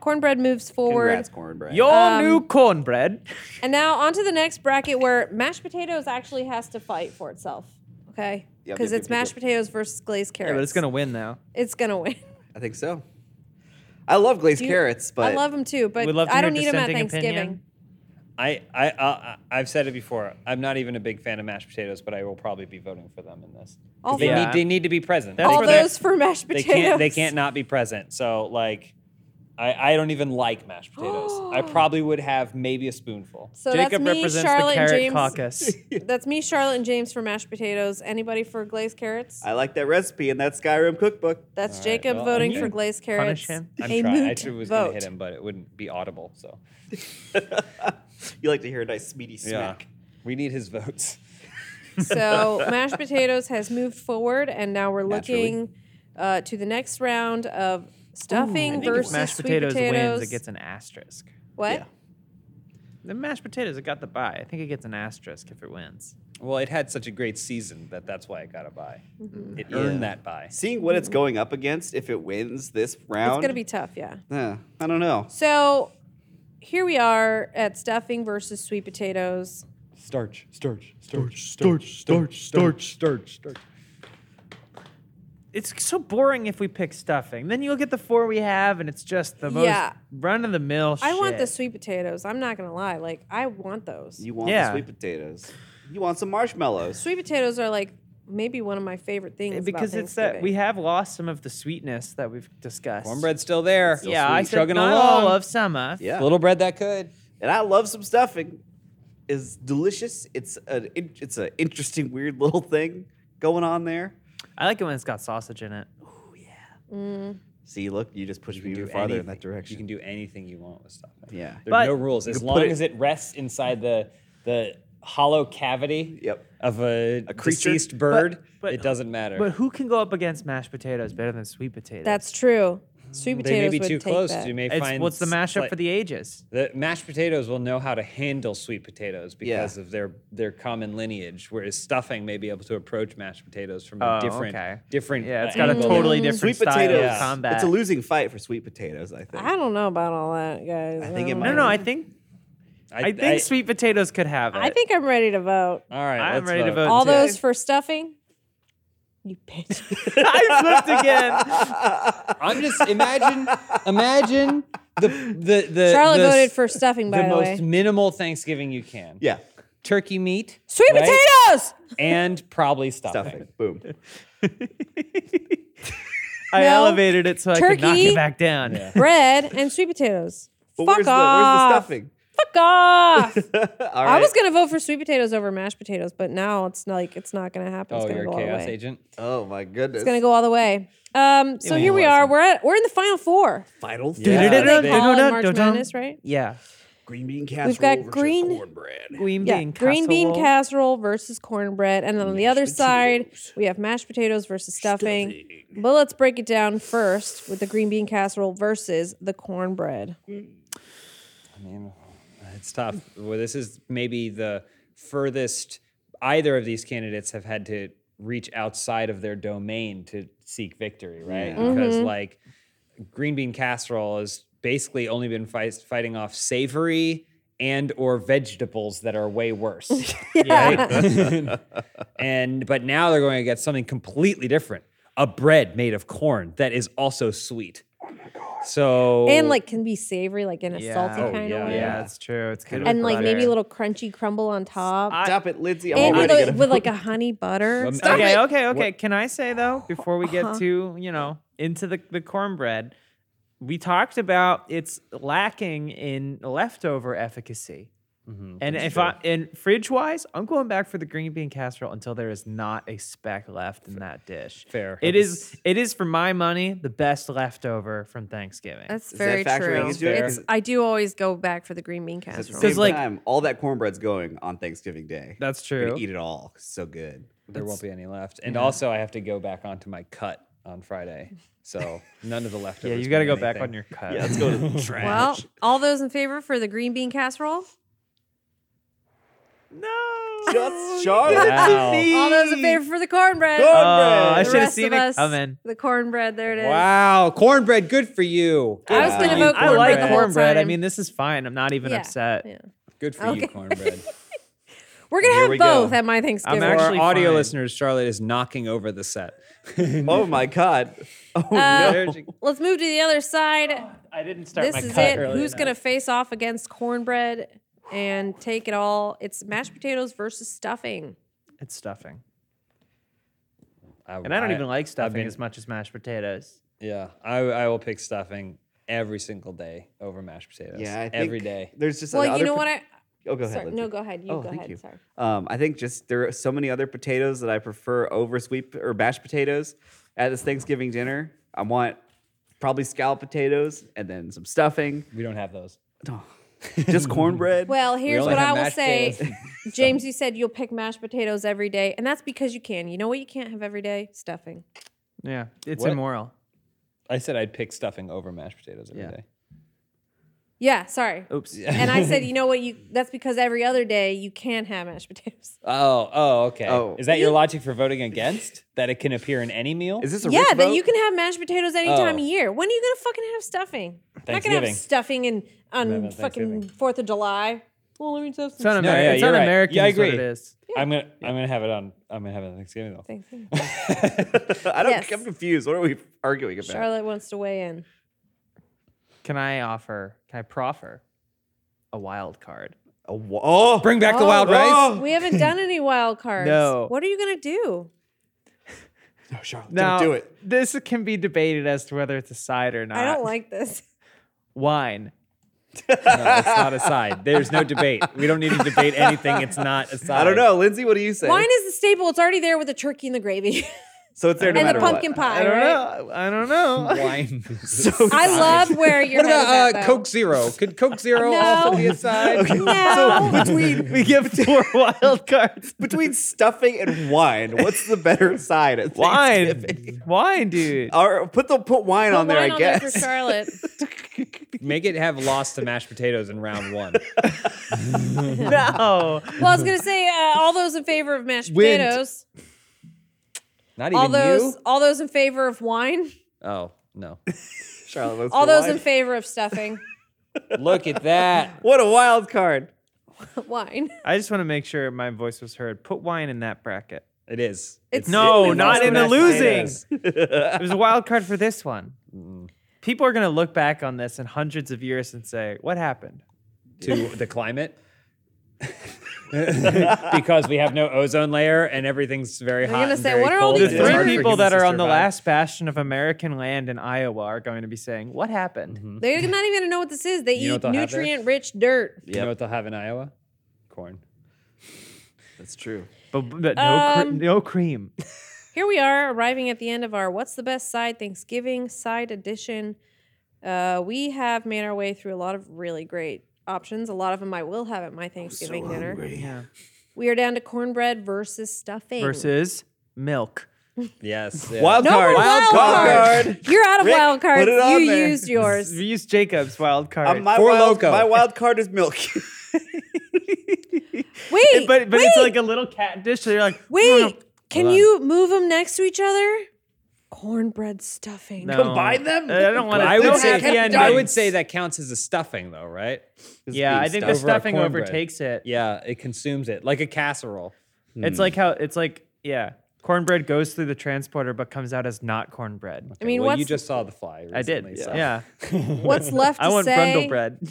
[SPEAKER 2] Cornbread moves forward.
[SPEAKER 4] Congrats, cornbread.
[SPEAKER 3] Your
[SPEAKER 2] Um,
[SPEAKER 3] new cornbread.
[SPEAKER 2] And now on to the next bracket where mashed potatoes actually has to fight for itself. Okay?
[SPEAKER 4] Yep,
[SPEAKER 2] Because
[SPEAKER 4] yep,
[SPEAKER 2] it's
[SPEAKER 4] yep, yep,
[SPEAKER 2] mashed
[SPEAKER 4] yep.
[SPEAKER 2] potatoes versus glazed carrots.
[SPEAKER 3] Yeah, but it's gonna win though.
[SPEAKER 2] It's gonna win.
[SPEAKER 4] I think so. I love glazed
[SPEAKER 2] Do you-
[SPEAKER 4] carrots, but
[SPEAKER 2] I love them too, but
[SPEAKER 3] We'd love to
[SPEAKER 2] I
[SPEAKER 3] hear
[SPEAKER 2] don't need them at
[SPEAKER 3] dissenting
[SPEAKER 2] Thanksgiving.
[SPEAKER 3] opinion.
[SPEAKER 1] I I I- I've said it before. I'm not even a big fan of mashed potatoes, but I will probably be voting for them in this. 'Cause
[SPEAKER 2] All
[SPEAKER 1] They
[SPEAKER 2] for-
[SPEAKER 1] need they need to be present.
[SPEAKER 3] That's
[SPEAKER 1] They-
[SPEAKER 2] All
[SPEAKER 3] for their-
[SPEAKER 2] those for mashed
[SPEAKER 1] they
[SPEAKER 2] potatoes.
[SPEAKER 1] can't they can't not be present. So like I, I don't even like mashed potatoes. I probably would have maybe a spoonful.
[SPEAKER 2] So
[SPEAKER 3] Jacob
[SPEAKER 2] that's me,
[SPEAKER 3] represents
[SPEAKER 2] Charlotte,
[SPEAKER 3] the
[SPEAKER 2] and
[SPEAKER 3] carrot
[SPEAKER 2] James.
[SPEAKER 3] caucus.
[SPEAKER 2] That's me, Charlotte, and James for mashed potatoes. Anybody for glazed carrots?
[SPEAKER 4] I like that recipe in that Skyrim cookbook.
[SPEAKER 2] That's
[SPEAKER 1] right,
[SPEAKER 2] Jacob
[SPEAKER 1] well,
[SPEAKER 2] voting
[SPEAKER 1] I'm
[SPEAKER 2] for
[SPEAKER 1] gonna
[SPEAKER 2] glazed carrots.
[SPEAKER 3] punish him.
[SPEAKER 1] I'm
[SPEAKER 2] A
[SPEAKER 1] trying. I
[SPEAKER 2] moot
[SPEAKER 1] too was
[SPEAKER 2] vote.
[SPEAKER 1] gonna hit him, but it wouldn't be audible. So
[SPEAKER 4] You like to hear a nice meaty smack.
[SPEAKER 1] we need his votes.
[SPEAKER 2] So mashed potatoes has moved forward, and now we're
[SPEAKER 4] Naturally.
[SPEAKER 2] looking uh, to the next round of stuffing
[SPEAKER 4] if
[SPEAKER 2] versus
[SPEAKER 3] mashed
[SPEAKER 2] sweet
[SPEAKER 3] potatoes,
[SPEAKER 2] potatoes.
[SPEAKER 3] wins. It gets an asterisk.
[SPEAKER 2] what?
[SPEAKER 4] Yeah.
[SPEAKER 3] The mashed potatoes, it got the buy. I think it gets an asterisk if it wins.
[SPEAKER 1] Well, it had such a great season that that's why I got a buy.
[SPEAKER 2] Mm-hmm.
[SPEAKER 1] It earned
[SPEAKER 4] Yeah.
[SPEAKER 1] that buy.
[SPEAKER 4] Seeing what it's going up against, if it wins this round,
[SPEAKER 2] It's gonna be tough, yeah.
[SPEAKER 4] Yeah, I don't know.
[SPEAKER 2] So here we are at stuffing versus sweet potatoes.
[SPEAKER 1] Starch, starch,
[SPEAKER 5] Starch, starch, starch, starch, starch, starch.
[SPEAKER 3] It's so boring if we pick stuffing. Then you look at the four we have, and it's just the
[SPEAKER 2] Yeah.
[SPEAKER 3] most run of the mill.
[SPEAKER 2] I want the sweet potatoes. I'm not gonna lie, like I want those.
[SPEAKER 4] You want
[SPEAKER 3] Yeah.
[SPEAKER 4] the sweet potatoes. You want some marshmallows.
[SPEAKER 2] sweet potatoes are like maybe one of my favorite things about
[SPEAKER 3] because it's that
[SPEAKER 2] Thanksgiving.
[SPEAKER 3] we have lost some of the sweetness that we've discussed.
[SPEAKER 1] Cornbread's still there.
[SPEAKER 4] Still
[SPEAKER 3] Yeah, I
[SPEAKER 4] sweet.
[SPEAKER 3] said
[SPEAKER 1] Chugging
[SPEAKER 3] not
[SPEAKER 1] along.
[SPEAKER 3] all of some of.
[SPEAKER 4] Yeah,
[SPEAKER 1] Little bread that could.
[SPEAKER 4] and I love some stuffing. It's delicious. It's an in- it's an interesting, weird little thing going on there.
[SPEAKER 3] I like it when it's got sausage in it.
[SPEAKER 4] See, look, you just pushed me
[SPEAKER 1] You
[SPEAKER 4] even
[SPEAKER 1] do
[SPEAKER 4] farther in
[SPEAKER 1] anything-
[SPEAKER 4] that direction.
[SPEAKER 1] You can do anything you want with stuffing.
[SPEAKER 4] Yeah.
[SPEAKER 1] There's
[SPEAKER 3] But-
[SPEAKER 1] no rules. As
[SPEAKER 4] can
[SPEAKER 1] long
[SPEAKER 4] put it-
[SPEAKER 1] as it rests inside the the hollow cavity
[SPEAKER 4] Yep.
[SPEAKER 1] of a,
[SPEAKER 4] creature.
[SPEAKER 1] deceased bird,
[SPEAKER 3] but-
[SPEAKER 1] it doesn't matter.
[SPEAKER 3] But who can go up against mashed potatoes better than sweet potatoes?
[SPEAKER 2] That's true. Sweet potatoes
[SPEAKER 1] they may be
[SPEAKER 2] would
[SPEAKER 1] too
[SPEAKER 2] take
[SPEAKER 1] close.
[SPEAKER 2] that.
[SPEAKER 1] You may
[SPEAKER 3] It's-
[SPEAKER 1] find
[SPEAKER 3] what's the mashup
[SPEAKER 1] slight-
[SPEAKER 3] for the ages?
[SPEAKER 1] The mashed potatoes will know how to handle sweet potatoes because
[SPEAKER 4] Yeah.
[SPEAKER 1] of their their common lineage, whereas stuffing may be able to approach mashed potatoes from a
[SPEAKER 3] Oh,
[SPEAKER 1] different
[SPEAKER 3] okay.
[SPEAKER 1] different.
[SPEAKER 3] Yeah, it's
[SPEAKER 1] uh,
[SPEAKER 3] got a
[SPEAKER 1] angle.
[SPEAKER 3] totally
[SPEAKER 2] Mm.
[SPEAKER 3] different
[SPEAKER 4] Sweet
[SPEAKER 3] style
[SPEAKER 4] potatoes.
[SPEAKER 3] of combat.
[SPEAKER 4] It's a losing fight for sweet potatoes. I think.
[SPEAKER 2] I don't know about all that, guys.
[SPEAKER 4] I think it
[SPEAKER 2] don't
[SPEAKER 4] might
[SPEAKER 3] no,
[SPEAKER 2] know.
[SPEAKER 3] no, I think I, think
[SPEAKER 1] I-
[SPEAKER 3] sweet potatoes could have it.
[SPEAKER 2] I think I'm ready to vote.
[SPEAKER 1] All right,
[SPEAKER 3] I'm
[SPEAKER 1] let's
[SPEAKER 3] ready to vote.
[SPEAKER 2] All
[SPEAKER 3] Okay.
[SPEAKER 2] those for stuffing? You bitch.
[SPEAKER 3] I flipped again.
[SPEAKER 1] I'm just imagine imagine the the the
[SPEAKER 2] Charlotte
[SPEAKER 1] the,
[SPEAKER 2] voted for stuffing, by
[SPEAKER 1] the
[SPEAKER 2] the,
[SPEAKER 1] most
[SPEAKER 2] way.
[SPEAKER 1] minimal Thanksgiving you can.
[SPEAKER 4] Yeah.
[SPEAKER 1] turkey meat,
[SPEAKER 2] Sweet
[SPEAKER 1] right?
[SPEAKER 2] potatoes!
[SPEAKER 1] and probably stuffing.
[SPEAKER 4] Stuffing. Boom.
[SPEAKER 3] I
[SPEAKER 2] No.
[SPEAKER 3] elevated it so I could knock
[SPEAKER 2] Turkey.
[SPEAKER 3] it back down.
[SPEAKER 2] Bread and sweet potatoes.
[SPEAKER 4] But
[SPEAKER 2] Fuck
[SPEAKER 4] where's
[SPEAKER 2] off.
[SPEAKER 4] the where's
[SPEAKER 2] Fuck off.
[SPEAKER 4] the stuffing? All
[SPEAKER 2] I
[SPEAKER 4] right.
[SPEAKER 2] was going to vote for sweet potatoes over mashed potatoes, but now it's not, like it's not going to happen. It's
[SPEAKER 1] Oh,
[SPEAKER 2] going to
[SPEAKER 1] you're
[SPEAKER 2] go
[SPEAKER 1] a
[SPEAKER 2] all the
[SPEAKER 1] chaos
[SPEAKER 2] way.
[SPEAKER 1] agent.
[SPEAKER 4] oh my goodness.
[SPEAKER 2] It's going to go all the way. Um, so here we are. We're at we're in the final four.
[SPEAKER 4] Final
[SPEAKER 1] Yeah.
[SPEAKER 2] That's what
[SPEAKER 3] Dun,
[SPEAKER 2] they
[SPEAKER 3] dun,
[SPEAKER 2] call it in
[SPEAKER 3] dun,
[SPEAKER 2] March
[SPEAKER 3] dun, dun.
[SPEAKER 2] Madness, right?
[SPEAKER 3] Yeah.
[SPEAKER 4] Green bean casserole.
[SPEAKER 2] got
[SPEAKER 4] versus
[SPEAKER 2] green-
[SPEAKER 4] cornbread.
[SPEAKER 3] Green
[SPEAKER 2] Yeah,
[SPEAKER 3] bean
[SPEAKER 2] green bean
[SPEAKER 3] casserole.
[SPEAKER 2] casserole versus cornbread, and then on the other side we have mashed potatoes versus stuffing. But let's break it down first with the green bean casserole versus the cornbread.
[SPEAKER 1] I mean, Uh, it's tough. Well, this is maybe the furthest either of these candidates have had to reach outside of their domain to seek victory, right? Because like green bean casserole has basically only been fight, fighting off savory and or vegetables that are way worse. right? and but now they're going to get something completely different. A bread made of corn that is also sweet. So
[SPEAKER 2] And like can be savory, like in a
[SPEAKER 3] Yeah.
[SPEAKER 2] salty
[SPEAKER 3] Oh,
[SPEAKER 2] kind
[SPEAKER 1] yeah,
[SPEAKER 2] of way,
[SPEAKER 1] yeah.
[SPEAKER 3] Yeah, that's true. It's good.
[SPEAKER 2] and
[SPEAKER 3] with
[SPEAKER 2] like maybe
[SPEAKER 3] butter.
[SPEAKER 2] a little crunchy crumble on top,
[SPEAKER 4] Stop it, Lindsay. I'm
[SPEAKER 2] and with,
[SPEAKER 4] already
[SPEAKER 2] a,
[SPEAKER 4] gonna
[SPEAKER 2] with like a honey butter.
[SPEAKER 1] Um,
[SPEAKER 2] Stop
[SPEAKER 3] okay,
[SPEAKER 2] it.
[SPEAKER 3] okay, okay. Can I say though, before we get to you know into the the cornbread, we talked about it's lacking in leftover efficacy. and if I and fridge wise, I'm going back for the green bean casserole until there is not a speck left in that dish.
[SPEAKER 1] Fair.
[SPEAKER 3] It is it is for my money the best leftover from Thanksgiving.
[SPEAKER 2] That's
[SPEAKER 4] that
[SPEAKER 2] very
[SPEAKER 4] factoring
[SPEAKER 2] true.
[SPEAKER 4] into it?
[SPEAKER 2] It's, I do always go back for the green bean
[SPEAKER 4] At the
[SPEAKER 2] casserole.
[SPEAKER 4] same
[SPEAKER 3] like-
[SPEAKER 4] time, all that cornbread's going on Thanksgiving Day.
[SPEAKER 3] That's
[SPEAKER 4] You're
[SPEAKER 3] true.
[SPEAKER 4] gonna eat it all. 'cause It's so good.
[SPEAKER 1] There won't be any left. And also, I have to go back onto my cut on Friday. So none of the
[SPEAKER 3] yeah,
[SPEAKER 1] leftovers.
[SPEAKER 3] you got to
[SPEAKER 1] mean
[SPEAKER 3] go back
[SPEAKER 1] anything.
[SPEAKER 3] on your cut.
[SPEAKER 4] Yeah, let's go to the trash.
[SPEAKER 2] Well, all those in favor for the green bean casserole?
[SPEAKER 3] no.
[SPEAKER 4] Just Charlotte
[SPEAKER 1] Wow.
[SPEAKER 4] Denise.
[SPEAKER 2] All those in favor for the cornbread?
[SPEAKER 4] Cornbread.
[SPEAKER 3] Oh, I
[SPEAKER 2] The
[SPEAKER 3] should have
[SPEAKER 2] rest
[SPEAKER 3] seen
[SPEAKER 2] of
[SPEAKER 3] it
[SPEAKER 2] us,
[SPEAKER 3] coming.
[SPEAKER 2] The cornbread, there it is.
[SPEAKER 1] Wow, cornbread, good for you.
[SPEAKER 2] I was
[SPEAKER 4] Wow.
[SPEAKER 2] going to vote cornbread
[SPEAKER 3] I
[SPEAKER 2] the
[SPEAKER 3] like
[SPEAKER 2] whole
[SPEAKER 3] cornbread. I
[SPEAKER 2] time.
[SPEAKER 3] mean, this is fine. I'm not even
[SPEAKER 2] Yeah,
[SPEAKER 3] upset.
[SPEAKER 2] yeah.
[SPEAKER 1] Good for
[SPEAKER 2] Okay.
[SPEAKER 1] you, cornbread.
[SPEAKER 2] We're going to
[SPEAKER 4] Here
[SPEAKER 2] have
[SPEAKER 4] we
[SPEAKER 2] both
[SPEAKER 4] go.
[SPEAKER 2] at my Thanksgiving.
[SPEAKER 1] For our
[SPEAKER 3] actually
[SPEAKER 1] audio
[SPEAKER 3] fine.
[SPEAKER 1] listeners, Charlotte is knocking over the set.
[SPEAKER 4] Oh my god. Oh no.
[SPEAKER 2] Uh, Let's move to the other side.
[SPEAKER 3] I didn't start
[SPEAKER 2] This is it. Who's going to face off against cornbread and take it all? It's mashed potatoes versus stuffing.
[SPEAKER 3] It's stuffing. And I don't even like stuffing as much as mashed potatoes.
[SPEAKER 1] Yeah, I, I will pick stuffing every single day over mashed potatoes.
[SPEAKER 4] Yeah, I think
[SPEAKER 1] every day.
[SPEAKER 4] There's just
[SPEAKER 2] Well, you
[SPEAKER 4] another
[SPEAKER 2] know
[SPEAKER 4] pot-
[SPEAKER 2] what? I
[SPEAKER 4] Oh, go ahead.
[SPEAKER 2] sorry,
[SPEAKER 4] Lindsay.
[SPEAKER 2] no, go ahead. You
[SPEAKER 4] oh,
[SPEAKER 2] go
[SPEAKER 4] thank
[SPEAKER 2] ahead.
[SPEAKER 4] you.
[SPEAKER 2] Sorry.
[SPEAKER 4] Um, I think just there are so many other potatoes that I prefer over sweet or mashed potatoes at this Thanksgiving dinner. I want probably scalloped potatoes and then some stuffing.
[SPEAKER 1] We don't have those.
[SPEAKER 4] Oh, just cornbread.
[SPEAKER 2] Well, here's
[SPEAKER 1] only
[SPEAKER 2] what
[SPEAKER 1] have
[SPEAKER 2] I will
[SPEAKER 1] mashed
[SPEAKER 2] say.
[SPEAKER 1] potatoes.
[SPEAKER 2] James, you said you'll pick mashed potatoes every day, and that's because you can. You know what you can't have every day? Stuffing.
[SPEAKER 3] Yeah, it's
[SPEAKER 1] What?
[SPEAKER 3] immoral.
[SPEAKER 1] I said I'd pick stuffing over mashed potatoes every day.
[SPEAKER 4] Yeah.
[SPEAKER 2] Yeah, sorry.
[SPEAKER 3] Oops.
[SPEAKER 2] And I said, you know what? You that's because every other day you can have mashed potatoes.
[SPEAKER 1] Oh, oh, okay.
[SPEAKER 4] Oh.
[SPEAKER 1] Is that your logic for voting against that it can appear in any meal?
[SPEAKER 4] Is this a
[SPEAKER 2] Yeah,
[SPEAKER 4] Rick
[SPEAKER 2] that
[SPEAKER 4] vote?
[SPEAKER 2] you can have mashed potatoes any time
[SPEAKER 1] Oh.
[SPEAKER 2] of year. When are you gonna fucking have stuffing? I'm not gonna
[SPEAKER 1] Thanksgiving.
[SPEAKER 2] have stuffing in on
[SPEAKER 1] about
[SPEAKER 2] fucking
[SPEAKER 1] Thanksgiving.
[SPEAKER 2] Fourth of July. Well, let me just have
[SPEAKER 3] It's not
[SPEAKER 2] some
[SPEAKER 1] No,
[SPEAKER 3] American.
[SPEAKER 1] yeah,
[SPEAKER 3] it's
[SPEAKER 1] you're
[SPEAKER 3] not
[SPEAKER 1] right.
[SPEAKER 3] American.
[SPEAKER 1] Yeah, I
[SPEAKER 3] is what
[SPEAKER 1] agree.
[SPEAKER 3] it is.
[SPEAKER 1] I'm gonna I'm gonna have it on I'm gonna have it on Thanksgiving though.
[SPEAKER 2] Thanksgiving.
[SPEAKER 4] I don't.
[SPEAKER 2] Yes.
[SPEAKER 4] I'm confused. What are we arguing about?
[SPEAKER 2] Charlotte wants to weigh in.
[SPEAKER 3] Can I offer? Can I proffer a wild card?
[SPEAKER 4] A wa- oh,
[SPEAKER 1] Bring back the
[SPEAKER 2] Oh.
[SPEAKER 1] wild rice.
[SPEAKER 4] Oh.
[SPEAKER 2] We haven't done any wild cards.
[SPEAKER 3] No.
[SPEAKER 2] What are you gonna do?
[SPEAKER 4] no, Charlotte,
[SPEAKER 3] Now,
[SPEAKER 4] don't do it.
[SPEAKER 3] This can be debated as to whether it's a side or not.
[SPEAKER 2] I don't like this.
[SPEAKER 3] wine.
[SPEAKER 1] No, it's not a side. There's no debate. We don't need to debate anything. It's not a side.
[SPEAKER 4] I don't know, Lindsay. What do you say?
[SPEAKER 2] Wine is the staple. It's already there with the turkey and the gravy
[SPEAKER 4] so it's there no
[SPEAKER 2] and the
[SPEAKER 4] matter what.
[SPEAKER 2] pumpkin pie.
[SPEAKER 3] I don't
[SPEAKER 2] right?
[SPEAKER 3] know. I don't know.
[SPEAKER 1] Wine.
[SPEAKER 4] So
[SPEAKER 2] I love where you're
[SPEAKER 1] what about
[SPEAKER 2] headed
[SPEAKER 1] uh,
[SPEAKER 2] that,
[SPEAKER 1] Coke Zero? Could Coke Zero
[SPEAKER 2] No.
[SPEAKER 1] also be a side?
[SPEAKER 2] No.
[SPEAKER 4] So between
[SPEAKER 3] we give four wild cards.
[SPEAKER 4] between stuffing and wine, what's the better side? At Thanksgiving?
[SPEAKER 3] Wine, wine, dude.
[SPEAKER 4] Or put the put wine
[SPEAKER 2] Put
[SPEAKER 4] on there.
[SPEAKER 2] wine
[SPEAKER 4] I
[SPEAKER 2] on
[SPEAKER 4] guess.
[SPEAKER 2] for Charlotte.
[SPEAKER 1] Make it have lost to mashed potatoes in round one.
[SPEAKER 3] No,
[SPEAKER 2] Well, I was gonna say uh, all those in favor of mashed
[SPEAKER 1] Wind.
[SPEAKER 2] potatoes.
[SPEAKER 1] Not even
[SPEAKER 2] All those,
[SPEAKER 1] you.
[SPEAKER 2] all those in favor of wine.
[SPEAKER 1] Oh no!
[SPEAKER 4] Charlotte, what's
[SPEAKER 2] All
[SPEAKER 4] the
[SPEAKER 2] those
[SPEAKER 4] wine?
[SPEAKER 2] in favor of stuffing.
[SPEAKER 1] Look at that.
[SPEAKER 4] What a wild card.
[SPEAKER 2] wine.
[SPEAKER 3] I just want to make sure my voice was heard. Put wine in that bracket.
[SPEAKER 1] It is.
[SPEAKER 2] It's
[SPEAKER 3] No,
[SPEAKER 2] really
[SPEAKER 3] not
[SPEAKER 2] lost
[SPEAKER 3] in the
[SPEAKER 2] to mashed
[SPEAKER 3] losing.
[SPEAKER 2] potatoes.
[SPEAKER 3] It was a wild card for this one. People are going to look back on this in hundreds of years and say, "What happened?"
[SPEAKER 1] to the climate because we have no ozone layer and everything's very
[SPEAKER 2] They're
[SPEAKER 1] hot.
[SPEAKER 2] gonna
[SPEAKER 1] and
[SPEAKER 2] say,
[SPEAKER 1] very
[SPEAKER 2] "What are all
[SPEAKER 1] cold
[SPEAKER 2] these
[SPEAKER 3] The
[SPEAKER 1] and it's hard for
[SPEAKER 3] three people
[SPEAKER 1] humans
[SPEAKER 3] that
[SPEAKER 1] to
[SPEAKER 3] are on the
[SPEAKER 1] survive."
[SPEAKER 3] last bastion of American land in Iowa are going to be saying, "What happened?"
[SPEAKER 2] They're not even gonna know what this is. They
[SPEAKER 1] You know what
[SPEAKER 2] eat
[SPEAKER 1] they'll have there?
[SPEAKER 2] nutrient-rich dirt.
[SPEAKER 1] You know what they'll have in Iowa? Corn.
[SPEAKER 4] That's true.
[SPEAKER 3] But, but no, cre-
[SPEAKER 2] Um,
[SPEAKER 3] no cream.
[SPEAKER 2] Here we are, arriving at the end of our "What's the Best Side Thanksgiving Side Edition." Uh, we have made our way through a lot of really great options. A lot of them I will have at my Thanksgiving dinner.
[SPEAKER 3] Yeah.
[SPEAKER 2] We are down to cornbread versus stuffing.
[SPEAKER 3] Versus milk.
[SPEAKER 1] Yes. yeah.
[SPEAKER 4] Wild
[SPEAKER 2] No
[SPEAKER 4] card.
[SPEAKER 2] more wild
[SPEAKER 4] card.
[SPEAKER 2] card. You're out of
[SPEAKER 4] Rick,
[SPEAKER 2] wild cards.
[SPEAKER 4] put it
[SPEAKER 2] You
[SPEAKER 4] on there.
[SPEAKER 2] used yours.
[SPEAKER 3] We use Jacob's wild card.
[SPEAKER 4] Uh, my,
[SPEAKER 1] Four
[SPEAKER 4] wild,
[SPEAKER 1] Loko.
[SPEAKER 4] my wild card is milk.
[SPEAKER 2] Wait,
[SPEAKER 3] but but
[SPEAKER 2] wait,
[SPEAKER 3] it's like a little cat dish. So you're like, "Hmm,
[SPEAKER 2] wait. Can
[SPEAKER 1] Hold on.
[SPEAKER 2] you move them next to each other? Cornbread stuffing.
[SPEAKER 3] No.
[SPEAKER 4] Combine them?
[SPEAKER 3] I don't want to.
[SPEAKER 1] I would, say,
[SPEAKER 4] happy endings.
[SPEAKER 1] I would say that counts as a stuffing, though, right?
[SPEAKER 3] Yeah, I think
[SPEAKER 1] stuffed.
[SPEAKER 3] the
[SPEAKER 1] Over a
[SPEAKER 3] stuffing
[SPEAKER 1] cornbread.
[SPEAKER 3] overtakes it.
[SPEAKER 1] Yeah, it consumes it like a casserole.
[SPEAKER 3] It's like how it's like yeah, cornbread goes through the transporter but comes out as not cornbread.
[SPEAKER 2] I mean,
[SPEAKER 1] well,
[SPEAKER 2] what's
[SPEAKER 1] you just saw the fly. Recently,
[SPEAKER 3] I did.
[SPEAKER 1] so-
[SPEAKER 3] Yeah.
[SPEAKER 2] what's left to
[SPEAKER 3] I want
[SPEAKER 2] say?
[SPEAKER 3] brundle bread.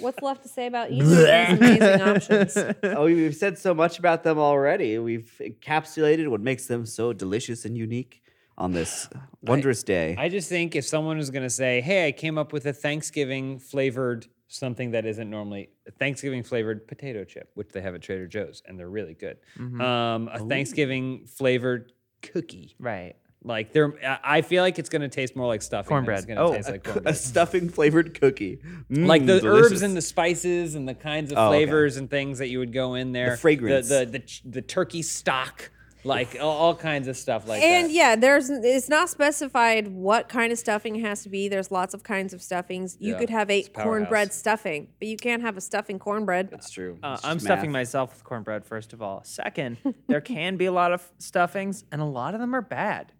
[SPEAKER 2] What's left to say about either of these amazing options?
[SPEAKER 4] Oh, we- we've said so much about them already. We've encapsulated what makes them so delicious and unique. on this wondrous day.
[SPEAKER 1] I just think if someone was going to say, "Hey, I came up with a Thanksgiving flavored something that isn't normally a Thanksgiving flavored potato chip, which they have at Trader Joe's, and they're really good.
[SPEAKER 3] Mm-hmm.
[SPEAKER 1] Um, a Thanksgiving flavored cookie,
[SPEAKER 3] Right.
[SPEAKER 1] like they're. I I feel like it's going to taste more like stuffing. than
[SPEAKER 3] Cornbread.
[SPEAKER 1] It's gonna
[SPEAKER 3] Oh,
[SPEAKER 1] taste like
[SPEAKER 4] a
[SPEAKER 1] cornbread.
[SPEAKER 4] stuffing flavored cookie, Mm,
[SPEAKER 1] like the herbs
[SPEAKER 4] delicious.
[SPEAKER 1] and the spices and the kinds of
[SPEAKER 4] Oh, okay.
[SPEAKER 1] flavors and things that you would go in there.
[SPEAKER 4] fragrance.
[SPEAKER 1] the the the, ch- the turkey stock, like all, all kinds of stuff like
[SPEAKER 2] and
[SPEAKER 1] that.
[SPEAKER 2] yeah, there's it's not specified what kind of stuffing it has to be. There's lots of kinds of stuffings. You
[SPEAKER 1] Yeah,
[SPEAKER 2] could have a
[SPEAKER 1] it's a powerhouse.
[SPEAKER 2] cornbread stuffing, but you can't have a stuffing cornbread.
[SPEAKER 4] That's true.
[SPEAKER 3] Uh,
[SPEAKER 4] It's
[SPEAKER 3] I'm
[SPEAKER 4] just
[SPEAKER 3] stuffing
[SPEAKER 4] math.
[SPEAKER 3] myself with cornbread, first of all. Second, there can be a lot of stuffings, and a lot of them are bad.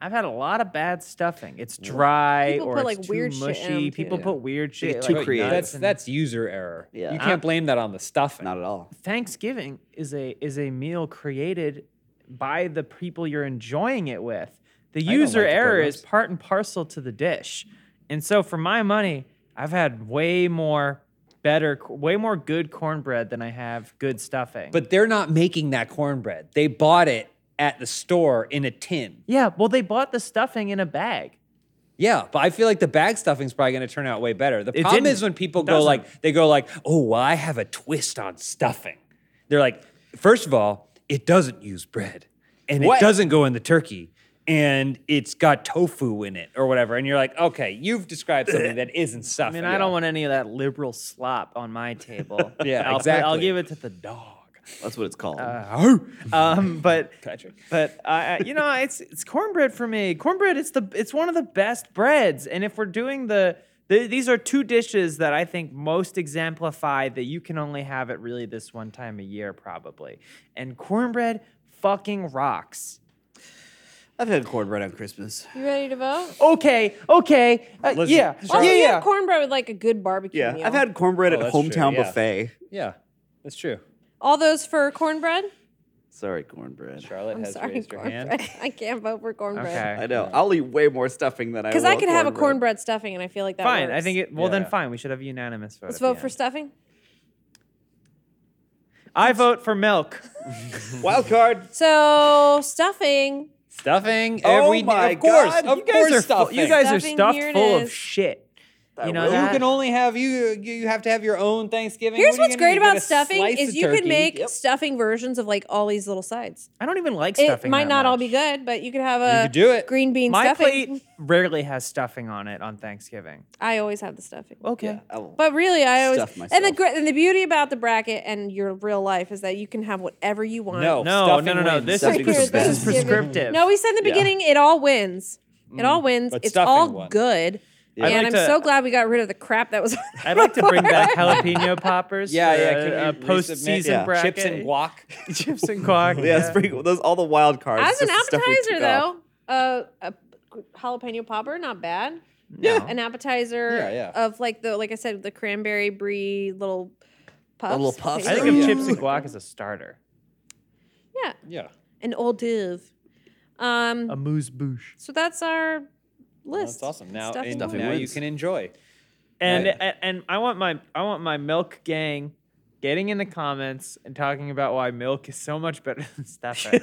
[SPEAKER 3] I've had a lot of bad stuffing. It's dry
[SPEAKER 2] People
[SPEAKER 3] or
[SPEAKER 2] put,
[SPEAKER 3] it's
[SPEAKER 2] like,
[SPEAKER 3] too
[SPEAKER 2] weird shit in
[SPEAKER 3] mushy.
[SPEAKER 2] them, too.
[SPEAKER 3] People
[SPEAKER 2] Yeah.
[SPEAKER 3] put weird shit.
[SPEAKER 4] get
[SPEAKER 3] like
[SPEAKER 4] too
[SPEAKER 3] nuts
[SPEAKER 4] creative.
[SPEAKER 1] That's
[SPEAKER 3] and-
[SPEAKER 1] that's user error.
[SPEAKER 4] Yeah.
[SPEAKER 1] You can't blame that on the stuffing.
[SPEAKER 4] Not at all.
[SPEAKER 3] Thanksgiving is a is a meal created by the people you're enjoying it with. The
[SPEAKER 1] don't
[SPEAKER 3] user
[SPEAKER 1] like the
[SPEAKER 3] error is
[SPEAKER 1] grown-ups.
[SPEAKER 3] part and parcel to the dish. And so for my money, I've had way more better way more good cornbread than I have good stuffing.
[SPEAKER 1] But they're not making that cornbread. They bought it at the store in a tin.
[SPEAKER 3] yeah, well they bought the stuffing in a bag.
[SPEAKER 1] Yeah, but I feel like the bag stuffing's probably going to turn out way better. The
[SPEAKER 3] It
[SPEAKER 1] problem
[SPEAKER 3] didn't.
[SPEAKER 1] is when people
[SPEAKER 3] It
[SPEAKER 1] go
[SPEAKER 3] doesn't.
[SPEAKER 1] like they go like, "Oh, well, I have a twist on stuffing." They're like, first of all, it doesn't use bread, and
[SPEAKER 4] What?
[SPEAKER 1] it doesn't go in the turkey." And it's got tofu in it or whatever. And you're like, okay, you've described something that isn't
[SPEAKER 3] I
[SPEAKER 1] stuffing.
[SPEAKER 3] mean, I don't want any of that liberal slop on my table.
[SPEAKER 1] Yeah,
[SPEAKER 3] I'll, I'll
[SPEAKER 1] exactly.
[SPEAKER 3] give it to the dog.
[SPEAKER 4] That's what it's called.
[SPEAKER 3] Uh, um, but
[SPEAKER 1] Patrick.
[SPEAKER 3] but I I- you know, it's it's cornbread for me. Cornbread, it's the it's one of the best breads. And if we're doing the, the these are two dishes that I think most exemplify that you can only have it really this one time a year, probably. And cornbread fucking rocks.
[SPEAKER 4] I've had cornbread on Christmas.
[SPEAKER 2] You ready to vote?
[SPEAKER 1] Oh,
[SPEAKER 3] Okay, okay, uh,
[SPEAKER 1] Listen,
[SPEAKER 3] yeah,
[SPEAKER 2] Also,
[SPEAKER 3] yeah,
[SPEAKER 2] you
[SPEAKER 3] yeah.
[SPEAKER 2] have cornbread with like a good barbecue
[SPEAKER 4] Yeah,
[SPEAKER 2] meal.
[SPEAKER 4] I've had cornbread
[SPEAKER 1] Oh,
[SPEAKER 4] at
[SPEAKER 1] that's
[SPEAKER 4] hometown
[SPEAKER 1] true, yeah.
[SPEAKER 4] buffet.
[SPEAKER 1] Yeah, that's true.
[SPEAKER 2] all those for cornbread.
[SPEAKER 4] Sorry, cornbread.
[SPEAKER 1] Charlotte
[SPEAKER 2] I'm
[SPEAKER 1] has
[SPEAKER 2] sorry,
[SPEAKER 1] raised her
[SPEAKER 2] cornbread.
[SPEAKER 1] hand.
[SPEAKER 2] I can't vote for cornbread.
[SPEAKER 3] okay.
[SPEAKER 4] I know. I'll eat way more stuffing than I.
[SPEAKER 2] Because I
[SPEAKER 4] will
[SPEAKER 2] could have a cornbread stuffing, and I feel like that.
[SPEAKER 3] Fine. I
[SPEAKER 2] works.
[SPEAKER 3] think it. Well, then
[SPEAKER 1] Yeah.
[SPEAKER 3] fine. We should have a unanimous vote.
[SPEAKER 2] Let's
[SPEAKER 3] at the
[SPEAKER 2] vote for
[SPEAKER 3] end.
[SPEAKER 2] stuffing.
[SPEAKER 3] I vote for milk.
[SPEAKER 4] Wild card.
[SPEAKER 2] So stuffing.
[SPEAKER 1] Stuffing
[SPEAKER 4] Oh
[SPEAKER 1] every
[SPEAKER 4] my
[SPEAKER 1] of course,
[SPEAKER 4] God,
[SPEAKER 1] of
[SPEAKER 4] you guys
[SPEAKER 1] course,
[SPEAKER 4] are full-
[SPEAKER 1] stuffing.
[SPEAKER 3] you guys are
[SPEAKER 2] Stuffing,
[SPEAKER 3] stuffed
[SPEAKER 2] here it
[SPEAKER 3] full of
[SPEAKER 2] is.
[SPEAKER 3] shit. You know
[SPEAKER 4] will.
[SPEAKER 1] You
[SPEAKER 3] that.
[SPEAKER 1] can only have you. You you have to have your own Thanksgiving.
[SPEAKER 2] Here's
[SPEAKER 1] What are
[SPEAKER 2] what's
[SPEAKER 1] you gonna
[SPEAKER 2] great
[SPEAKER 1] do? Get
[SPEAKER 2] about
[SPEAKER 1] a
[SPEAKER 2] stuffing
[SPEAKER 1] slice
[SPEAKER 2] is
[SPEAKER 1] of
[SPEAKER 2] you could
[SPEAKER 1] turkey?
[SPEAKER 2] make
[SPEAKER 1] Yep.
[SPEAKER 2] stuffing versions of like all these little sides.
[SPEAKER 3] I don't even like
[SPEAKER 2] It
[SPEAKER 3] stuffing.
[SPEAKER 2] might
[SPEAKER 3] that
[SPEAKER 2] not all
[SPEAKER 3] much.
[SPEAKER 2] be good, but you could have
[SPEAKER 1] You
[SPEAKER 2] a
[SPEAKER 1] could do it.
[SPEAKER 2] green bean
[SPEAKER 3] My
[SPEAKER 2] stuffing.
[SPEAKER 3] plate rarely has stuffing on it on Thanksgiving.
[SPEAKER 2] I always have the stuffing.
[SPEAKER 3] Okay.
[SPEAKER 4] Yeah, I will.
[SPEAKER 2] But really, I always
[SPEAKER 4] Stuff
[SPEAKER 2] and the
[SPEAKER 4] myself.
[SPEAKER 2] gre- and the beauty about the bracket and your real life is that you can have whatever you want.
[SPEAKER 1] No,
[SPEAKER 3] No,
[SPEAKER 1] stuffing
[SPEAKER 3] no, no, no.
[SPEAKER 1] wins.
[SPEAKER 3] This is,
[SPEAKER 4] Stuffing
[SPEAKER 3] pres-
[SPEAKER 4] is
[SPEAKER 3] this is
[SPEAKER 4] best.
[SPEAKER 3] prescriptive.
[SPEAKER 2] No, we said in the
[SPEAKER 4] Yeah.
[SPEAKER 2] beginning it all wins. It all wins.
[SPEAKER 1] but
[SPEAKER 2] It's
[SPEAKER 1] stuffing
[SPEAKER 2] all
[SPEAKER 1] won.
[SPEAKER 2] good.
[SPEAKER 3] I'd
[SPEAKER 2] And
[SPEAKER 3] like
[SPEAKER 2] I'm
[SPEAKER 3] to-
[SPEAKER 2] so glad we got rid of the crap that was.
[SPEAKER 3] I'd like to bring back jalapeno poppers.
[SPEAKER 1] Yeah,
[SPEAKER 3] for
[SPEAKER 1] yeah.
[SPEAKER 3] a-
[SPEAKER 1] Can
[SPEAKER 3] a
[SPEAKER 1] we resubmit?
[SPEAKER 3] post-season
[SPEAKER 4] Yeah.
[SPEAKER 3] bracket.
[SPEAKER 1] Chips and guac.
[SPEAKER 3] Chips and guac.
[SPEAKER 4] Yeah, it's pretty cool. Those all the wild cards.
[SPEAKER 2] As an
[SPEAKER 4] just the stuff we
[SPEAKER 2] appetizer,
[SPEAKER 4] took off.
[SPEAKER 2] though, uh, a jalapeno popper, not bad.
[SPEAKER 3] Yeah.
[SPEAKER 2] An appetizer
[SPEAKER 1] Yeah, yeah.
[SPEAKER 2] of like the like I said, the cranberry brie little puffs.
[SPEAKER 4] little puffs.
[SPEAKER 3] I think
[SPEAKER 1] Ooh.
[SPEAKER 3] of chips and guac as a starter.
[SPEAKER 2] yeah,
[SPEAKER 1] Yeah.
[SPEAKER 2] an hors d'oeuvre. Um,
[SPEAKER 3] A moose bouche.
[SPEAKER 2] so that's our list.
[SPEAKER 1] That's awesome. Now, and
[SPEAKER 2] Stuffing won.
[SPEAKER 1] now you
[SPEAKER 4] wins.
[SPEAKER 1] can enjoy.
[SPEAKER 3] And
[SPEAKER 1] Right.
[SPEAKER 3] a- and I want my I want my milk gang getting in the comments and talking about why milk is so much better than stuffing.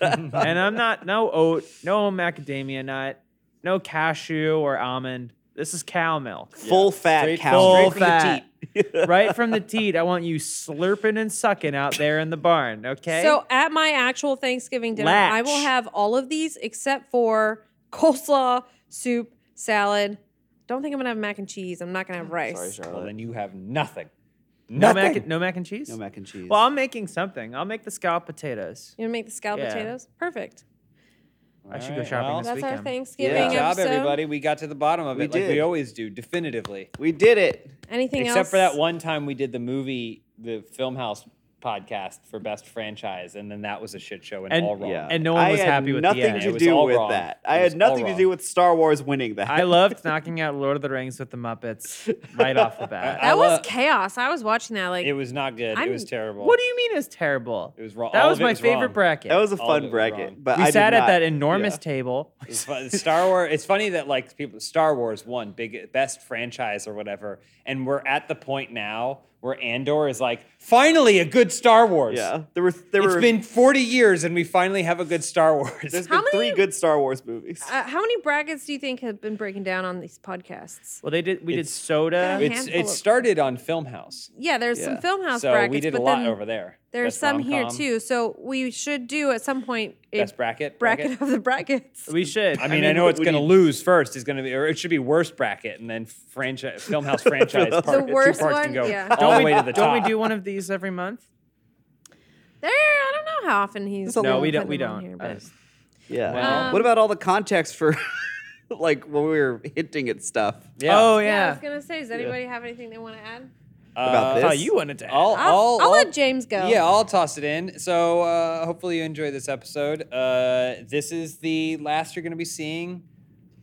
[SPEAKER 3] and I'm not no oat, no macadamia nut, no cashew or almond. This is cow milk.
[SPEAKER 4] Full fat
[SPEAKER 1] Straight-
[SPEAKER 4] cow.
[SPEAKER 3] Full
[SPEAKER 1] Straight from the
[SPEAKER 3] fat. right from the teat. I want you slurping and sucking out there in the barn, okay?
[SPEAKER 2] So at my actual Thanksgiving dinner, I will
[SPEAKER 3] Latch.
[SPEAKER 2] have all of these except for coleslaw, soup, salad. Don't think I'm gonna have mac and cheese. I'm not gonna have rice.
[SPEAKER 4] Sorry, Charlotte.
[SPEAKER 1] Well, then you have nothing.
[SPEAKER 3] no
[SPEAKER 1] Nothing.
[SPEAKER 3] mac, no mac and cheese?
[SPEAKER 4] No mac and cheese.
[SPEAKER 3] Well, I'm making something. I'll make the scalloped potatoes.
[SPEAKER 2] You gonna make the scalloped
[SPEAKER 3] Yeah.
[SPEAKER 2] potatoes? Perfect.
[SPEAKER 3] I should
[SPEAKER 1] All
[SPEAKER 3] go
[SPEAKER 1] right,
[SPEAKER 3] shopping
[SPEAKER 1] well,
[SPEAKER 3] this
[SPEAKER 2] That's
[SPEAKER 3] weekend.
[SPEAKER 2] our Thanksgiving
[SPEAKER 1] Good job,
[SPEAKER 2] episode.
[SPEAKER 1] everybody. We got to the bottom of
[SPEAKER 4] We
[SPEAKER 1] it like we
[SPEAKER 4] did.
[SPEAKER 1] always do, definitively.
[SPEAKER 4] we did it.
[SPEAKER 2] Anything
[SPEAKER 1] Except
[SPEAKER 2] else?
[SPEAKER 1] for that one time we did the movie, the film house podcast for best franchise, and then that was a shit show and,
[SPEAKER 3] And-
[SPEAKER 1] all wrong.
[SPEAKER 4] Yeah.
[SPEAKER 3] And no one
[SPEAKER 4] I
[SPEAKER 3] was
[SPEAKER 4] had
[SPEAKER 3] happy with the
[SPEAKER 4] nothing
[SPEAKER 3] end. It
[SPEAKER 4] to
[SPEAKER 1] was
[SPEAKER 4] do
[SPEAKER 1] all
[SPEAKER 4] with
[SPEAKER 1] wrong.
[SPEAKER 4] that.
[SPEAKER 1] It
[SPEAKER 4] I
[SPEAKER 1] was
[SPEAKER 4] had
[SPEAKER 1] all
[SPEAKER 4] nothing to
[SPEAKER 1] wrong.
[SPEAKER 4] do with Star Wars winning that.
[SPEAKER 3] I loved knocking out Lord of the Rings with the Muppets right off the bat.
[SPEAKER 1] I
[SPEAKER 2] That was
[SPEAKER 1] love-
[SPEAKER 2] chaos. I was watching that like
[SPEAKER 1] It was not good.
[SPEAKER 2] I'm-
[SPEAKER 1] it was terrible.
[SPEAKER 3] what do you mean it was terrible?
[SPEAKER 1] It was wrong.
[SPEAKER 3] That
[SPEAKER 1] All
[SPEAKER 3] was
[SPEAKER 1] of it
[SPEAKER 3] my
[SPEAKER 1] was
[SPEAKER 3] favorite
[SPEAKER 1] wrong.
[SPEAKER 3] bracket.
[SPEAKER 4] that was a
[SPEAKER 1] All of
[SPEAKER 4] fun
[SPEAKER 1] it was
[SPEAKER 4] bracket,
[SPEAKER 1] wrong.
[SPEAKER 4] but
[SPEAKER 3] we
[SPEAKER 4] I did
[SPEAKER 3] sat at
[SPEAKER 4] not-
[SPEAKER 3] that enormous
[SPEAKER 4] yeah.
[SPEAKER 3] table.
[SPEAKER 1] It's fu- Star Wars. It's funny that like people Star Wars won big best franchise or whatever, and we're at the point now where Andor is like, finally a good Star Wars.
[SPEAKER 4] Yeah, there were there
[SPEAKER 1] It's
[SPEAKER 4] were
[SPEAKER 1] been 40 years and we finally have a good Star Wars.
[SPEAKER 4] there's
[SPEAKER 2] How
[SPEAKER 4] been three
[SPEAKER 2] many-
[SPEAKER 4] good Star Wars movies.
[SPEAKER 2] Uh, how many brackets do you think have been breaking down on these podcasts?
[SPEAKER 3] Well, they did. We did
[SPEAKER 1] It's-
[SPEAKER 3] soda.
[SPEAKER 2] Yeah.
[SPEAKER 1] It's
[SPEAKER 2] handful
[SPEAKER 1] it
[SPEAKER 2] of-
[SPEAKER 1] started on Filmhouse.
[SPEAKER 2] Yeah, there's some
[SPEAKER 4] Yeah.
[SPEAKER 2] film house
[SPEAKER 1] So
[SPEAKER 2] brackets,
[SPEAKER 1] we did a
[SPEAKER 2] but
[SPEAKER 1] lot
[SPEAKER 2] then
[SPEAKER 1] over there.
[SPEAKER 2] there's
[SPEAKER 1] Best
[SPEAKER 2] some here
[SPEAKER 1] rom-com,
[SPEAKER 2] too. So we should do at some point a
[SPEAKER 1] Best bracket.
[SPEAKER 2] bracket, of the brackets.
[SPEAKER 3] We should.
[SPEAKER 1] I mean, I, know
[SPEAKER 3] we-
[SPEAKER 1] it's
[SPEAKER 3] we
[SPEAKER 1] going to
[SPEAKER 3] need-
[SPEAKER 1] lose first. It's going to be, or it should be worst bracket, and then franchise, filmhouse franchise. part, two
[SPEAKER 2] worst
[SPEAKER 1] parts
[SPEAKER 2] one?
[SPEAKER 1] can go
[SPEAKER 2] Yeah.
[SPEAKER 1] all
[SPEAKER 3] Don't
[SPEAKER 1] the
[SPEAKER 3] we,
[SPEAKER 1] way to the
[SPEAKER 3] don't
[SPEAKER 1] top.
[SPEAKER 3] we do one of these every month?
[SPEAKER 2] there, I don't know how often he's.
[SPEAKER 4] There's a
[SPEAKER 3] No,
[SPEAKER 4] lot.
[SPEAKER 3] we
[SPEAKER 2] putting
[SPEAKER 3] don't. We
[SPEAKER 2] them on
[SPEAKER 3] don't.
[SPEAKER 2] here,
[SPEAKER 3] Uh,
[SPEAKER 2] but-
[SPEAKER 4] yeah.
[SPEAKER 1] Well-
[SPEAKER 4] what about all the context for like when we were hinting at stuff?
[SPEAKER 1] Yeah.
[SPEAKER 3] Oh
[SPEAKER 2] yeah. I
[SPEAKER 3] yeah.
[SPEAKER 2] was gonna say, does anybody have anything they want to add?
[SPEAKER 4] about
[SPEAKER 1] Uh,
[SPEAKER 4] this?
[SPEAKER 3] Oh, you wanted to.
[SPEAKER 1] I'll,
[SPEAKER 2] I'll, I'll,
[SPEAKER 1] I'll, I'll-
[SPEAKER 2] let James go.
[SPEAKER 1] Yeah, I'll toss it in. So uh, hopefully you enjoy this episode. Uh, this is the last you're going to be seeing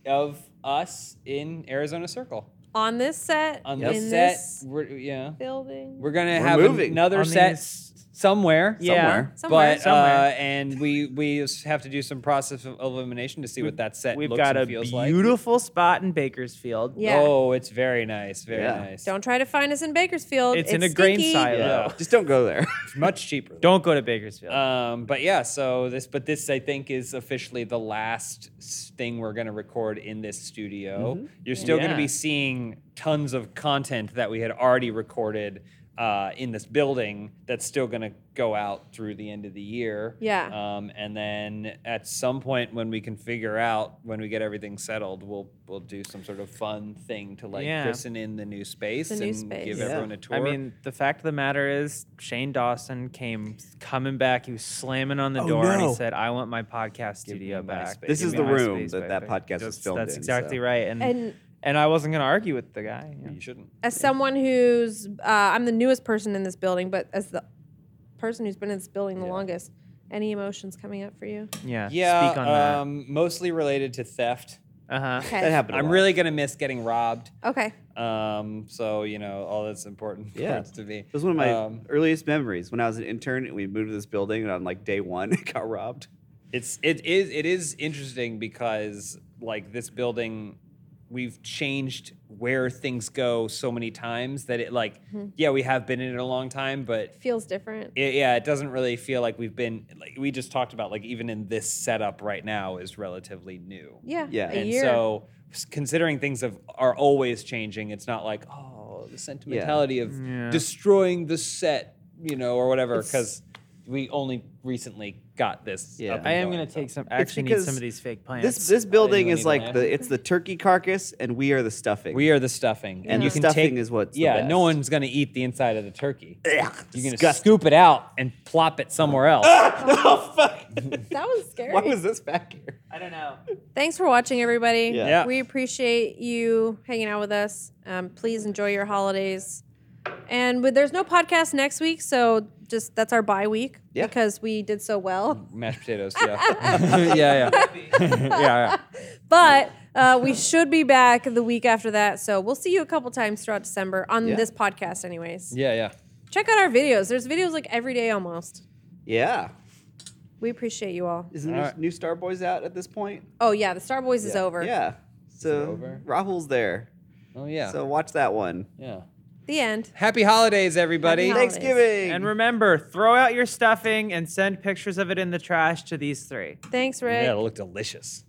[SPEAKER 1] of us in Arizona Circle
[SPEAKER 2] on this set,
[SPEAKER 1] on
[SPEAKER 2] in
[SPEAKER 1] this set.
[SPEAKER 2] this
[SPEAKER 1] We're, yeah,
[SPEAKER 2] building.
[SPEAKER 1] we're gonna
[SPEAKER 4] We're
[SPEAKER 1] have
[SPEAKER 4] moving.
[SPEAKER 1] another
[SPEAKER 3] On
[SPEAKER 1] set
[SPEAKER 3] these-
[SPEAKER 1] s- somewhere.
[SPEAKER 3] Yeah.
[SPEAKER 4] Somewhere.
[SPEAKER 2] Somewhere.
[SPEAKER 1] But Uh,
[SPEAKER 3] Somewhere.
[SPEAKER 1] and we we just have to do some process of elimination to see what that set
[SPEAKER 3] We've
[SPEAKER 1] looks
[SPEAKER 3] got
[SPEAKER 1] and
[SPEAKER 3] a
[SPEAKER 1] feels like.
[SPEAKER 3] beautiful spot in Bakersfield.
[SPEAKER 2] Yeah.
[SPEAKER 1] Oh, it's very nice. Very
[SPEAKER 4] Yeah.
[SPEAKER 1] nice.
[SPEAKER 2] Don't try to find us in Bakersfield.
[SPEAKER 3] It's in a grain
[SPEAKER 2] stinky.
[SPEAKER 3] silo.
[SPEAKER 1] Yeah.
[SPEAKER 4] Just don't go there.
[SPEAKER 1] It's much cheaper.
[SPEAKER 3] Don't go to Bakersfield.
[SPEAKER 1] Um, but yeah, so this, but this I think is officially the last s- thing we're going to record in this studio. You're still going
[SPEAKER 3] Mm-hmm. Yeah.
[SPEAKER 1] to be seeing tons of content that we had already recorded uh, in this building that's still going to go out through the end of the year.
[SPEAKER 2] Yeah.
[SPEAKER 1] Um, and then at some point when we can figure out when we get everything settled, we'll we'll do some sort of fun thing to like
[SPEAKER 3] Yeah.
[SPEAKER 1] christen in the new space
[SPEAKER 2] The
[SPEAKER 1] and
[SPEAKER 2] new space.
[SPEAKER 1] give
[SPEAKER 2] Yeah.
[SPEAKER 1] everyone a tour.
[SPEAKER 3] I mean, the fact of the matter is, Shane Dawson came coming back. He was slamming on the
[SPEAKER 4] Oh,
[SPEAKER 3] door and he
[SPEAKER 4] no.
[SPEAKER 3] said, "I want my podcast studio
[SPEAKER 1] me my
[SPEAKER 3] back."
[SPEAKER 1] space.
[SPEAKER 4] This
[SPEAKER 3] Give
[SPEAKER 4] is
[SPEAKER 3] me
[SPEAKER 4] the
[SPEAKER 3] my
[SPEAKER 4] room
[SPEAKER 3] space back."
[SPEAKER 4] that that podcast was
[SPEAKER 3] That's-
[SPEAKER 4] filmed
[SPEAKER 3] That's
[SPEAKER 4] in,
[SPEAKER 3] exactly
[SPEAKER 4] so.
[SPEAKER 3] right, and, and
[SPEAKER 2] And
[SPEAKER 3] I wasn't gonna argue with the guy. yeah.
[SPEAKER 1] you shouldn't.
[SPEAKER 2] as someone who's, uh, I'm the newest person in this building, but as the person who's been in this building the longest, any emotions coming up for you?
[SPEAKER 3] Yeah,
[SPEAKER 1] Yeah,
[SPEAKER 3] Speak on
[SPEAKER 1] um, mostly related to theft.
[SPEAKER 3] that. Uh huh.
[SPEAKER 2] Okay.
[SPEAKER 4] That happened. a
[SPEAKER 1] I'm
[SPEAKER 4] lot.
[SPEAKER 1] really gonna miss getting robbed.
[SPEAKER 2] Okay.
[SPEAKER 1] Um, so you know, all that's important
[SPEAKER 4] Yeah.
[SPEAKER 1] parts to me.
[SPEAKER 4] It was one of my
[SPEAKER 1] Um,
[SPEAKER 4] earliest memories when I was an intern and we moved to this building and on like day one it got robbed.
[SPEAKER 1] it's it is it is interesting because like this building, we've changed where things go so many times that it like yeah we have been in it a long time, but
[SPEAKER 2] Feels different.
[SPEAKER 1] it, yeah, it doesn't really feel like we've been like we just talked about like even in this setup right now is relatively new.
[SPEAKER 2] Yeah.
[SPEAKER 4] Yeah.
[SPEAKER 2] A
[SPEAKER 1] and
[SPEAKER 2] year.
[SPEAKER 1] so s- considering things have, are always changing it's not like oh the sentimentality of
[SPEAKER 3] Yeah.
[SPEAKER 1] destroying the set you know or whatever
[SPEAKER 4] It's-
[SPEAKER 1] because we only recently got this
[SPEAKER 4] Yeah.
[SPEAKER 1] up and
[SPEAKER 3] I am
[SPEAKER 1] going,
[SPEAKER 3] gonna
[SPEAKER 1] so.
[SPEAKER 3] take some. I actually need
[SPEAKER 4] because
[SPEAKER 3] some of these fake plants.
[SPEAKER 4] This this building
[SPEAKER 1] you
[SPEAKER 4] is
[SPEAKER 1] need
[SPEAKER 4] like
[SPEAKER 1] that.
[SPEAKER 4] the it's the turkey carcass and we are the stuffing.
[SPEAKER 1] we are the stuffing
[SPEAKER 4] And
[SPEAKER 1] you
[SPEAKER 4] the
[SPEAKER 1] can
[SPEAKER 4] stuffing
[SPEAKER 1] take,
[SPEAKER 4] is what's the
[SPEAKER 1] yeah no
[SPEAKER 4] best.
[SPEAKER 1] one's gonna eat the inside of the turkey you're gonna
[SPEAKER 4] disgusting.
[SPEAKER 1] scoop it out and plop it somewhere else
[SPEAKER 4] oh fuck.
[SPEAKER 2] that was scary.
[SPEAKER 4] Why was this back here?
[SPEAKER 3] I don't know.
[SPEAKER 2] Thanks for watching, everybody.
[SPEAKER 4] Yeah.
[SPEAKER 1] Yeah.
[SPEAKER 2] We appreciate you hanging out with us. Um, please enjoy your holidays. And with, there's no podcast next week, so just that's our bye week
[SPEAKER 4] Yeah.
[SPEAKER 2] because we did so well.
[SPEAKER 1] mashed potatoes yeah yeah yeah yeah, yeah.
[SPEAKER 2] But uh, we should be back the week after that, so we'll see you a couple times throughout December on
[SPEAKER 4] Yeah.
[SPEAKER 2] this podcast, anyways.
[SPEAKER 1] yeah yeah
[SPEAKER 2] Check out our videos. There's videos like every day almost.
[SPEAKER 4] Yeah.
[SPEAKER 2] We appreciate you all.
[SPEAKER 4] Isn't
[SPEAKER 1] All
[SPEAKER 4] new,
[SPEAKER 1] right.
[SPEAKER 4] new Star Boys out at this point?
[SPEAKER 2] Oh yeah, the Star Boys is over.
[SPEAKER 4] Yeah. So
[SPEAKER 1] over?
[SPEAKER 4] Rahul's there.
[SPEAKER 1] oh yeah
[SPEAKER 4] So watch that one.
[SPEAKER 1] yeah
[SPEAKER 2] The end.
[SPEAKER 1] happy holidays everybody
[SPEAKER 2] Happy holidays.
[SPEAKER 4] Thanksgiving.
[SPEAKER 3] And remember, throw out your stuffing and send pictures of it in the trash to these three.
[SPEAKER 2] Thanks, Rick.
[SPEAKER 1] yeah it'll look delicious